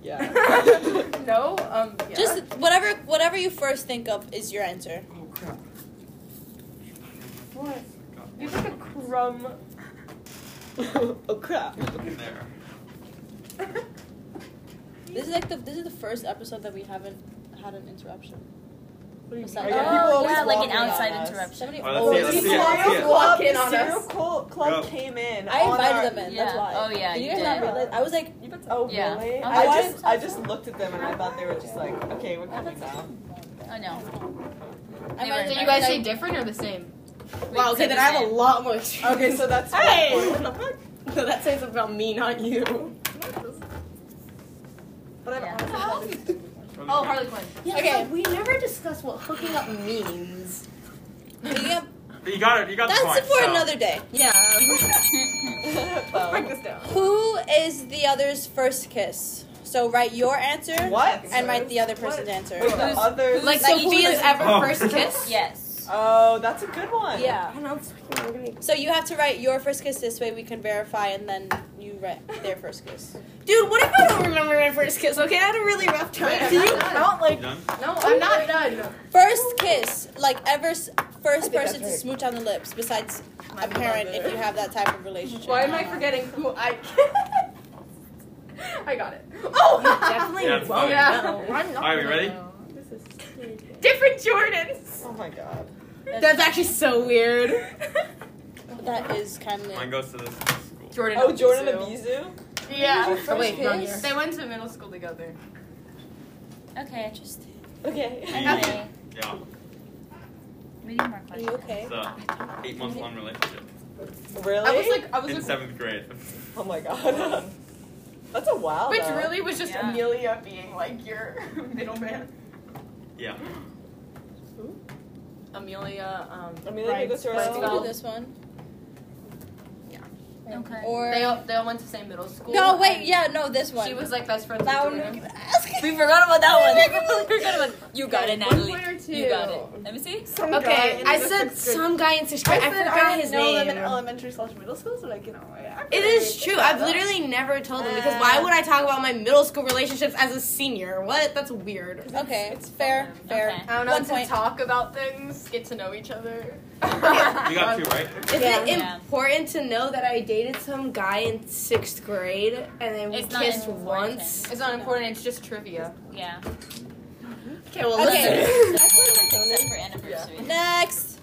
[SPEAKER 8] Yeah.
[SPEAKER 5] No. Um.
[SPEAKER 1] one. Just whatever, whatever you first think of is your answer.
[SPEAKER 4] Oh crap.
[SPEAKER 5] What?
[SPEAKER 4] Got
[SPEAKER 5] You
[SPEAKER 4] one.
[SPEAKER 5] took a crumb.
[SPEAKER 8] oh crap.
[SPEAKER 4] Look in there.
[SPEAKER 1] This is like the this is the first episode that we haven't had an interruption.
[SPEAKER 8] Are
[SPEAKER 1] Besides-
[SPEAKER 8] you-
[SPEAKER 1] Oh,
[SPEAKER 8] people always
[SPEAKER 2] yeah, like
[SPEAKER 8] walking
[SPEAKER 2] an outside
[SPEAKER 8] on us.
[SPEAKER 2] interruption.
[SPEAKER 1] Somebody
[SPEAKER 4] Alright, let's
[SPEAKER 1] always-
[SPEAKER 4] see it, Oh, let's
[SPEAKER 8] People
[SPEAKER 4] see it, let's see it.
[SPEAKER 8] Club,
[SPEAKER 5] Walking on
[SPEAKER 8] Serial
[SPEAKER 5] us.
[SPEAKER 8] Cult Club
[SPEAKER 4] Go.
[SPEAKER 8] came in.
[SPEAKER 1] I
[SPEAKER 8] on
[SPEAKER 1] invited
[SPEAKER 8] our-
[SPEAKER 1] them in. That's
[SPEAKER 2] Yeah.
[SPEAKER 1] why.
[SPEAKER 2] Oh, yeah,
[SPEAKER 1] Did you
[SPEAKER 2] you
[SPEAKER 1] guys
[SPEAKER 2] did.
[SPEAKER 1] not realize? I was (laughs) like,
[SPEAKER 8] Oh
[SPEAKER 2] Yeah.
[SPEAKER 8] really?
[SPEAKER 2] Oh,
[SPEAKER 8] I
[SPEAKER 2] yeah.
[SPEAKER 8] just I just looked at them and I thought they were just like, okay, we're coming now.
[SPEAKER 2] Oh no.
[SPEAKER 1] I
[SPEAKER 2] They were
[SPEAKER 1] might
[SPEAKER 5] Did
[SPEAKER 2] invited.
[SPEAKER 5] you guys say different or the same?
[SPEAKER 3] Wow, okay,
[SPEAKER 2] said
[SPEAKER 3] then
[SPEAKER 2] the
[SPEAKER 3] I have a
[SPEAKER 2] same.
[SPEAKER 3] lot more experience.
[SPEAKER 8] Okay, so that's
[SPEAKER 3] Hey!
[SPEAKER 8] one point.
[SPEAKER 3] No, that says about me, not you.
[SPEAKER 8] But I'm
[SPEAKER 2] Yeah.
[SPEAKER 8] (laughs) honestly not really stupid.
[SPEAKER 5] Oh, Harley Quinn.
[SPEAKER 3] Yeah,
[SPEAKER 1] Okay.
[SPEAKER 3] okay. we never discuss what hooking up means.
[SPEAKER 1] yeah,
[SPEAKER 4] But you got it. You got
[SPEAKER 1] that's
[SPEAKER 4] the point.
[SPEAKER 1] for
[SPEAKER 4] so.
[SPEAKER 1] another day.
[SPEAKER 3] Yeah.
[SPEAKER 8] Um,
[SPEAKER 5] Break this down.
[SPEAKER 1] Who is the other's first kiss? So write your answer
[SPEAKER 8] What?
[SPEAKER 1] and write the other person's
[SPEAKER 8] Wait,
[SPEAKER 1] answer.
[SPEAKER 8] the other.
[SPEAKER 5] Like
[SPEAKER 2] Like
[SPEAKER 5] Sophia's
[SPEAKER 2] Ethan.
[SPEAKER 5] ever
[SPEAKER 4] (laughs) Oh.
[SPEAKER 5] first kiss.
[SPEAKER 8] (laughs)
[SPEAKER 2] Yes.
[SPEAKER 8] Oh, that's a good one.
[SPEAKER 1] Yeah.
[SPEAKER 3] And I'm fucking hungry.
[SPEAKER 1] So you have to write your first kiss this way we can verify, and then you write their first kiss.
[SPEAKER 3] Dude, what if I don't remember my first kiss? Okay, I had a really rough time.
[SPEAKER 5] Wait, I'm
[SPEAKER 3] Do
[SPEAKER 5] not
[SPEAKER 3] you
[SPEAKER 5] done.
[SPEAKER 3] count
[SPEAKER 4] You
[SPEAKER 3] like
[SPEAKER 4] done?
[SPEAKER 5] No, I'm not done.
[SPEAKER 1] First kiss, like ever s- first
[SPEAKER 3] think that's
[SPEAKER 1] person to
[SPEAKER 3] right.
[SPEAKER 1] smooch on the lips, besides a parent if you have that type of relationship.
[SPEAKER 5] Why am I forgetting who I? (laughs) I got it. (laughs) Oh,
[SPEAKER 3] definitely
[SPEAKER 4] Yeah, it's
[SPEAKER 3] won't
[SPEAKER 4] fine.
[SPEAKER 5] Yeah.
[SPEAKER 3] know. I'm not.
[SPEAKER 4] Alright, we ready?
[SPEAKER 5] different Jordans.
[SPEAKER 8] Oh my god.
[SPEAKER 3] That's actually so weird.
[SPEAKER 1] That is kind of.
[SPEAKER 4] Mine goes to this school.
[SPEAKER 5] Jordan.
[SPEAKER 8] Oh, Jordan Abizu.
[SPEAKER 5] Yeah.
[SPEAKER 8] Who's your
[SPEAKER 5] Oh, wait,
[SPEAKER 8] first
[SPEAKER 5] wrong
[SPEAKER 8] kiss?
[SPEAKER 5] year. They went to middle school together.
[SPEAKER 2] Okay.
[SPEAKER 8] Okay.
[SPEAKER 2] Anyway,
[SPEAKER 4] Yeah.
[SPEAKER 2] we need more
[SPEAKER 1] Are you
[SPEAKER 2] questions.
[SPEAKER 1] okay?
[SPEAKER 4] It's a eight month long relationship.
[SPEAKER 8] Really?
[SPEAKER 5] I was like, I was
[SPEAKER 4] In
[SPEAKER 5] like,
[SPEAKER 4] seventh grade. (laughs)
[SPEAKER 8] oh my god. (laughs) that's a wow.
[SPEAKER 5] which
[SPEAKER 8] though.
[SPEAKER 5] really was just
[SPEAKER 2] Yeah.
[SPEAKER 5] Amelia being like your (laughs) middleman.
[SPEAKER 4] Yeah.
[SPEAKER 5] Amelia. Um,
[SPEAKER 8] Amelia
[SPEAKER 5] Right.
[SPEAKER 8] Nicholas
[SPEAKER 5] Right.
[SPEAKER 1] Let's
[SPEAKER 8] Rosell.
[SPEAKER 1] do this one. Okay. Or
[SPEAKER 13] they all they all went to the same middle school.
[SPEAKER 1] no, wait,
[SPEAKER 13] and
[SPEAKER 1] yeah, no, this one.
[SPEAKER 13] She was like best friends.
[SPEAKER 1] that
[SPEAKER 13] with
[SPEAKER 1] one.
[SPEAKER 13] Jordan.
[SPEAKER 1] We forgot about that one. (laughs)
[SPEAKER 2] You're gonna- (laughs) You got it, Natalie.
[SPEAKER 3] One or two.
[SPEAKER 2] You got it. Let me see.
[SPEAKER 8] Some guy
[SPEAKER 5] Okay,
[SPEAKER 8] in
[SPEAKER 5] I
[SPEAKER 8] the
[SPEAKER 5] said
[SPEAKER 8] sixth grade-
[SPEAKER 5] some guy in sixth
[SPEAKER 8] I
[SPEAKER 5] grade. I,
[SPEAKER 8] said I
[SPEAKER 5] forgot
[SPEAKER 8] didn't
[SPEAKER 5] his
[SPEAKER 8] know them in
[SPEAKER 5] name.
[SPEAKER 8] elementary slash middle school, so like you know. I-
[SPEAKER 5] It is true. I've literally never told them because why would I talk about my middle school relationships as a senior? What? That's weird.
[SPEAKER 1] Okay, it's fair, fair.
[SPEAKER 2] Okay.
[SPEAKER 10] I don't know
[SPEAKER 1] One
[SPEAKER 10] to
[SPEAKER 1] point.
[SPEAKER 10] talk about things, get to know
[SPEAKER 1] (laughs)
[SPEAKER 10] each other.
[SPEAKER 4] You got two, right?
[SPEAKER 5] Is
[SPEAKER 1] Yeah.
[SPEAKER 5] it
[SPEAKER 2] Yeah.
[SPEAKER 5] important to know that I dated some guy in sixth grade and then we
[SPEAKER 2] It's not
[SPEAKER 5] kissed
[SPEAKER 2] important.
[SPEAKER 5] once?
[SPEAKER 13] It's not important. It's just trivia.
[SPEAKER 2] Yeah.
[SPEAKER 5] Okay, well
[SPEAKER 1] Okay.
[SPEAKER 5] listen.
[SPEAKER 2] Except for anniversary.
[SPEAKER 1] Next.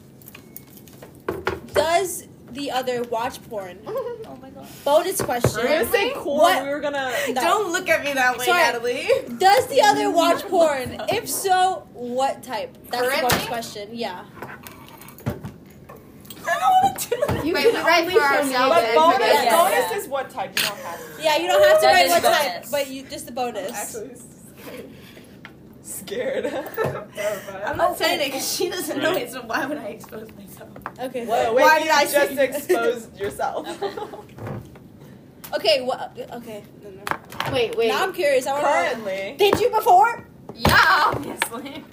[SPEAKER 1] Does the other watch porn? Oh my god. Bonus
[SPEAKER 8] We were gonna
[SPEAKER 1] question.
[SPEAKER 8] say cool.
[SPEAKER 1] What?
[SPEAKER 8] We were gonna.
[SPEAKER 1] No.
[SPEAKER 5] Don't look at me that way,
[SPEAKER 1] Sorry.
[SPEAKER 5] Natalie.
[SPEAKER 1] Does the other watch porn? If so, what type? That's the bonus
[SPEAKER 10] Currently?
[SPEAKER 1] question. Yeah.
[SPEAKER 3] You
[SPEAKER 10] Wait,
[SPEAKER 3] can
[SPEAKER 10] we
[SPEAKER 3] write
[SPEAKER 10] only
[SPEAKER 3] for
[SPEAKER 10] show
[SPEAKER 3] ourselves.
[SPEAKER 8] But
[SPEAKER 10] names.
[SPEAKER 8] bonus,
[SPEAKER 1] Yeah, yeah,
[SPEAKER 8] bonus
[SPEAKER 2] yeah.
[SPEAKER 8] is what type you don't have. To.
[SPEAKER 1] Yeah, you don't have to
[SPEAKER 2] That
[SPEAKER 1] write
[SPEAKER 2] is
[SPEAKER 1] what type,
[SPEAKER 2] bonus.
[SPEAKER 1] but you just the bonus.
[SPEAKER 8] Actually, scared. (laughs)
[SPEAKER 5] I'm
[SPEAKER 8] Terrified.
[SPEAKER 1] Oh,
[SPEAKER 5] not saying it because she doesn't know it, so why would I expose myself?
[SPEAKER 1] okay.
[SPEAKER 8] Whoa, wait,
[SPEAKER 5] Why
[SPEAKER 8] you
[SPEAKER 5] did I
[SPEAKER 8] just
[SPEAKER 5] say-
[SPEAKER 8] (laughs) exposed yourself?
[SPEAKER 1] Okay. What? Okay. No, no.
[SPEAKER 5] Wait, wait.
[SPEAKER 1] Now I'm curious. I want to.
[SPEAKER 8] Currently,
[SPEAKER 1] Did you before?
[SPEAKER 10] Yeah, obviously.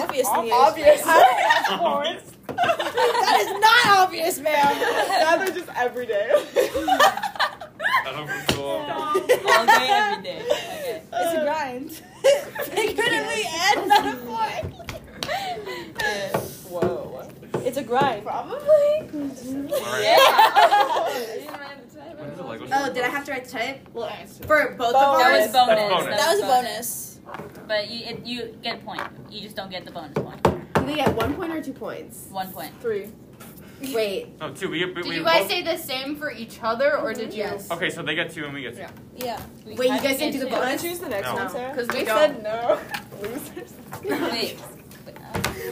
[SPEAKER 1] Obviously.
[SPEAKER 8] obviously, of course.
[SPEAKER 1] That is not obvious, ma'am.
[SPEAKER 8] now they're just every day.
[SPEAKER 4] I don't think so.
[SPEAKER 2] All day, every day. Okay.
[SPEAKER 1] It's
[SPEAKER 8] Uh,
[SPEAKER 1] a
[SPEAKER 8] (laughs)
[SPEAKER 1] grind. Figuratively and metaphorically.
[SPEAKER 8] Whoa.
[SPEAKER 1] It's a grind.
[SPEAKER 8] Probably.
[SPEAKER 4] Alright. When is it like-
[SPEAKER 5] Oh, did I have to write the type? Well, for both of
[SPEAKER 8] Bonus.
[SPEAKER 2] That
[SPEAKER 5] us.
[SPEAKER 2] was bonus.
[SPEAKER 4] bonus.
[SPEAKER 1] That was a bonus.
[SPEAKER 2] But you, it, you get a point. You just don't get the bonus point.
[SPEAKER 3] Do they get one point or two points?
[SPEAKER 2] One point.
[SPEAKER 8] Three.
[SPEAKER 5] Wait.
[SPEAKER 4] No, two. We, we,
[SPEAKER 10] Did
[SPEAKER 4] we
[SPEAKER 10] you guys
[SPEAKER 4] both-
[SPEAKER 10] say the same for each other, or did you?
[SPEAKER 4] (laughs)
[SPEAKER 5] Yes.
[SPEAKER 4] Okay, so they get two and we get two.
[SPEAKER 10] Yeah.
[SPEAKER 1] Yeah.
[SPEAKER 2] We
[SPEAKER 5] Wait, you
[SPEAKER 2] have to
[SPEAKER 5] guys didn't
[SPEAKER 2] get
[SPEAKER 5] do the
[SPEAKER 8] Can I
[SPEAKER 5] bonus?
[SPEAKER 8] choose the next
[SPEAKER 4] No.
[SPEAKER 8] one, Sarah?
[SPEAKER 10] Because we
[SPEAKER 8] We
[SPEAKER 10] don't.
[SPEAKER 8] said no. Losers.
[SPEAKER 2] Wait.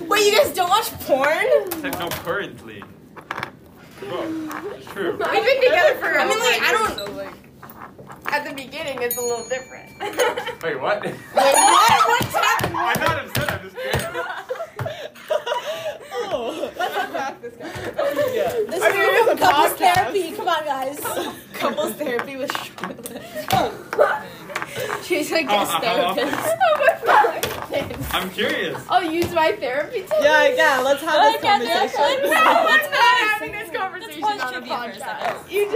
[SPEAKER 5] Wait, you guys don't watch porn?
[SPEAKER 4] Except no, currently. Bro, it's true.
[SPEAKER 10] (laughs) We've been together
[SPEAKER 5] I
[SPEAKER 10] for.
[SPEAKER 5] mean, like, I don't.
[SPEAKER 10] So, like,
[SPEAKER 5] At the beginning, it's a little different. Wait,
[SPEAKER 4] Wait, what?
[SPEAKER 5] what? What's happening?
[SPEAKER 4] (laughs) I'm not upset. I'm just kidding.
[SPEAKER 8] oh. (laughs) Let's unpack this guy. (laughs) yeah.
[SPEAKER 1] This
[SPEAKER 8] I
[SPEAKER 1] is
[SPEAKER 8] mean, it is a
[SPEAKER 1] couples
[SPEAKER 8] podcast.
[SPEAKER 1] therapy. Come on,
[SPEAKER 8] (laughs)
[SPEAKER 1] guys.
[SPEAKER 5] Couples therapy with She's a
[SPEAKER 4] How-
[SPEAKER 5] guest
[SPEAKER 4] how- how
[SPEAKER 5] therapist.
[SPEAKER 4] often- I'm curious.
[SPEAKER 3] Oh, use my therapy tip?
[SPEAKER 8] Yeah, yeah, let's have this
[SPEAKER 2] Look at this (laughs)
[SPEAKER 8] conversation.
[SPEAKER 10] What's not having this conversation
[SPEAKER 2] pause
[SPEAKER 10] on a
[SPEAKER 2] trivia for a second.
[SPEAKER 10] podcast?
[SPEAKER 3] You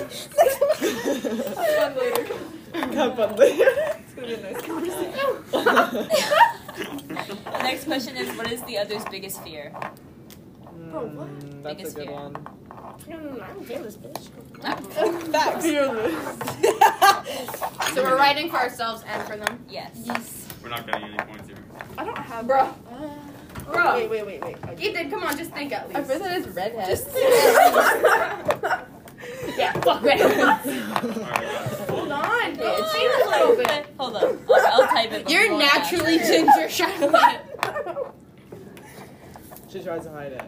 [SPEAKER 3] just
[SPEAKER 10] Next question.
[SPEAKER 8] (laughs) Cup up (laughs) later.
[SPEAKER 2] Next question is what is the other's biggest fear?
[SPEAKER 8] Mm, (laughs) That's a
[SPEAKER 2] Biggest
[SPEAKER 8] good
[SPEAKER 2] fear.
[SPEAKER 8] one.
[SPEAKER 1] Facts.
[SPEAKER 10] so we're writing for ourselves and for them.
[SPEAKER 2] Yes.
[SPEAKER 4] We're not getting any points here.
[SPEAKER 3] I don't have
[SPEAKER 10] Bro.
[SPEAKER 3] Wait,
[SPEAKER 10] Bro.
[SPEAKER 3] wait, wait, wait. I-
[SPEAKER 10] Ethan, come on, just think at
[SPEAKER 3] I
[SPEAKER 10] least.
[SPEAKER 3] read that as redhead.
[SPEAKER 10] yeah, fuck
[SPEAKER 1] (laughs)
[SPEAKER 10] it.
[SPEAKER 4] Alright, we got it.
[SPEAKER 10] Hold on.
[SPEAKER 2] Hold
[SPEAKER 10] bitch.
[SPEAKER 2] on, Hold on. I'll, I'll type it.
[SPEAKER 5] You're
[SPEAKER 2] before I ask.
[SPEAKER 1] (laughs)
[SPEAKER 5] naturally ginger, Charlotte.
[SPEAKER 8] She tried to hide it.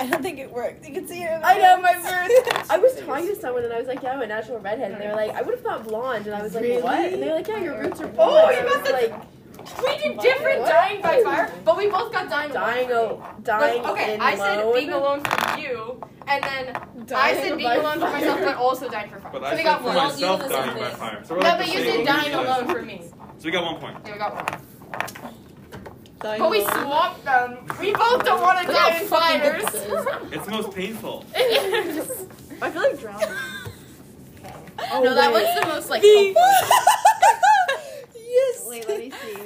[SPEAKER 1] I don't think it worked. You can see it.
[SPEAKER 3] I know my words. I was talking to someone and I was like, "Yeah, I'm a natural redhead." And they were like, "I would have thought blonde." And I was like, "What?" And they were like, "Yeah, your roots are blonde."
[SPEAKER 10] Oh,
[SPEAKER 3] And
[SPEAKER 10] you
[SPEAKER 3] I
[SPEAKER 10] must
[SPEAKER 3] was
[SPEAKER 10] have-
[SPEAKER 3] (laughs) like
[SPEAKER 10] We did different dying by fire, but we both got dying.
[SPEAKER 3] dying,
[SPEAKER 10] alone.
[SPEAKER 3] o- dying
[SPEAKER 10] Like, okay,
[SPEAKER 3] in
[SPEAKER 10] I said
[SPEAKER 3] alone. (laughs)
[SPEAKER 10] being alone for you, and then I said being
[SPEAKER 3] by
[SPEAKER 10] alone for myself, but also dying for fun.
[SPEAKER 4] But
[SPEAKER 10] so
[SPEAKER 4] I
[SPEAKER 10] we
[SPEAKER 4] said
[SPEAKER 10] got
[SPEAKER 4] for
[SPEAKER 10] one.
[SPEAKER 2] Well, you
[SPEAKER 4] myself
[SPEAKER 2] listen
[SPEAKER 4] dying
[SPEAKER 2] to
[SPEAKER 4] by
[SPEAKER 2] it.
[SPEAKER 4] fire. So
[SPEAKER 10] no,
[SPEAKER 4] we're like
[SPEAKER 10] but
[SPEAKER 4] the
[SPEAKER 10] you
[SPEAKER 4] same
[SPEAKER 10] said
[SPEAKER 4] age
[SPEAKER 10] dying
[SPEAKER 4] as-
[SPEAKER 10] alone for me.
[SPEAKER 4] So we got one point.
[SPEAKER 10] Yeah, we got one. But we swapped them. We both don't want to die in fires.
[SPEAKER 4] It's most painful.
[SPEAKER 3] I feel like drowning.
[SPEAKER 8] Oh,
[SPEAKER 14] No, that
[SPEAKER 8] wait.
[SPEAKER 14] one's the most like.
[SPEAKER 1] yes.
[SPEAKER 3] Wait, let me see.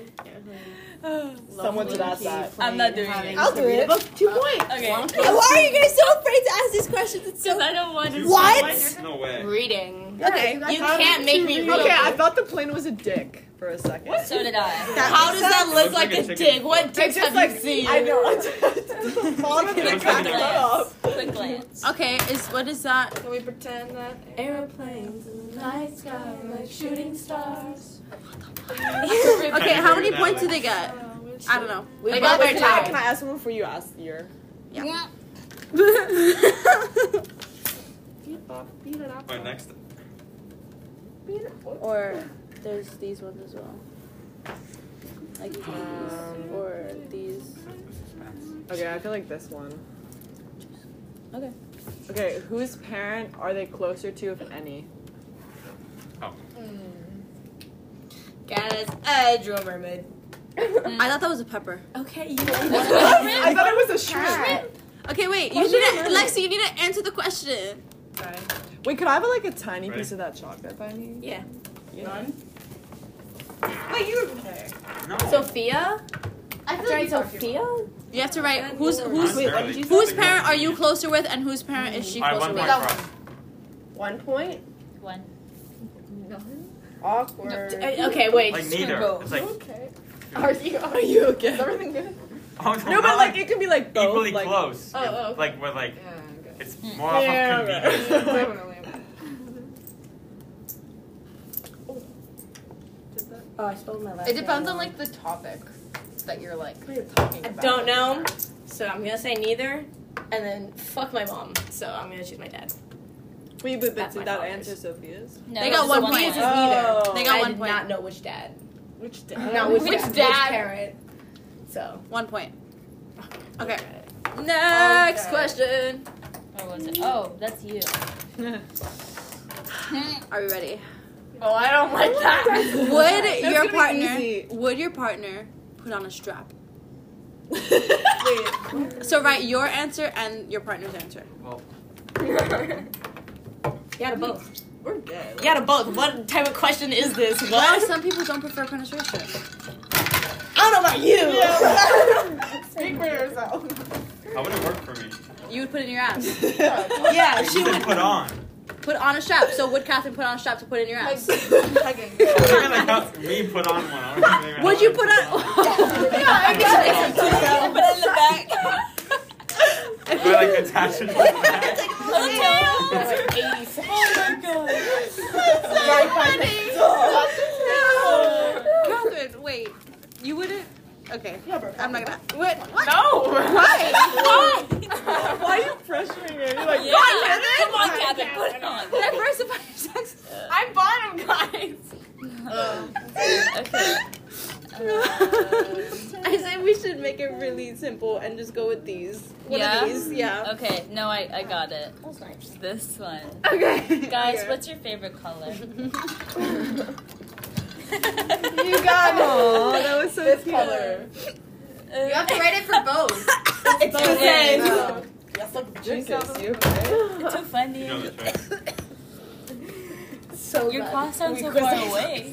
[SPEAKER 8] Someone should ask that.
[SPEAKER 2] I'm not doing it.
[SPEAKER 1] I'll do it.
[SPEAKER 3] Two points.
[SPEAKER 2] Okay.
[SPEAKER 1] Why are you guys so afraid to ask these questions? It's so.
[SPEAKER 2] Because I don't want to.
[SPEAKER 1] What?
[SPEAKER 4] No way.
[SPEAKER 10] Reading.
[SPEAKER 3] Okay,
[SPEAKER 5] You can't make me read.
[SPEAKER 8] Okay, I thought the plane was a dick for a second.
[SPEAKER 2] So did I.
[SPEAKER 5] How does that
[SPEAKER 4] It
[SPEAKER 5] look
[SPEAKER 4] looks like
[SPEAKER 5] like
[SPEAKER 4] a
[SPEAKER 5] a
[SPEAKER 4] chicken.
[SPEAKER 5] dick? What
[SPEAKER 8] It's
[SPEAKER 5] dicks
[SPEAKER 8] just
[SPEAKER 5] have
[SPEAKER 8] like
[SPEAKER 5] you seen?
[SPEAKER 8] I know. (laughs) I just- Mom
[SPEAKER 4] It
[SPEAKER 8] and the
[SPEAKER 4] looks like
[SPEAKER 8] crack
[SPEAKER 4] a
[SPEAKER 8] it
[SPEAKER 4] dick.
[SPEAKER 8] up.
[SPEAKER 2] Quick glance.
[SPEAKER 14] Okay, is what is that?
[SPEAKER 10] Can we pretend that?
[SPEAKER 3] Airplanes in the night sky like shooting stars.
[SPEAKER 14] Okay, how many points do they get? I don't know.
[SPEAKER 5] We
[SPEAKER 14] They
[SPEAKER 5] both
[SPEAKER 14] got their
[SPEAKER 5] did.
[SPEAKER 14] time.
[SPEAKER 8] Can I ask one for you? Ask year.
[SPEAKER 4] Alright, next.
[SPEAKER 1] Or there's these ones as well. Like these or these.
[SPEAKER 8] Um, Okay, I feel like this one.
[SPEAKER 6] Okay.
[SPEAKER 8] Okay, whose parent are they closer to, if (laughs) any?
[SPEAKER 9] Guys, a drill mermaid.
[SPEAKER 1] I thought that was a pepper.
[SPEAKER 9] Okay, you.
[SPEAKER 2] Mm.
[SPEAKER 8] I thought it was a shrimp.
[SPEAKER 1] Okay, wait. You need to, Lexi. You need to answer the question.
[SPEAKER 8] Wait, could I have like a tiny piece of that chocolate by me?
[SPEAKER 9] Yeah.
[SPEAKER 8] None.
[SPEAKER 9] Wait, you were there.
[SPEAKER 4] No.
[SPEAKER 3] Sophia?
[SPEAKER 5] I feel
[SPEAKER 3] Giant
[SPEAKER 5] like
[SPEAKER 3] Sophia?
[SPEAKER 1] You have to write whose whose
[SPEAKER 4] Wait, what did you say?
[SPEAKER 1] whose parent are you closer with, and whose parent is she
[SPEAKER 4] All
[SPEAKER 1] closer
[SPEAKER 4] right, one
[SPEAKER 1] with?
[SPEAKER 4] point for us.
[SPEAKER 10] One point.
[SPEAKER 2] One.
[SPEAKER 10] Awkward.
[SPEAKER 3] Uh, Okay, wait.
[SPEAKER 4] Like neither. It's like (laughs)
[SPEAKER 5] Okay.
[SPEAKER 10] Are you? Are
[SPEAKER 8] Are
[SPEAKER 10] you?
[SPEAKER 8] you okay?
[SPEAKER 5] Is everything good?
[SPEAKER 4] oh,
[SPEAKER 8] No, but like it could be like both.
[SPEAKER 4] equally
[SPEAKER 8] like,
[SPEAKER 4] close.
[SPEAKER 5] Oh, oh, okay.
[SPEAKER 4] Like we're like
[SPEAKER 5] Yeah, I'm good.
[SPEAKER 4] it's more off
[SPEAKER 8] Yeah,
[SPEAKER 4] of convenience.
[SPEAKER 3] (laughs)
[SPEAKER 8] right.
[SPEAKER 5] Definitely. I'm good.
[SPEAKER 3] Oh, I stole my last
[SPEAKER 5] It depends on like the topic that you're like.
[SPEAKER 3] I don't know, so I'm gonna say neither, and then fuck my mom, so I'm gonna choose my dad.
[SPEAKER 8] Wait, but, but
[SPEAKER 3] That's
[SPEAKER 8] did
[SPEAKER 3] my
[SPEAKER 8] that
[SPEAKER 3] father's.
[SPEAKER 8] answer Sophia's?
[SPEAKER 2] No,
[SPEAKER 1] They got
[SPEAKER 2] it's a
[SPEAKER 1] one
[SPEAKER 2] point.
[SPEAKER 1] point.
[SPEAKER 3] This is
[SPEAKER 6] Oh.
[SPEAKER 3] neither.
[SPEAKER 1] They got
[SPEAKER 3] I
[SPEAKER 1] one
[SPEAKER 3] did
[SPEAKER 1] point.
[SPEAKER 3] not know which dad.
[SPEAKER 8] Which
[SPEAKER 3] Not which,
[SPEAKER 5] Which
[SPEAKER 3] dad, which
[SPEAKER 5] dad?
[SPEAKER 3] parent. So.
[SPEAKER 1] One point. Okay. Next
[SPEAKER 5] Okay.
[SPEAKER 1] question.
[SPEAKER 2] Or was it? Oh, that's you.
[SPEAKER 8] (laughs)
[SPEAKER 1] Are we ready?
[SPEAKER 3] Oh, I don't like that.
[SPEAKER 1] (laughs) Would your
[SPEAKER 8] gonna be
[SPEAKER 1] partner
[SPEAKER 8] easy.
[SPEAKER 1] would your partner put on a strap? So write your answer and your partner's answer.
[SPEAKER 3] You gotta both.
[SPEAKER 8] We're good.
[SPEAKER 3] You gotta both. What type of question is this?
[SPEAKER 1] Well,
[SPEAKER 3] What?
[SPEAKER 1] some people don't prefer penetration.
[SPEAKER 3] I don't know about you.
[SPEAKER 5] Speak for yourself.
[SPEAKER 4] How would it work for me?
[SPEAKER 1] You would put it in your ass.
[SPEAKER 3] (laughs) yeah,
[SPEAKER 4] She would put on.
[SPEAKER 1] Put on a strap. So would Catherine put on a strap to put in your ass?
[SPEAKER 4] Look at, like how we put on one. I don't even know
[SPEAKER 1] Would
[SPEAKER 4] how
[SPEAKER 1] you
[SPEAKER 4] I
[SPEAKER 1] put on?
[SPEAKER 5] I guess.
[SPEAKER 2] Put it in
[SPEAKER 1] (laughs)
[SPEAKER 2] the back.
[SPEAKER 4] We're like attached to the back.
[SPEAKER 1] Catherine, wait. You wouldn't. Okay. I'm not gonna. What? What?
[SPEAKER 8] No!
[SPEAKER 1] Why? Why?
[SPEAKER 8] Why are you pressuring her? You're like,
[SPEAKER 2] Yeah.
[SPEAKER 8] "Why
[SPEAKER 2] Come on, Gavin, put it on.
[SPEAKER 1] Diversify your sex.
[SPEAKER 5] I'm bottom, guys.
[SPEAKER 2] Okay.
[SPEAKER 6] I say we should make it really simple and just go with these. One
[SPEAKER 2] Yeah?
[SPEAKER 6] of these, yeah.
[SPEAKER 2] Okay, no, I, I got it. This one.
[SPEAKER 5] Okay.
[SPEAKER 2] Guys, what's your favorite
[SPEAKER 5] (laughs)
[SPEAKER 2] color? (laughs)
[SPEAKER 5] You got it.
[SPEAKER 8] Oh, that was so this cute. color.
[SPEAKER 5] You have to write it for
[SPEAKER 2] (laughs)
[SPEAKER 5] both.
[SPEAKER 6] It's the same.
[SPEAKER 5] Oh.
[SPEAKER 8] Jesus, you okay?
[SPEAKER 2] Too funny.
[SPEAKER 4] You know the trick.
[SPEAKER 3] So
[SPEAKER 2] Your claw sounds so far away.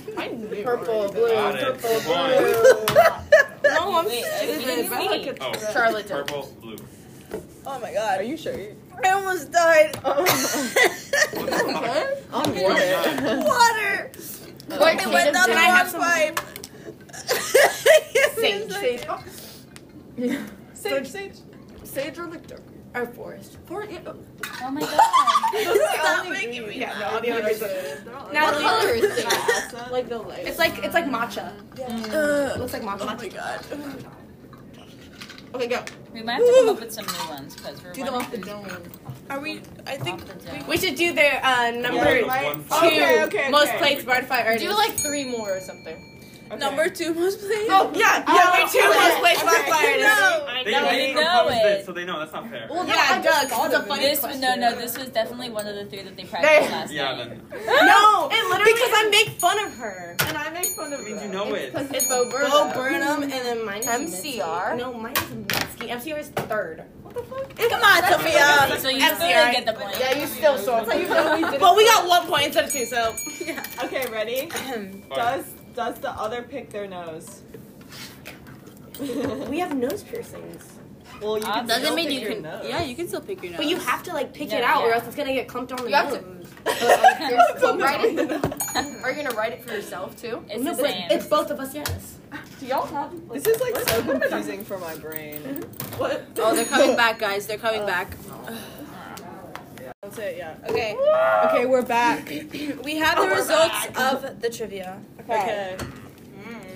[SPEAKER 10] Purple, blue,
[SPEAKER 4] Got it.
[SPEAKER 10] purple,
[SPEAKER 4] One.
[SPEAKER 10] blue.
[SPEAKER 2] No, I'm Wait, stupid.
[SPEAKER 8] I like it.
[SPEAKER 4] Oh,
[SPEAKER 5] Charlotte did.
[SPEAKER 4] Purple, blue.
[SPEAKER 6] Oh my god.
[SPEAKER 8] Are you sure? you-
[SPEAKER 6] I almost died.
[SPEAKER 4] What the fuck?
[SPEAKER 8] I'm
[SPEAKER 4] Why not?
[SPEAKER 8] worried.
[SPEAKER 6] Water.
[SPEAKER 5] Wait,
[SPEAKER 6] It
[SPEAKER 5] wait,
[SPEAKER 6] went down the
[SPEAKER 5] did I have
[SPEAKER 6] wrong
[SPEAKER 5] some-
[SPEAKER 6] pipe.
[SPEAKER 5] Sage, sage. Oh,
[SPEAKER 8] Sage, sage.
[SPEAKER 5] Sage or like dark.
[SPEAKER 3] Our forest.
[SPEAKER 2] Oh my god.
[SPEAKER 8] Stop making me. Yeah, no, the other reason.
[SPEAKER 3] Now
[SPEAKER 5] What color is sage?
[SPEAKER 8] Like the light.
[SPEAKER 3] It's like it's like matcha.
[SPEAKER 5] It looks like matcha. Oh my god. Okay, go.
[SPEAKER 2] We might have to come up with some new ones because we're
[SPEAKER 5] Do them off the dome.
[SPEAKER 3] Are we? I
[SPEAKER 5] (laughs)
[SPEAKER 3] think
[SPEAKER 2] Off the dome.
[SPEAKER 3] we should do their uh, number
[SPEAKER 4] Yeah, one
[SPEAKER 3] two.
[SPEAKER 4] for-
[SPEAKER 8] Okay, okay,
[SPEAKER 3] Most
[SPEAKER 8] okay.
[SPEAKER 3] plates modified artists.
[SPEAKER 5] Do like three more or something.
[SPEAKER 8] Okay.
[SPEAKER 3] number two most plates.
[SPEAKER 8] Oh, yeah, yeah,
[SPEAKER 3] number
[SPEAKER 8] wait,
[SPEAKER 3] two
[SPEAKER 8] (laughs)
[SPEAKER 3] most plates modified artists.
[SPEAKER 4] They,
[SPEAKER 2] know
[SPEAKER 4] they
[SPEAKER 2] it.
[SPEAKER 4] proposed
[SPEAKER 2] Know
[SPEAKER 4] it,
[SPEAKER 2] it.
[SPEAKER 4] so they know that's not fair.
[SPEAKER 5] Well,
[SPEAKER 3] Yeah, Doug, it's a funny
[SPEAKER 2] This
[SPEAKER 3] question.
[SPEAKER 2] no no this was definitely one of the three that they practiced last
[SPEAKER 4] Yeah,
[SPEAKER 2] night.
[SPEAKER 4] then
[SPEAKER 3] No,
[SPEAKER 5] Oh,
[SPEAKER 3] because I make fun of her.
[SPEAKER 8] And I make fun of
[SPEAKER 4] that means you know it.
[SPEAKER 5] It's Bo Burnham.
[SPEAKER 3] Bo Burnham and then mine is
[SPEAKER 5] MCR?
[SPEAKER 3] Mitski. No, mine is Mitski. MCR is third.
[SPEAKER 6] Come on, Sophia.
[SPEAKER 2] So you still
[SPEAKER 3] FCI.
[SPEAKER 2] didn't get the point.
[SPEAKER 5] Yeah, you still saw it.
[SPEAKER 3] But we got one point instead of two, so
[SPEAKER 8] Okay, ready?
[SPEAKER 4] Alright.
[SPEAKER 8] Does does the other pick their nose? (laughs)
[SPEAKER 3] we have nose piercings.
[SPEAKER 8] well, you can
[SPEAKER 2] Doesn't
[SPEAKER 8] still
[SPEAKER 2] mean
[SPEAKER 8] pick
[SPEAKER 1] you
[SPEAKER 8] your
[SPEAKER 1] can.
[SPEAKER 8] Nose.
[SPEAKER 1] Yeah, you can still pick your nose.
[SPEAKER 3] But you have to like pick
[SPEAKER 2] Yeah,
[SPEAKER 3] it out, or
[SPEAKER 2] yeah.
[SPEAKER 3] else it's gonna get clumped on the
[SPEAKER 5] You have to- (laughs)
[SPEAKER 3] nose.
[SPEAKER 5] Well, write it. (laughs) Are you gonna write it for yourself too?
[SPEAKER 2] It's
[SPEAKER 3] no,
[SPEAKER 2] the
[SPEAKER 3] but
[SPEAKER 2] same.
[SPEAKER 3] it's both of us. Yes.
[SPEAKER 5] Do y'all have?
[SPEAKER 8] This is like so confusing for my brain.
[SPEAKER 5] What?
[SPEAKER 1] Oh, they're coming back, guys. They're (laughs) coming back.
[SPEAKER 8] That's it. Yeah.
[SPEAKER 6] Okay. Okay, we're
[SPEAKER 1] (clears throat)
[SPEAKER 6] back. we have the results of the trivia.
[SPEAKER 8] Okay.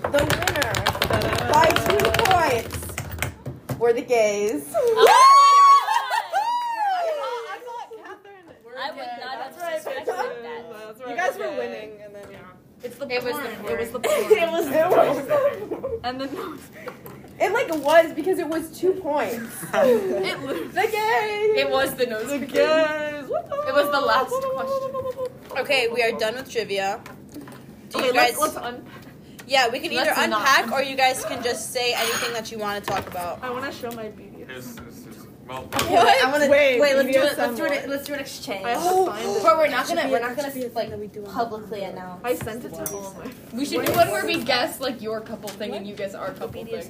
[SPEAKER 6] The winner
[SPEAKER 8] Ta-da.
[SPEAKER 6] by two points were the gays.
[SPEAKER 2] Oh
[SPEAKER 8] I thought Catherine.
[SPEAKER 2] I would not have
[SPEAKER 8] That's right.
[SPEAKER 2] suspected that.
[SPEAKER 8] You guys were winning, and then yeah.
[SPEAKER 5] It was the porn. It was the
[SPEAKER 3] it was
[SPEAKER 8] It was.
[SPEAKER 5] And then
[SPEAKER 15] It like was because it was two
[SPEAKER 8] (laughs)
[SPEAKER 15] points. the game.
[SPEAKER 16] It was the nose.
[SPEAKER 15] The
[SPEAKER 16] picking.
[SPEAKER 15] games.
[SPEAKER 16] It was the last question.
[SPEAKER 1] Okay, we are done with trivia. Do you
[SPEAKER 10] Okay,
[SPEAKER 1] guys?
[SPEAKER 10] let's, let's un-
[SPEAKER 1] yeah, we can either
[SPEAKER 10] let's not.
[SPEAKER 1] unpack or you guys can just say anything that you want to talk about.
[SPEAKER 10] I
[SPEAKER 3] Oh,
[SPEAKER 10] want to show my beauty.
[SPEAKER 4] It's, it's, it's, well,
[SPEAKER 1] What?
[SPEAKER 5] I wanna,
[SPEAKER 8] Wait,
[SPEAKER 5] (laughs) wait, let's do it. Let's
[SPEAKER 8] BDSM
[SPEAKER 5] do
[SPEAKER 8] one.
[SPEAKER 5] it. Let's do an exchange.
[SPEAKER 10] I have to find it.
[SPEAKER 5] But we're not gonna. We're not gonna like publicly announce.
[SPEAKER 10] I sent it to all of my
[SPEAKER 3] We should do one where we guess like your couple thing and you guess our couple thing.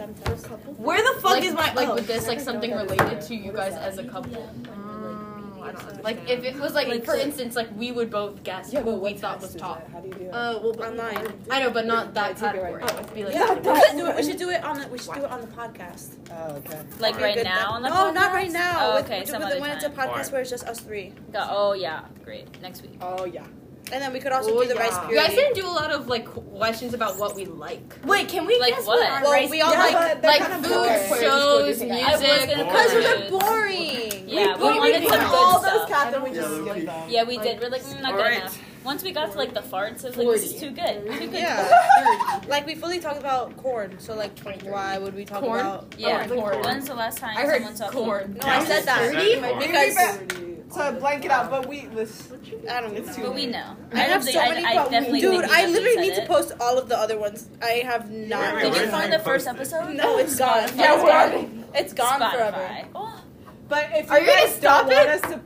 [SPEAKER 5] Where the fuck
[SPEAKER 3] Like,
[SPEAKER 5] is my?
[SPEAKER 3] like
[SPEAKER 5] oh.
[SPEAKER 3] with this like something related to you guys as a couple?
[SPEAKER 2] Mm.
[SPEAKER 10] I don't understand.
[SPEAKER 3] Like if it was like, for instance like we would both guess what we thought was top.
[SPEAKER 8] How do you do it?
[SPEAKER 3] Uh, well,
[SPEAKER 1] Online.
[SPEAKER 3] I know, but not that category. It'd be like
[SPEAKER 1] We
[SPEAKER 8] Yeah,
[SPEAKER 1] should do
[SPEAKER 8] that's-
[SPEAKER 1] it. We should do it on the. We should do it on the podcast.
[SPEAKER 8] Oh, okay.
[SPEAKER 2] Like
[SPEAKER 1] We're
[SPEAKER 2] right
[SPEAKER 1] good
[SPEAKER 2] now
[SPEAKER 1] then.
[SPEAKER 2] on the
[SPEAKER 1] no, not right now.
[SPEAKER 2] Oh,
[SPEAKER 1] With-
[SPEAKER 2] okay,
[SPEAKER 1] with
[SPEAKER 2] some
[SPEAKER 1] the
[SPEAKER 2] other
[SPEAKER 1] when it's a podcast
[SPEAKER 2] time.
[SPEAKER 4] Alright.
[SPEAKER 1] where it's just us three,
[SPEAKER 2] Go- oh yeah, great. Next week.
[SPEAKER 8] Oh yeah.
[SPEAKER 1] and then we could also
[SPEAKER 5] Oh,
[SPEAKER 1] do the rice
[SPEAKER 5] yeah.
[SPEAKER 3] You guys
[SPEAKER 1] purity.
[SPEAKER 3] didn't do a lot of like questions about what we like.
[SPEAKER 5] Wait, can we
[SPEAKER 2] Like
[SPEAKER 5] guess
[SPEAKER 2] what?
[SPEAKER 5] our
[SPEAKER 1] well,
[SPEAKER 5] race
[SPEAKER 1] we all
[SPEAKER 8] yeah,
[SPEAKER 1] like
[SPEAKER 8] but they're
[SPEAKER 3] like
[SPEAKER 8] kind of
[SPEAKER 3] food,
[SPEAKER 8] boring.
[SPEAKER 3] shows,
[SPEAKER 10] I
[SPEAKER 3] music.
[SPEAKER 2] I was gonna
[SPEAKER 1] because
[SPEAKER 4] Because we're
[SPEAKER 2] put
[SPEAKER 1] they're
[SPEAKER 2] it-
[SPEAKER 1] boring.
[SPEAKER 2] Yeah, we,
[SPEAKER 8] But we
[SPEAKER 2] wanted
[SPEAKER 8] did
[SPEAKER 2] some
[SPEAKER 8] all
[SPEAKER 2] good
[SPEAKER 8] those
[SPEAKER 2] stuff.
[SPEAKER 8] cats, and we
[SPEAKER 17] Yeah,
[SPEAKER 8] just
[SPEAKER 17] look
[SPEAKER 8] skipped
[SPEAKER 17] at
[SPEAKER 8] them.
[SPEAKER 2] Yeah, we did. We're like, mm, not good
[SPEAKER 4] Alright.
[SPEAKER 2] enough. Once we got to like the farts, it was like, this is too good. Too good.
[SPEAKER 1] Yeah. (laughs) like we fully talked about corn, so like why would we talk
[SPEAKER 3] Corn?
[SPEAKER 1] about?
[SPEAKER 2] Yeah.
[SPEAKER 3] Oh, corn.
[SPEAKER 2] When's the last time
[SPEAKER 3] I heard
[SPEAKER 2] someone saw
[SPEAKER 3] corn.
[SPEAKER 1] No, "Oh, I said that
[SPEAKER 4] Dirty?
[SPEAKER 1] because
[SPEAKER 8] To blank it out, but we this.
[SPEAKER 1] I don't know.
[SPEAKER 8] It's too.
[SPEAKER 2] But we know.
[SPEAKER 1] I have so many
[SPEAKER 2] I, I
[SPEAKER 1] problems.
[SPEAKER 2] definitely
[SPEAKER 1] Dude,
[SPEAKER 2] think we
[SPEAKER 1] I
[SPEAKER 2] definitely
[SPEAKER 1] literally need
[SPEAKER 2] said
[SPEAKER 1] to
[SPEAKER 2] it.
[SPEAKER 1] post all of the other ones. I have not.
[SPEAKER 4] Wait,
[SPEAKER 2] Did you
[SPEAKER 4] where
[SPEAKER 2] find
[SPEAKER 4] did
[SPEAKER 2] the
[SPEAKER 4] I
[SPEAKER 2] first
[SPEAKER 4] post it?
[SPEAKER 2] episode?
[SPEAKER 1] No, it's gone.
[SPEAKER 2] Spotify.
[SPEAKER 8] Yeah,
[SPEAKER 1] it's
[SPEAKER 8] we're
[SPEAKER 1] gone. It's gone forever.
[SPEAKER 2] Spotify. Oh.
[SPEAKER 8] But if
[SPEAKER 3] Are
[SPEAKER 8] you
[SPEAKER 3] you gonna
[SPEAKER 8] guys
[SPEAKER 3] stop
[SPEAKER 8] don't want us to,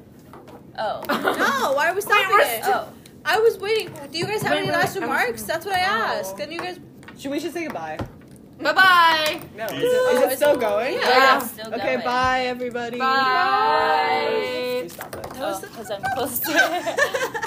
[SPEAKER 1] (laughs)
[SPEAKER 2] Oh.
[SPEAKER 1] No, why are we stopping it?
[SPEAKER 2] Oh.
[SPEAKER 1] I was waiting. Do you guys have
[SPEAKER 3] Wait,
[SPEAKER 1] any
[SPEAKER 3] wait,
[SPEAKER 1] last
[SPEAKER 3] I'm-
[SPEAKER 1] remarks? That's what I asked. And you guys?
[SPEAKER 8] should we should say goodbye?
[SPEAKER 3] Bye bye.
[SPEAKER 8] No. Is it,
[SPEAKER 4] Oh,
[SPEAKER 8] is it still going?
[SPEAKER 1] Yeah.
[SPEAKER 2] Yeah, it's still
[SPEAKER 8] Okay.
[SPEAKER 2] going.
[SPEAKER 8] Bye, everybody.
[SPEAKER 3] Bye.
[SPEAKER 8] Stop it.
[SPEAKER 2] Oh, Because I'm close to (laughs) it.